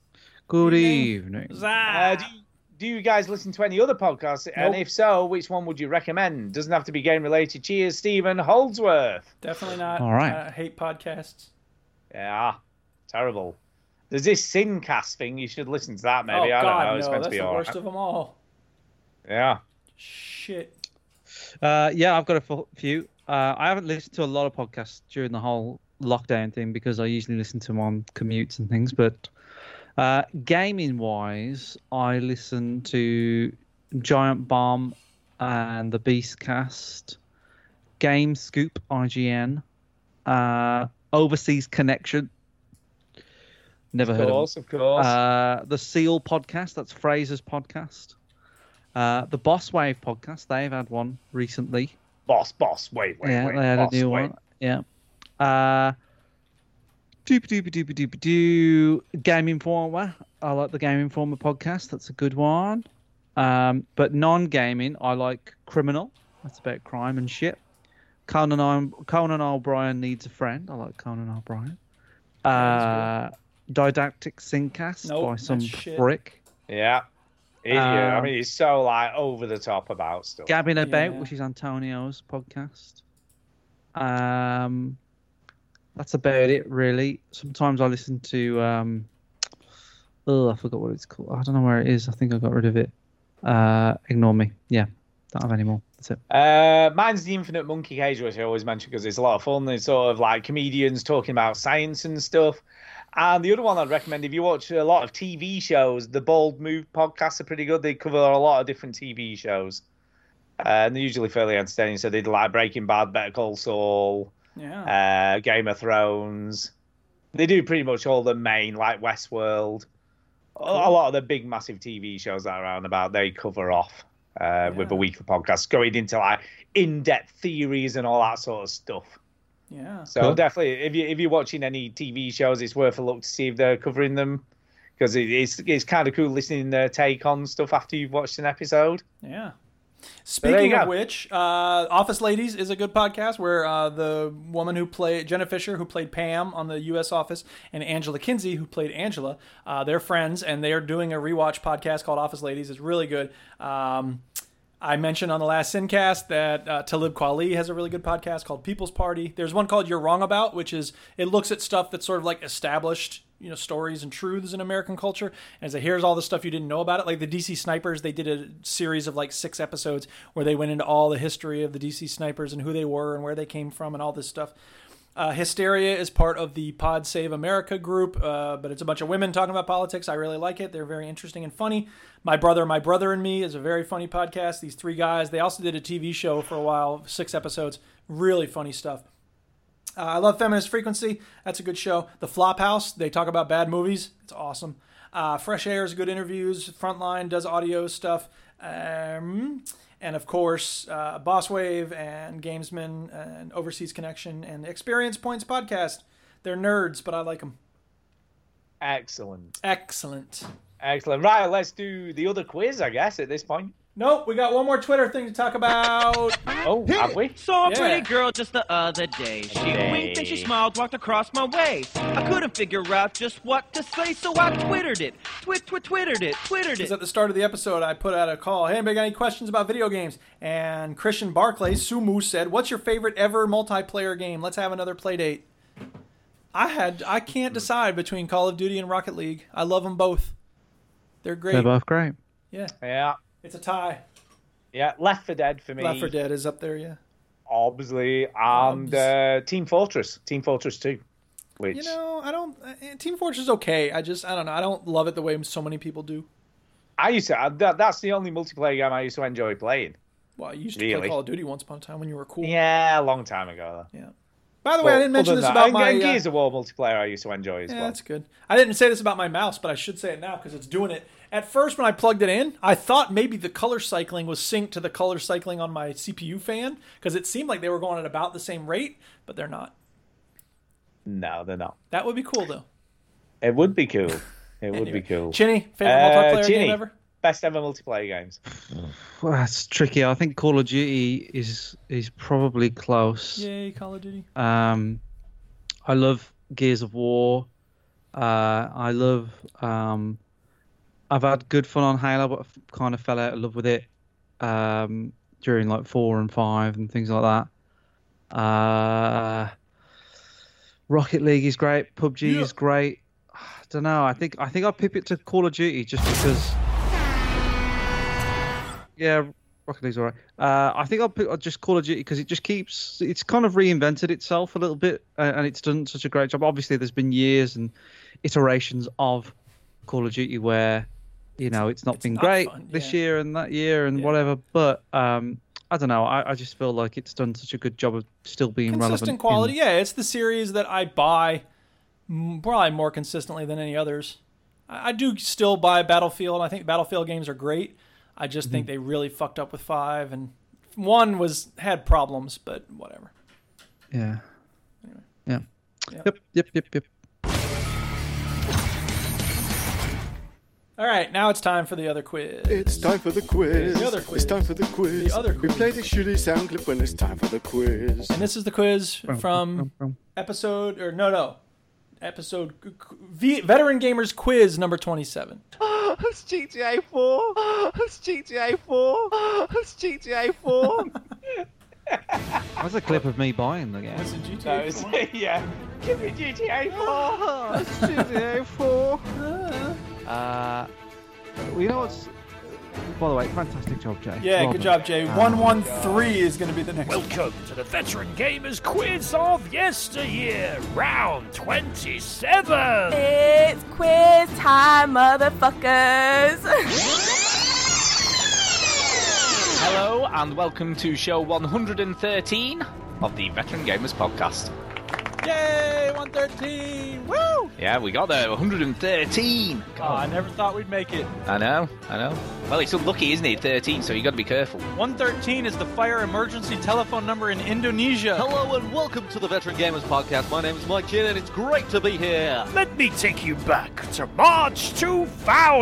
Good evening.
Ah.
Uh, do, you, do you guys listen to any other podcasts? And
Nope.
if so, which one would you recommend? Doesn't have to be game related. Cheers, Stephen Holdsworth.
Definitely not.
All right.
I hate podcasts.
Yeah, terrible. There's this Sincast thing. You should listen to that. Maybe
oh,
I don't
God,
know.
No,
It's meant
that's
to be
the
all
worst
right.
of them all.
Yeah.
Shit.
Uh, yeah, I've got a fu- few. Uh, I haven't listened to a lot of podcasts during the whole lockdown thing because I usually listen to them on commutes and things. But uh, gaming wise, I listen to Giant Bomb and the Beastcast, Game Scoop, IGN, uh, Overseas Connection. Never
Of
heard
course,
of.
of course.
Um, Uh, the Seal podcast. That's Fraser's podcast. Uh, the Boss Wave podcast. They've had one recently.
Boss, boss, wait, wait,
yeah,
wait.
they had
boss,
a new
wait.
one. Yeah. Uh, doop doop doop doop doo. Game Informer. I like the Game Informer podcast. That's a good one. Um, but non-gaming, I like Criminal. That's about crime and shit. Conan, O- Conan O'Brien needs a friend. I like Conan O'Brien. Uh, Didactic Syncast
Nope,
by
that's
some
shit.
prick.
Yeah. Idiot. I
Um,
mean, he's so like over the top about stuff.
Gabbing About, which is Antonio's podcast. Um, that's about it, really. Sometimes I listen to. Um, oh, I forgot what it's called. I don't know where it is. I think I got rid of it. Uh, ignore me. Yeah, don't have any more. That's it.
Uh, mine's the Infinite Monkey Cage, which I always mention because it's a lot of fun. It's sort of like comedians talking about science and stuff. And the other one I'd recommend if you watch a lot of TV shows, the Bold Move podcasts are pretty good. They cover a lot of different TV shows. and they're usually fairly entertaining. So they did like Breaking Bad, Better Call Saul,
Yeah.
uh, Game of Thrones. They do pretty much all the main, like Westworld. A- A lot of the big, massive TV shows that are around about, they cover off uh, with a weekly podcast, going into like in depth theories and all that sort of stuff.
Yeah.
So definitely, if you if you're watching any TV shows, it's worth a look to see if they're covering them, because it, it's it's kind of cool listening to their take on stuff after you've watched an episode.
Yeah.
there you
Speaking of
go.
which, uh, Office Ladies is a good podcast where uh, the woman who played Jenna Fisher, who played Pam on the U.S. Office, and Angela Kinsey, who played Angela, uh, they're friends, and they are doing a rewatch podcast called Office Ladies. It's really good. Um, I mentioned on the last Sincast that uh, Talib Kweli has a really good podcast called People's Party. There's one called You're Wrong About, which is it looks at stuff that's sort of like established, you know, stories and truths in American culture. And it's like, here's all the stuff you didn't know about it. Like the DC Snipers, they did a series of like six episodes where they went into all the history of the DC Snipers and who they were and where they came from and all this stuff. Uh, Hysteria is part of the Pod Save America group, uh, but it's a bunch of women talking about politics. I really like it. They're very interesting and funny. My Brother, My Brother and Me is a very funny podcast. These three guys, they also did a TV show for a while, six episodes. Really funny stuff. Uh, I love Feminist Frequency. That's a good show. The Flop House, they talk about bad movies. It's awesome. Uh, Fresh Air is good interviews. Frontline does audio stuff. Um, and of course, uh, Boss Wave and Gamesman and Overseas Connection and Experience Points podcast. They're nerds, but I like them.
Excellent.
Excellent.
Excellent. Right, let's do the other quiz, I guess, at this point.
Nope, we got one more Twitter thing to talk about.
Oh, have we?
Saw a
Yeah.
pretty girl just the other day. She
Day.
winked and she smiled, walked across my way. I couldn't figure out just what to say, so I twittered it. Twit, twit, twittered it, twittered
Because
it.
at the start of the episode, I put out a call. Hey, anybody got any questions about video games? And Christian Barclay, Sumu, said, What's your favorite ever multiplayer game? Let's have another play date. I had I can't decide between Call of Duty and Rocket League. I love them both. They're great.
They're both great. [SIGHS]
Yeah.
Yeah.
It's a tie.
Yeah, Left for Dead for me.
Left 4 Dead is up there, yeah.
Obviously, and uh, Team Fortress, Team Fortress 2, which
You know, I don't. Uh, Team Fortress is okay. I just, I don't know. I don't love it the way so many people do.
I used to. I, that, that's the only multiplayer game I used to enjoy playing.
Well, you used to play
Really?
Call of Duty once upon a time when you were cool.
Yeah, a long time ago. Though.
Yeah. By the way, I didn't mention this about my.
And
uh,
Gears of War multiplayer I used to enjoy as
Yeah,
well.
that's good. I didn't say this about my mouse, but I should say it now because it's doing it. At first, when I plugged it in, I thought maybe the color cycling was synced to the color cycling on my CPU fan because it seemed like they were going at about the same rate, but they're not.
No, they're not.
That would be cool though.
It would be cool. It would be cool.
Chinny, favorite
Uh,
multiplayer game
Chinny,
ever?
Best ever multiplayer games. [LAUGHS]
Well, that's tricky. I think Call of Duty is is probably close.
Yay, Call of Duty.
Um, I love Gears of War. Uh, I love. Um, I've had good fun on Halo, but I've kind of fell out of love with it um, during like four and five and things like that. Uh, Rocket League is great. PUBG is great. I don't know. I think I think I'll pip it to Call of Duty just because. Yeah, Rocket League's alright. Uh, I think I'll, put, I'll just Call of Duty because it just keeps. It's kind of reinvented itself a little bit, uh, and it's done such a great job. Obviously, there's been years and iterations of Call of Duty where, you know, it's not been great this year and that year and whatever. But um, I don't know. I, I just feel like it's done such a good job of still being relevant. in-
Consistent quality. Yeah, it's the series that I buy m- probably more consistently than any others. I, I do still buy Battlefield. I think Battlefield games are great. I just think
Mhm.
they really fucked up with five and one was had problems, but whatever.
Yeah. Yeah.
Yep.
Yep. Yep. Yep. Yep.
All right, now it's time for the other quiz.
It's time for the quiz.
The other quiz.
It's time for the quiz.
The other
We play the shitty sound clip when it's time for the quiz.
And this is the quiz
[LAUGHS]
from episode or no no episode c- c- v, veteran gamers quiz number 27
it's GTA 4. It's GTA 4. It's GTA 4.
That's a clip of me buying the game.
That was- yeah. Give me GTA 4.
It's GTA 4. Uh, well, you know what's. By the way, fantastic job, Jay.
yeah
Well
good
done.
job jay
Um,
113 is going to be the next one.
Welcome to the Veteran Gamers Quiz of Yesteryear, round 27.
It's quiz time, motherfuckers. Hello, and welcome to show 113 of the Veteran Gamers Podcast.
Yay, 113! Woo!
Yeah, we got there, 113!
Oh, I never thought we'd make it.
I know, I know. Well, it's unlucky, isn't it? 13, so you got to be careful.
113 is the fire emergency telephone number in Indonesia.
Hello and welcome to the Veteran Gamers Podcast. My name is Mike Chin, and it's great to be here.
Let me take you back to March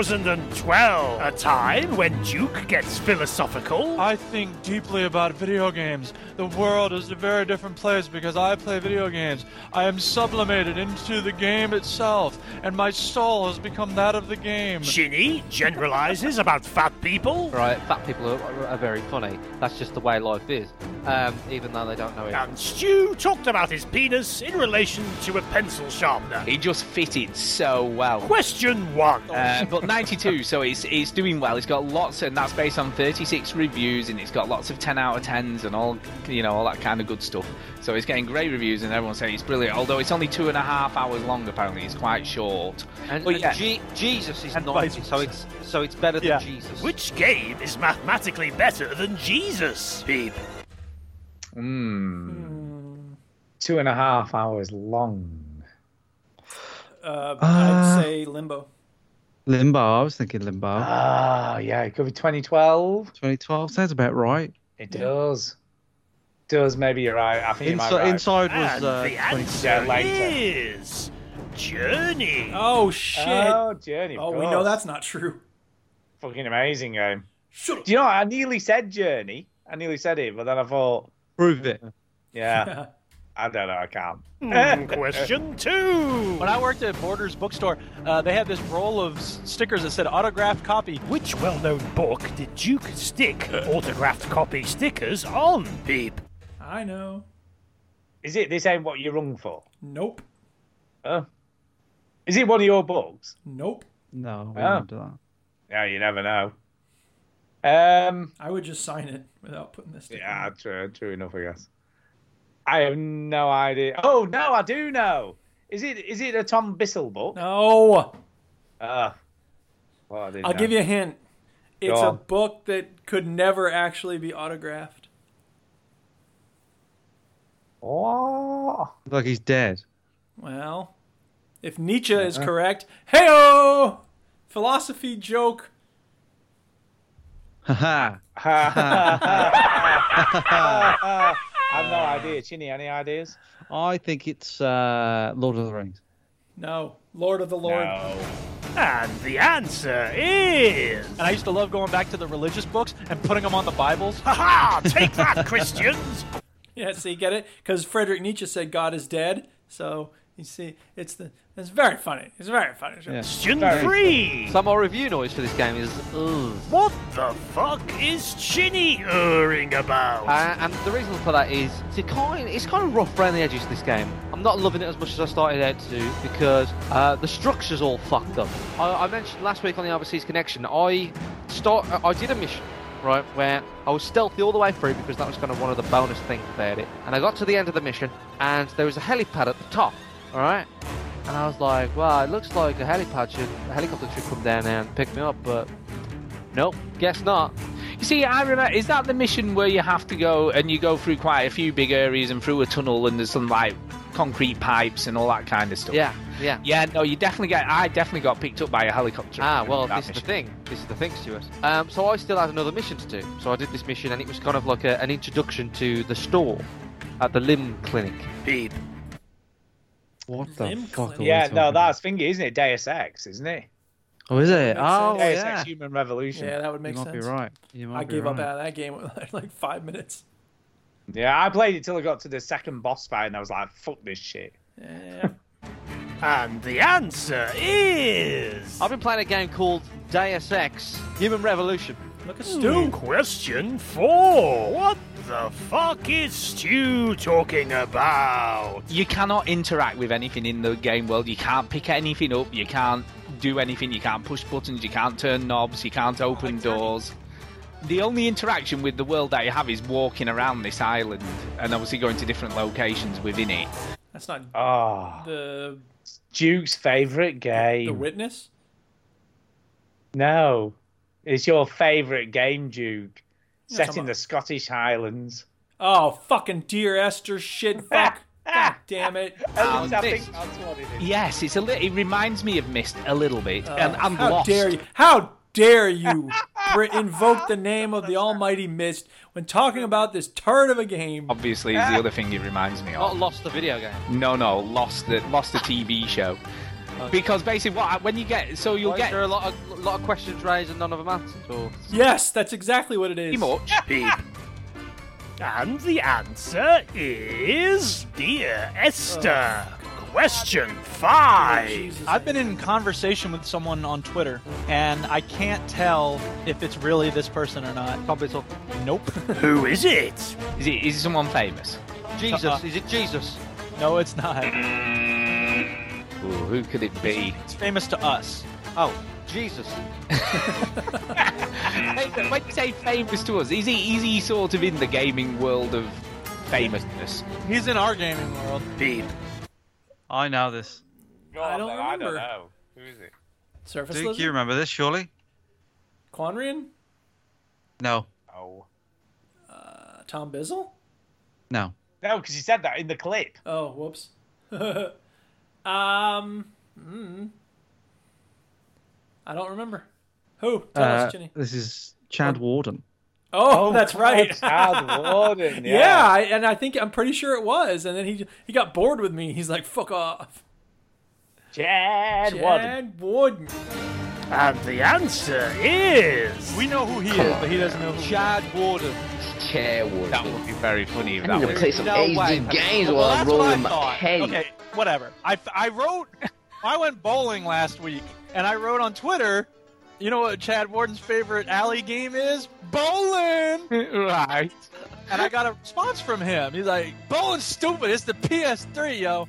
2012, a time when Duke gets philosophical.
I think deeply about video games. The world is a very different place because I play video games. I am sublimated into the game itself, and my soul has become that of the game.
Shinny generalizes about fat people.
Right, fat people are, are very funny. That's just the way life is, um, even though they don't know it.
And Stu talked about his penis in relation to a pencil sharpener.
He just fitted so well.
Question one.
Oh.
Uh, but 92, so it's, it's doing well. It's got lots, and that's based on 36 reviews, and it's got lots of 10 out of 10s and all, you know, all that kind of good stuff. So it's getting great reviews, and everyone's saying it's brilliant. Although it's only two and a half hours long, apparently, it's quite short.
And,
But
and
yeah.
Je- Jesus is
And
90,
vice
so it's so it's better than
Yeah.
Jesus.
Which game is mathematically better than Jesus, Beep?
Two and a half hours long.
Uh, I'd say Limbo.
Limbo. Ah, I was thinking Limbo.
Ah, yeah, it could be 2012.
2012 sounds about right.
It does. Does maybe you're right. I think you might
Inside-
be right.
Inside was, uh,
And the answer
Yeah, later.
is Journey.
Oh shit!
Oh, Journey. of
Oh, we
course.
know that's not true.
fucking amazing game. Do you know? what? I nearly said Journey. I nearly said it, but then I thought,
prove it.
[LAUGHS]
Yeah, I don't know. I can't.
Hmm, question two.
When I worked at Borders Bookstore, uh, they had this roll of s- stickers that said autographed copy.
Which well known book did Duke stick autographed copy stickers on, Beep?
I know.
Is it this ain't what you're rung for?
Nope.
Oh. Is it one of your books?
Nope.
No,
Oh.
won't do that.
Yeah, you never know. Um.
I would just sign it without putting this. Sticker.
Yeah, true, true enough, I guess. I have no idea. Oh no, I do know. Is it is it a Tom Bissell book?
No.
Uh, well, I didn't
I'll
know.
give you a hint.
Go
It's a
on.
book that could never actually be autographed.
Oh.
Like he's dead. [LAUGHS]
Well, if Nietzsche is correct, heyo, philosophy joke.
Ha ha.
Uh, I have no idea. Chinny, any ideas?
I think it's uh, Lord of the Rings.
No, Lord of the Lord.
And the answer
[LAUGHS]
is.
And I used to love going back to the religious books and putting them on the Bibles.
Haha! Take that, Christians!
Yeah, so you get it because Frederick Nietzsche said God is dead. So you see, it's the it's very funny. It's very funny.
Yeah.
Question three.
So my review noise for this game is ugh.
What the fuck is Chinny erring about?
Uh, and the reason for that is it's kind, it's kind of rough around the edges this game. I'm not loving it as much as I started out to do because uh, the structure's all fucked up. I, I mentioned last week on the Overseas Connection, I start, I did a mission, right, where I was stealthy all the way through because that was kind of one of the bonus things about it. And I got to the end of the mission and there was a helipad at the top, all right? And I was like, well, it looks like a helipad should, a helicopter should come down there and pick me up, but nope, guess not.
You see, I remember. Is that the mission where you have to go and you go through quite a few big areas and through a tunnel and there's some like concrete pipes and all that kind of stuff?
Yeah, yeah.
Yeah, no, you definitely get. I definitely got picked up by a helicopter.
Ah, well,
That
this is the
mission.
thing. This is the thing, Stuart. Um, so I still had another mission to do. So I did this mission, and it was kind of like a, an introduction to the store at the limb clinic.
Beep.
What the fuck?
Yeah, no, that's thing, isn't it? Deus Ex, isn't it?
Oh, is it? Oh,
Deus
yeah.
Ex Human Revolution.
Yeah, that would make
you might
sense.
be right. You might
I
be
gave up
right.
out of that game in like [LAUGHS] five minutes.
Yeah, I played it till I got to the second boss fight, and I was like, "Fuck this shit."
Yeah.
And the answer is.
I've been playing a game called Deus Ex: Human Revolution.
Look at Stu.
Question four. What the fuck is Stu talking about?
You cannot interact with anything in the game world. You can't pick anything up. You can't do anything. You can't push buttons. You can't turn knobs. You can't open doors. The only interaction with the world that you have is walking around this island and obviously going to different locations within it.
That's not
Oh,
the
Duke's favorite game.
the witness.
No, it's your favorite game, Duke.
Yeah,
set
some-
in the Scottish Highlands.
Oh, fucking dear Esther shit.
[LAUGHS]
Fuck. God damn it.
Um, Mist. Yes, it's a li- it reminds me of Mist a little bit.
Oh,
and and
how
Lost.
dare you? How dare you br- invoke the name of the Almighty Mist when talking about this turd of a game?
Obviously, is the other thing it reminds me of.
Not lost the video game.
No, no, lost the lost the TV show. Because basically, what when you get so you'll
Why is
get
there
a lot of lot of questions raised and none of them answered. Or...
Yes, that's exactly what it is.
And the answer is Dear Esther. Question five.
Oh, I've been in conversation with someone on Twitter, and I can't tell if it's really this person or not. Probably Nope.
Who is it?
Is it is it someone famous?
Jesus.
Is it Jesus?
Uh-uh. No, it's not.
Ooh, who could it be?
It's famous to us.
Oh, Jesus. [LAUGHS] when you say famous to us, is he, is he sort of in the gaming world of famousness?
He's in our gaming world.
Beep.
I know this.
I don't
I
remember.
know. Who is it?
Surface
Duke, you
Lizard?
remember this, surely?
Quanrian?
No.
Oh.
Uh, Tom Bizzle?
No.
No, because you said that in the clip.
Oh, whoops. [LAUGHS] um, mm, I don't remember. Who? Tell
Uh,
us, Ginny.
Uh,
this is Chad Warden.
Oh,
Oh,
that's right.
Chad
[LAUGHS]
Warden,
yeah,
yeah.
I, and I think I'm pretty sure it was. And then he he got bored with me. He's like, "Fuck off."
Chad,
Chad Warden.
And the answer is.
We know who he is, but he doesn't know who
Chad Warden.
Chair would. That would be very funny if
I'm
that
gonna
was.
play some No way. HD games while I'm
that's
rolling
what I
my
thought.
is. Okay, whatever. I, I wrote. I went bowling last week, and I wrote on Twitter. You know what Chad Warden's favorite alley game is? Bowling.
right.
And I got a response from him. He's like, "Bowling's stupid. It's the PS3, yo."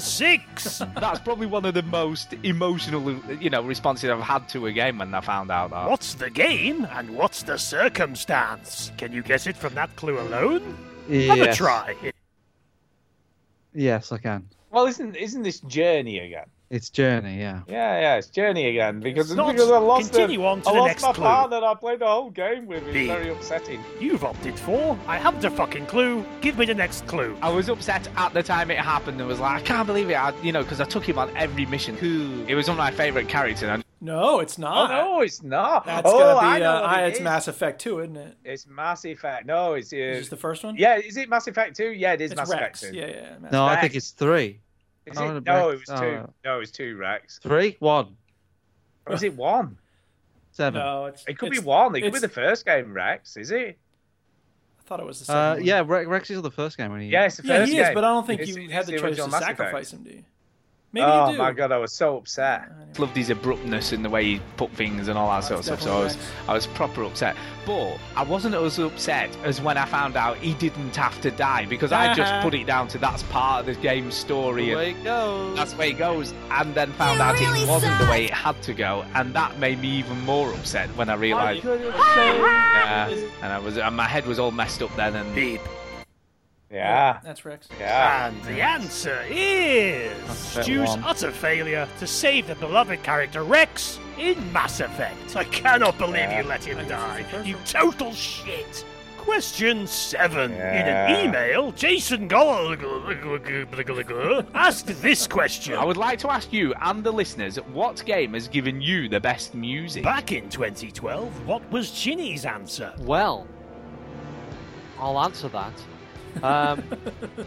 [LAUGHS]
six.
Uh-huh.
That's probably one of the most emotional, you know, responses I've had to a game when I found out that.
What's the game and what's the circumstance? Can you guess it from that clue alone? Have a
Yes.
try.
Yes, I can.
Well, isn't isn't this Journey again?
It's Journey, yeah.
Yeah, yeah, it's Journey again because,
It's not-
because I lost
continue
him.
on to
I
the
lost
next
my
clue.
partner that I played the whole game with. It's
Big.
very upsetting.
You've opted for. I have the fucking clue. Give me the next clue.
I was upset at the time it happened and was like, I can't believe it. I, you know, because I took him on every mission. It was one of my favourite characters. And
No, it's not.
Oh, no, it's not.
That's
oh,
gonna
I
be.
know
uh,
what
I-
it
it's
is.
Mass Effect 2, isn't it?
It's Mass Effect. No, it's uh,
Is this the first one?
Yeah, is it Mass Effect two? Yeah, it is
It's
Mass
Rex.
Effect two.
Yeah, yeah. Mass
No, I
Rex.
think it's three.
Is
I
it?
would
No,
break-
it was
oh,
two. No, it was two Rex.
Three, one,
Or is it one?
seven. Uh,
it's,
It could
it's-
be one. It could be
it's-
the first game Rex. Is
I
it?
thought it was the second
uh,
one.
yeah, Re- Rex is the first game when he.
Yeah, it's the
Yeah,
first
he is,
game.
but I don't think
It's-
you
it's
had the, choice
original
to
Mass
sacrifice
Effect.
him, do you? Maybe
oh
you do.
my god, I was so upset.
loved his abruptness and the way he put things and all that sort of stuff. So I was, I was proper upset. But I wasn't as upset as when I found out he didn't have to die because I
[LAUGHS]
just put it down to that's part of the game's story.
The
and
way it goes.
That's the way it goes. And then found out it wasn't the way it had to go, and that made me even more upset when I realised. Yeah, and I was, and my head was all messed up then. And beep.
Yeah.
That's Rex.
Yeah.
And the answer is
a bit
Stu's
warm.
utter failure to save the beloved character Rex in Mass Effect. I cannot believe you let him die. You total shit. Question seven. In
Yeah.
an email, Jason Gold [LAUGHS] asked this question.
I would like to ask you and the listeners what game has given you the best music?
Back in 2012, what was Ginny's answer?
Well, I'll answer that.
[LAUGHS]
Um,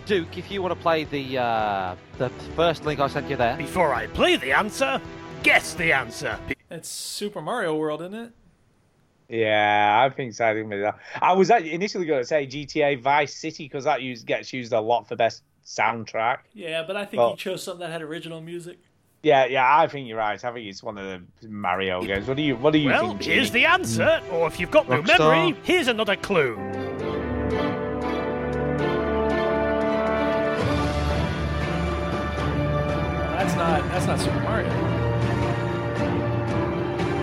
Duke, if you want to play the uh, the first link I sent you there.
Before I play the answer, guess the answer.
It's Super Mario World, isn't it?
Yeah, I think so. I think maybe that. I was actually initially going to say GTA Vice City because that use, gets used a lot for best soundtrack.
Yeah, but I think
Well-
he chose something that had original music.
Yeah, yeah, I think you're right. I think it's one of the Mario games. What do you What do you
Well,
think?
here's
Jimmy?
the answer, or if you've got no
Rockstar.
memory, here's another clue.
That's not. That's not Super Mario.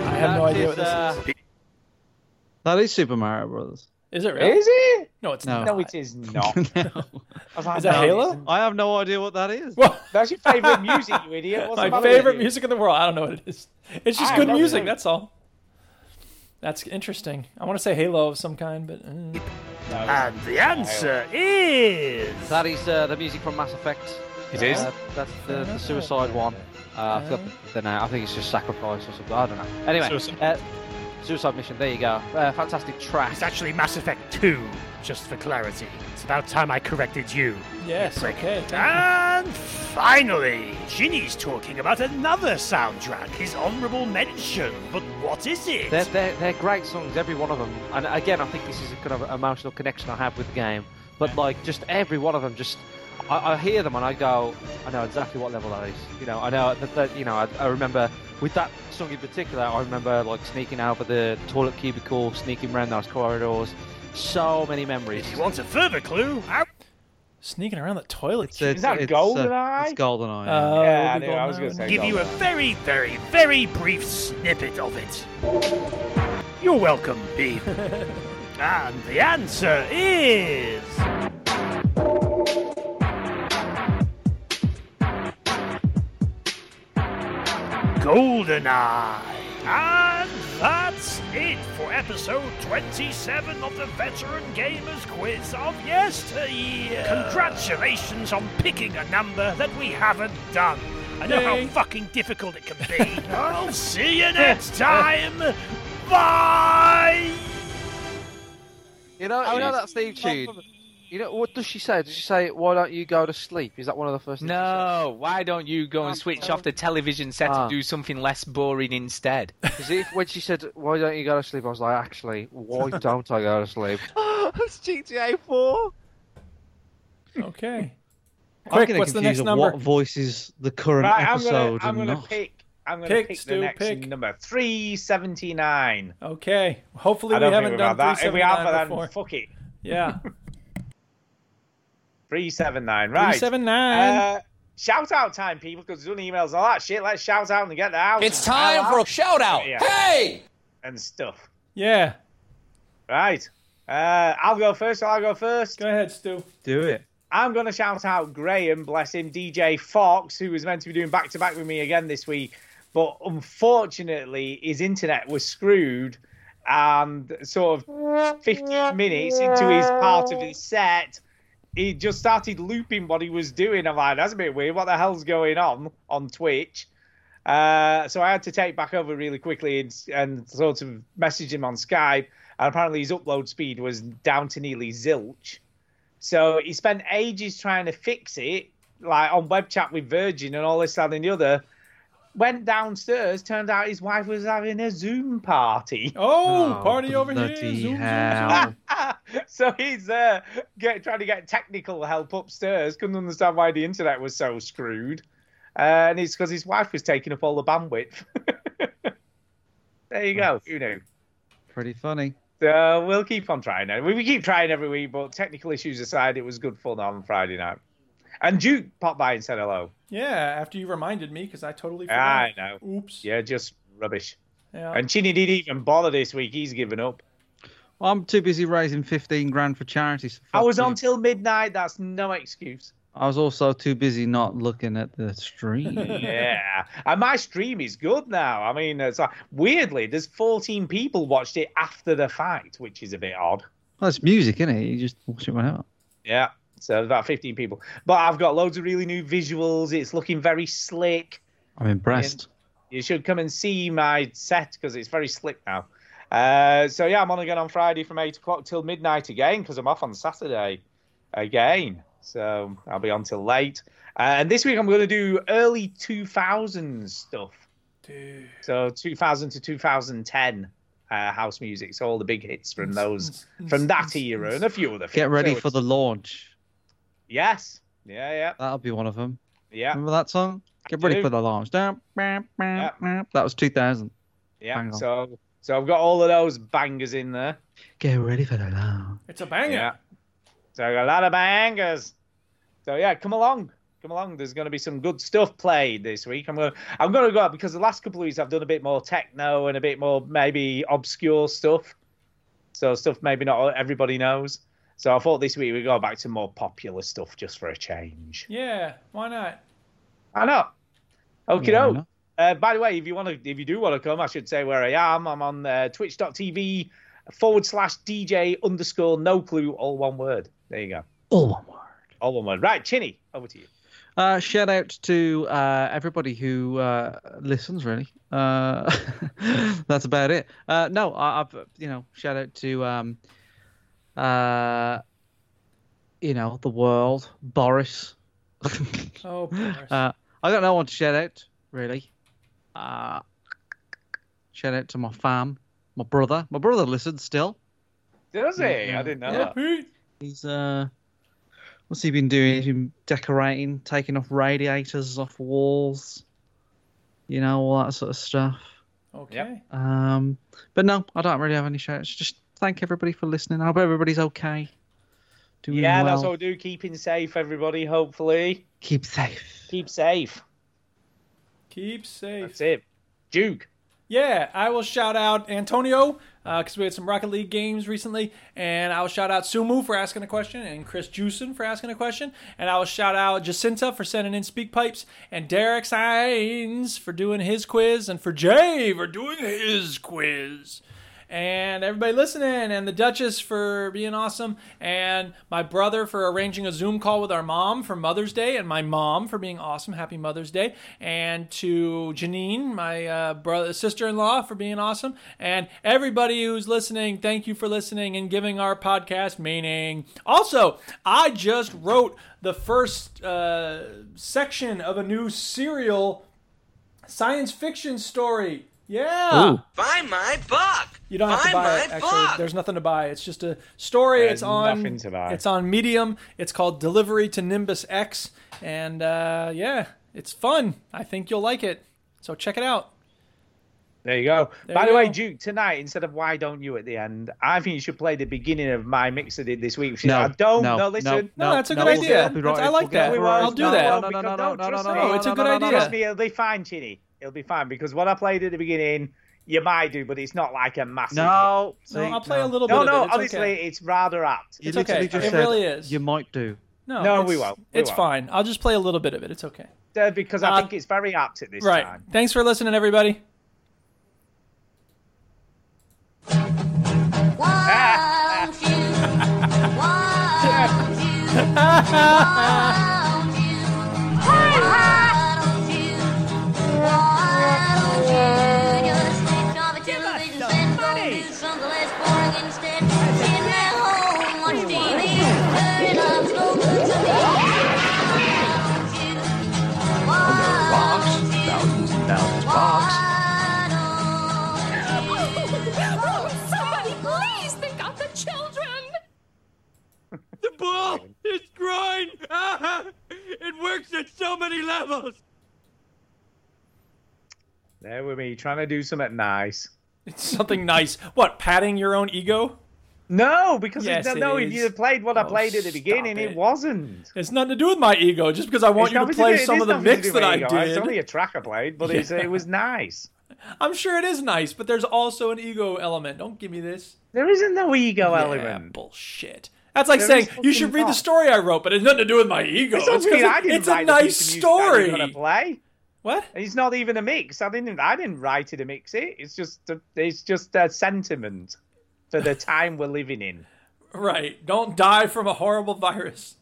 I have no
That
idea
is,
what this
uh,
is.
That is Super Mario Brothers. [LAUGHS]
Is it really?
Is it?
No, it's
No.
not. [LAUGHS]
No, it is
[LAUGHS]
not.
Is that Halo?
I have no idea what that is.
That's your favorite music, you idiot. What's
My
the matter with
favorite
you?
music in the world. I don't know what it is. It's just
I
good
don't
music.
know.
That's all. That's interesting. I want to say Halo of some kind, but. mm.
And the answer is.
That is uh, the music from Mass Effect.
It is?
Uh, that's the, the Suicide one. Uh, I forgot the name. I think it's just Sacrifice or something. I don't know. Anyway,
Suicide.
Uh, Suicide Mission. There you go. Uh, fantastic track.
It's actually Mass Effect 2, just for clarity. It's about time I corrected you.
Yes, okay. thank you.
And finally, Ginny's talking about another soundtrack, his honourable mention. But what is it?
They're, they're, they're great songs, every one of them. And again, I think this is a kind of emotional connection I have with the game. But like, just every one of them, just I, I hear them and I go, I know exactly what level that is. You know, I know that, that you know. I, I remember with that song in particular, I remember like sneaking out of the toilet cubicle, sneaking around those corridors. So many memories.
You want a further clue?
Sneaking around the toilet. It's,
it's- it's, uh,
Goldeneye?
it's GoldenEye, Uh, yeah.
Oh,
Yeah,
it'll be
I knew- I was
GoldenEye.
gonna say
Give you a very, very, very brief snippet of it. You're welcome, Beef. and the answer is. GoldenEye. And that's it for episode 27 of the Veteran Gamers Quiz of yesteryear. Congratulations on picking a number that we haven't done. I know
Yay.
how fucking difficult it can
[LAUGHS]
be. I'll see you next time. Bye!
You know, you know that Steve tune. You know what does she say? Does she say, "Why don't you go to sleep"? Is that one of the first?
No, why don't you go and switch off the television set
Ah.
and do something less boring instead?
Because if when she said, "Why don't you go to sleep?" I was like, "Actually, why don't I go to sleep?"
it's GTA 4.
[LAUGHS] Okay.
I'm
Quick,
gonna
what's the
confuse
next
what
number?
voice is the current
Right, I'm gonna,
episode
I'm
and
gonna
not?
pick. I'm gonna
Pick,
pick
Stu,
the next
pick.
number three seventy nine.
Okay. Hopefully
I
we
don't think
haven't
we've
done
had that. If we have,
379
then
before.
fuck it.
Yeah.
Three seven nine. Right.
379.
Uh, shout out time, people, because there's only emails and all that shit. Let's shout out and get the house.
It's time for a shout out.
Hey. And stuff.
Yeah.
Right. Uh, I'll go first. I'll go first.
Go ahead, Stu.
Do it.
I'm going to shout out Graham, bless him, DJ Fox, who was meant to be doing back to back with me again this week. But unfortunately, his internet was screwed. And sort of 15 minutes into his part of his set, he just started looping what he was doing. I'm like, that's a bit weird. What the hell's going on on Twitch? Uh, so I had to take back over really quickly and, and sort of message him on Skype. And apparently his upload speed was down to nearly zilch. So he spent ages trying to fix it, like on web chat with Virgin and all this, that, and the other. Went downstairs, turned out his wife was having a Zoom party. [LAUGHS]
Oh, party over
here.
Ah!
so he's uh, get, trying to get technical help upstairs. Couldn't understand why the internet was so screwed. Uh, and it's because his wife was taking up all the bandwidth. [LAUGHS] there you go. Who knew?
Pretty funny.
So we'll keep on trying. We, we keep trying every week, but technical issues aside, it was good fun on Friday night. And Duke popped by and said hello.
Yeah, after you reminded me, because I totally forgot.
I know.
Oops.
Yeah, just rubbish.
Yeah.
And Chinny didn't even bother this week. He's given up.
I'm too busy raising 15 grand for charities.
I was on till midnight. That's no excuse.
I was also too busy not looking at the
[LAUGHS]
stream.
yeah, and my stream is good now. I mean, it's like, weirdly, there's 14 people watched it after the fact, which is a bit odd.
Well, it's music, isn't it? You just watch it whenever.
Yeah, so about 15 people. But I've got loads of really new visuals. It's looking very slick.
I'm impressed.
You should come and see my set because it's very slick now. Uh, so yeah, I'm on again on Friday from eight o'clock till midnight again because I'm off on Saturday again. So I'll be on till late. Uh, and this week I'm going to do early 2000s stuff.
Dude.
So 2000 to 2010 uh, house music. So all the big hits from those from that era and a few other.
Get
things.
ready
So
for the launch.
it's- yes. Yeah, yeah,
That'll be one of them.
yeah.
Remember that song? Get ready
do.
for the launch. Dum, bam, bam, bam. That was 2000.
Yeah.
Bang on.
So so I've got all of those bangers in there.
Get ready for the launch.
It's a banger.
Yeah. So I got a lot of bangers. So yeah, come along. Come along. There's going to be some good stuff played this week. I'm going to I'm going to go out because the last couple of weeks I've done a bit more techno and a bit more maybe obscure stuff. So stuff maybe not everybody knows. So I thought this week we go back to more popular stuff just for a change.
Yeah, why not?
Why not? Okay,
Why
doke.
not?
Uh, by the way, if you want to, if you do want to come, I should say where I am. I'm on uh, Twitch.tv forward slash DJ underscore No Clue, all one word. There you go.
All one word.
All one word. Right, Chinny, over to you.
Uh, shout out to uh, everybody who uh, listens. Really, uh, [LAUGHS] that's about it. Uh, no, I, I've you know shout out to um, uh, you know the world, Boris. [LAUGHS]
Oh,
Uh, I got no one to shout out really. Uh, shout out to my fam, my brother. My brother listens still.
Does he? I didn't know
Yeah.
that.
He's uh, what's he been doing? He's been decorating, taking off radiators off walls, you know, all that sort of stuff.
Okay.
Um, but no, I don't really have any shouts. Just thank everybody for listening. I hope everybody's okay. Doing
Yeah,
well.
that's all we do. Keeping safe, everybody, hopefully.
Keep safe.
Keep safe.
Keep safe.
That's it. Duke.
Yeah, I will shout out Antonio because we had some Rocket League games recently, and I will shout out Sumu for asking a question, and Chris Jusen for asking a question, and I will shout out Jacinta for sending in speak pipes, and Derek Sines for doing his quiz, and for Jay for doing his quiz. And everybody listening, and the Duchess for being awesome, and my brother for arranging a Zoom call with our mom for Mother's Day, and my mom for being awesome. Happy Mother's Day. And to Janine, my uh, brother, sister in law, for being awesome. And everybody who's listening, thank you for listening and giving our podcast meaning. Also, I just wrote the first uh, section of a new serial science fiction story. Yeah.
Ooh.
Buy my book.
You don't have to
Buy
buy
my
it. Actually, there's nothing to buy. It's just a story.
There's
it's on.
nothing to buy.
It's on Medium. It's called Delivery to Nimbus X, and uh, yeah, it's fun. I think you'll like it. So check it out.
There you go.
There
By
you
the way,
go.
Duke, tonight instead of why don't you at the end, I think you should play the beginning of my mix I did this week. Which
No,
is, I don't.
no,
No, listen.
no, No, that's a no, good we'll idea. get copyrighted. That's- I like We'll get that. copyrighted. I'll do
No,
that.
no,
No, no,
because-
no, no, no,
trust
no,
me.
no, no, It's a no, good no, no, idea.
Trust me, it'll be fine, Chinny. It'll be fine because what I played at the beginning, you might do, but it's not like a massive.
No,
hit.
No, I'll play a
little
no,
bit of
No,
it. It's
honestly,
okay.
it's rather apt.
You literally just said, You might do.
No,
No,
it's-
we won't. We
it's
won't.
fine. I'll just play a little bit of it. It's okay.
Uh, because I
Uh,
think it's very apt at this
right.
time.
Thanks for listening, everybody.
Thousands and thousands of
[LAUGHS] Oh, Somebody please pick up the children!
The ball is groin. [LAUGHS] it works at so many levels.
There with me, trying to do something nice.
It's something nice. What? Patting your own ego?
No, because
Yes,
it,
it
no, if
is.
you had played what I
Oh,
played at the
stop
beginning, it.
it.
wasn't.
It's nothing to do with my ego. Just because I want
It's
you to
nothing to
play
do- it
some
is
of the
nothing to
mix
do with
that I
ego.
did.
It's only a track I played, but it's, it was nice.
I'm sure it is nice, but there's also an ego element. Don't give me this.
There isn't no ego
Yeah,
element.
Bullshit. That's like
There
saying
is
you should
fucking
read the
not.
story I wrote, but it's nothing to do with my ego.
It's, not
because
me, I
it-
didn't
it's a
write the
nice
piece of music that
story.
you're gonna play.
What?
It's not even a mix. I didn't. I didn't write it a mix. It. It's just. A, it's just a sentiment for the time we're
[LAUGHS]
living in.
Right. Don't die from a horrible virus.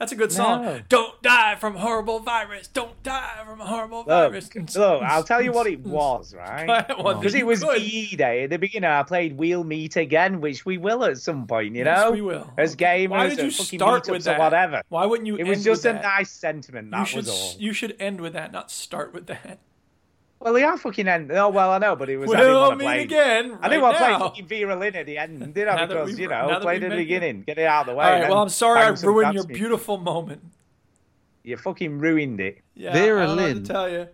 That's a good song.
No.
Don't die from horrible virus. Don't die from a horrible virus.
Look, look, I'll tell
[LAUGHS]
you what it was, right?
Go on,
Because
then.
it was E Day at the beginning. I played We'll Meet Again, which we will at some point, you
Yes,
know?
we will.
As gamers,
Why did
at
you
fucking
start
meetups
with
Or
that?
whatever.
Why wouldn't you
It was
end
just
with
a
that?
nice sentiment,
you
that
should
was
s-
all.
you should end with that, not start with that.
Well, yeah, fucking end. Oh, well, I know, but it was. I didn't
We'll
want to
meet
play.
again
I didn't
right
want to play
now.
fucking Vera Lynn at the end, did I?
Now that
because,
we've-
you
now
know,
that
played
we've
at the
made it-
beginning. Get it out of the way.
All right.
then
Well, I'm sorry I
bang some
ruined your
dubstep.
beautiful moment.
You fucking ruined it. [LAUGHS]
Yeah,
Vera
I don't know what to
Lynn.
tell you.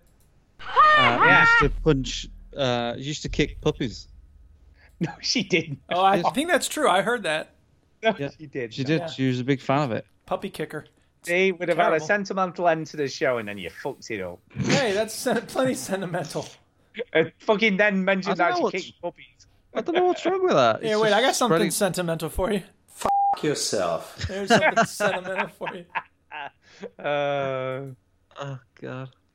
Uh,
Yeah.
Used to punch. Uh, used to kick puppies.
No, she didn't. [LAUGHS]
Oh,
[LAUGHS]
I think that's true. I heard that.
She did.
She did. She was a big fan of it.
Puppy kicker.
They would have had
Terrible.
a sentimental end to the show, and then you fucked it up. [LAUGHS]
Hey, that's [LAUGHS] sen- plenty sentimental.
And fucking then mentioned
I don't
that she
know
kicked puppies.
I don't know what's wrong with that.
Yeah, wait, I got something sentimental for you.
Fuck yourself. [LAUGHS]
There's something sentimental for you.
Uh,
oh God.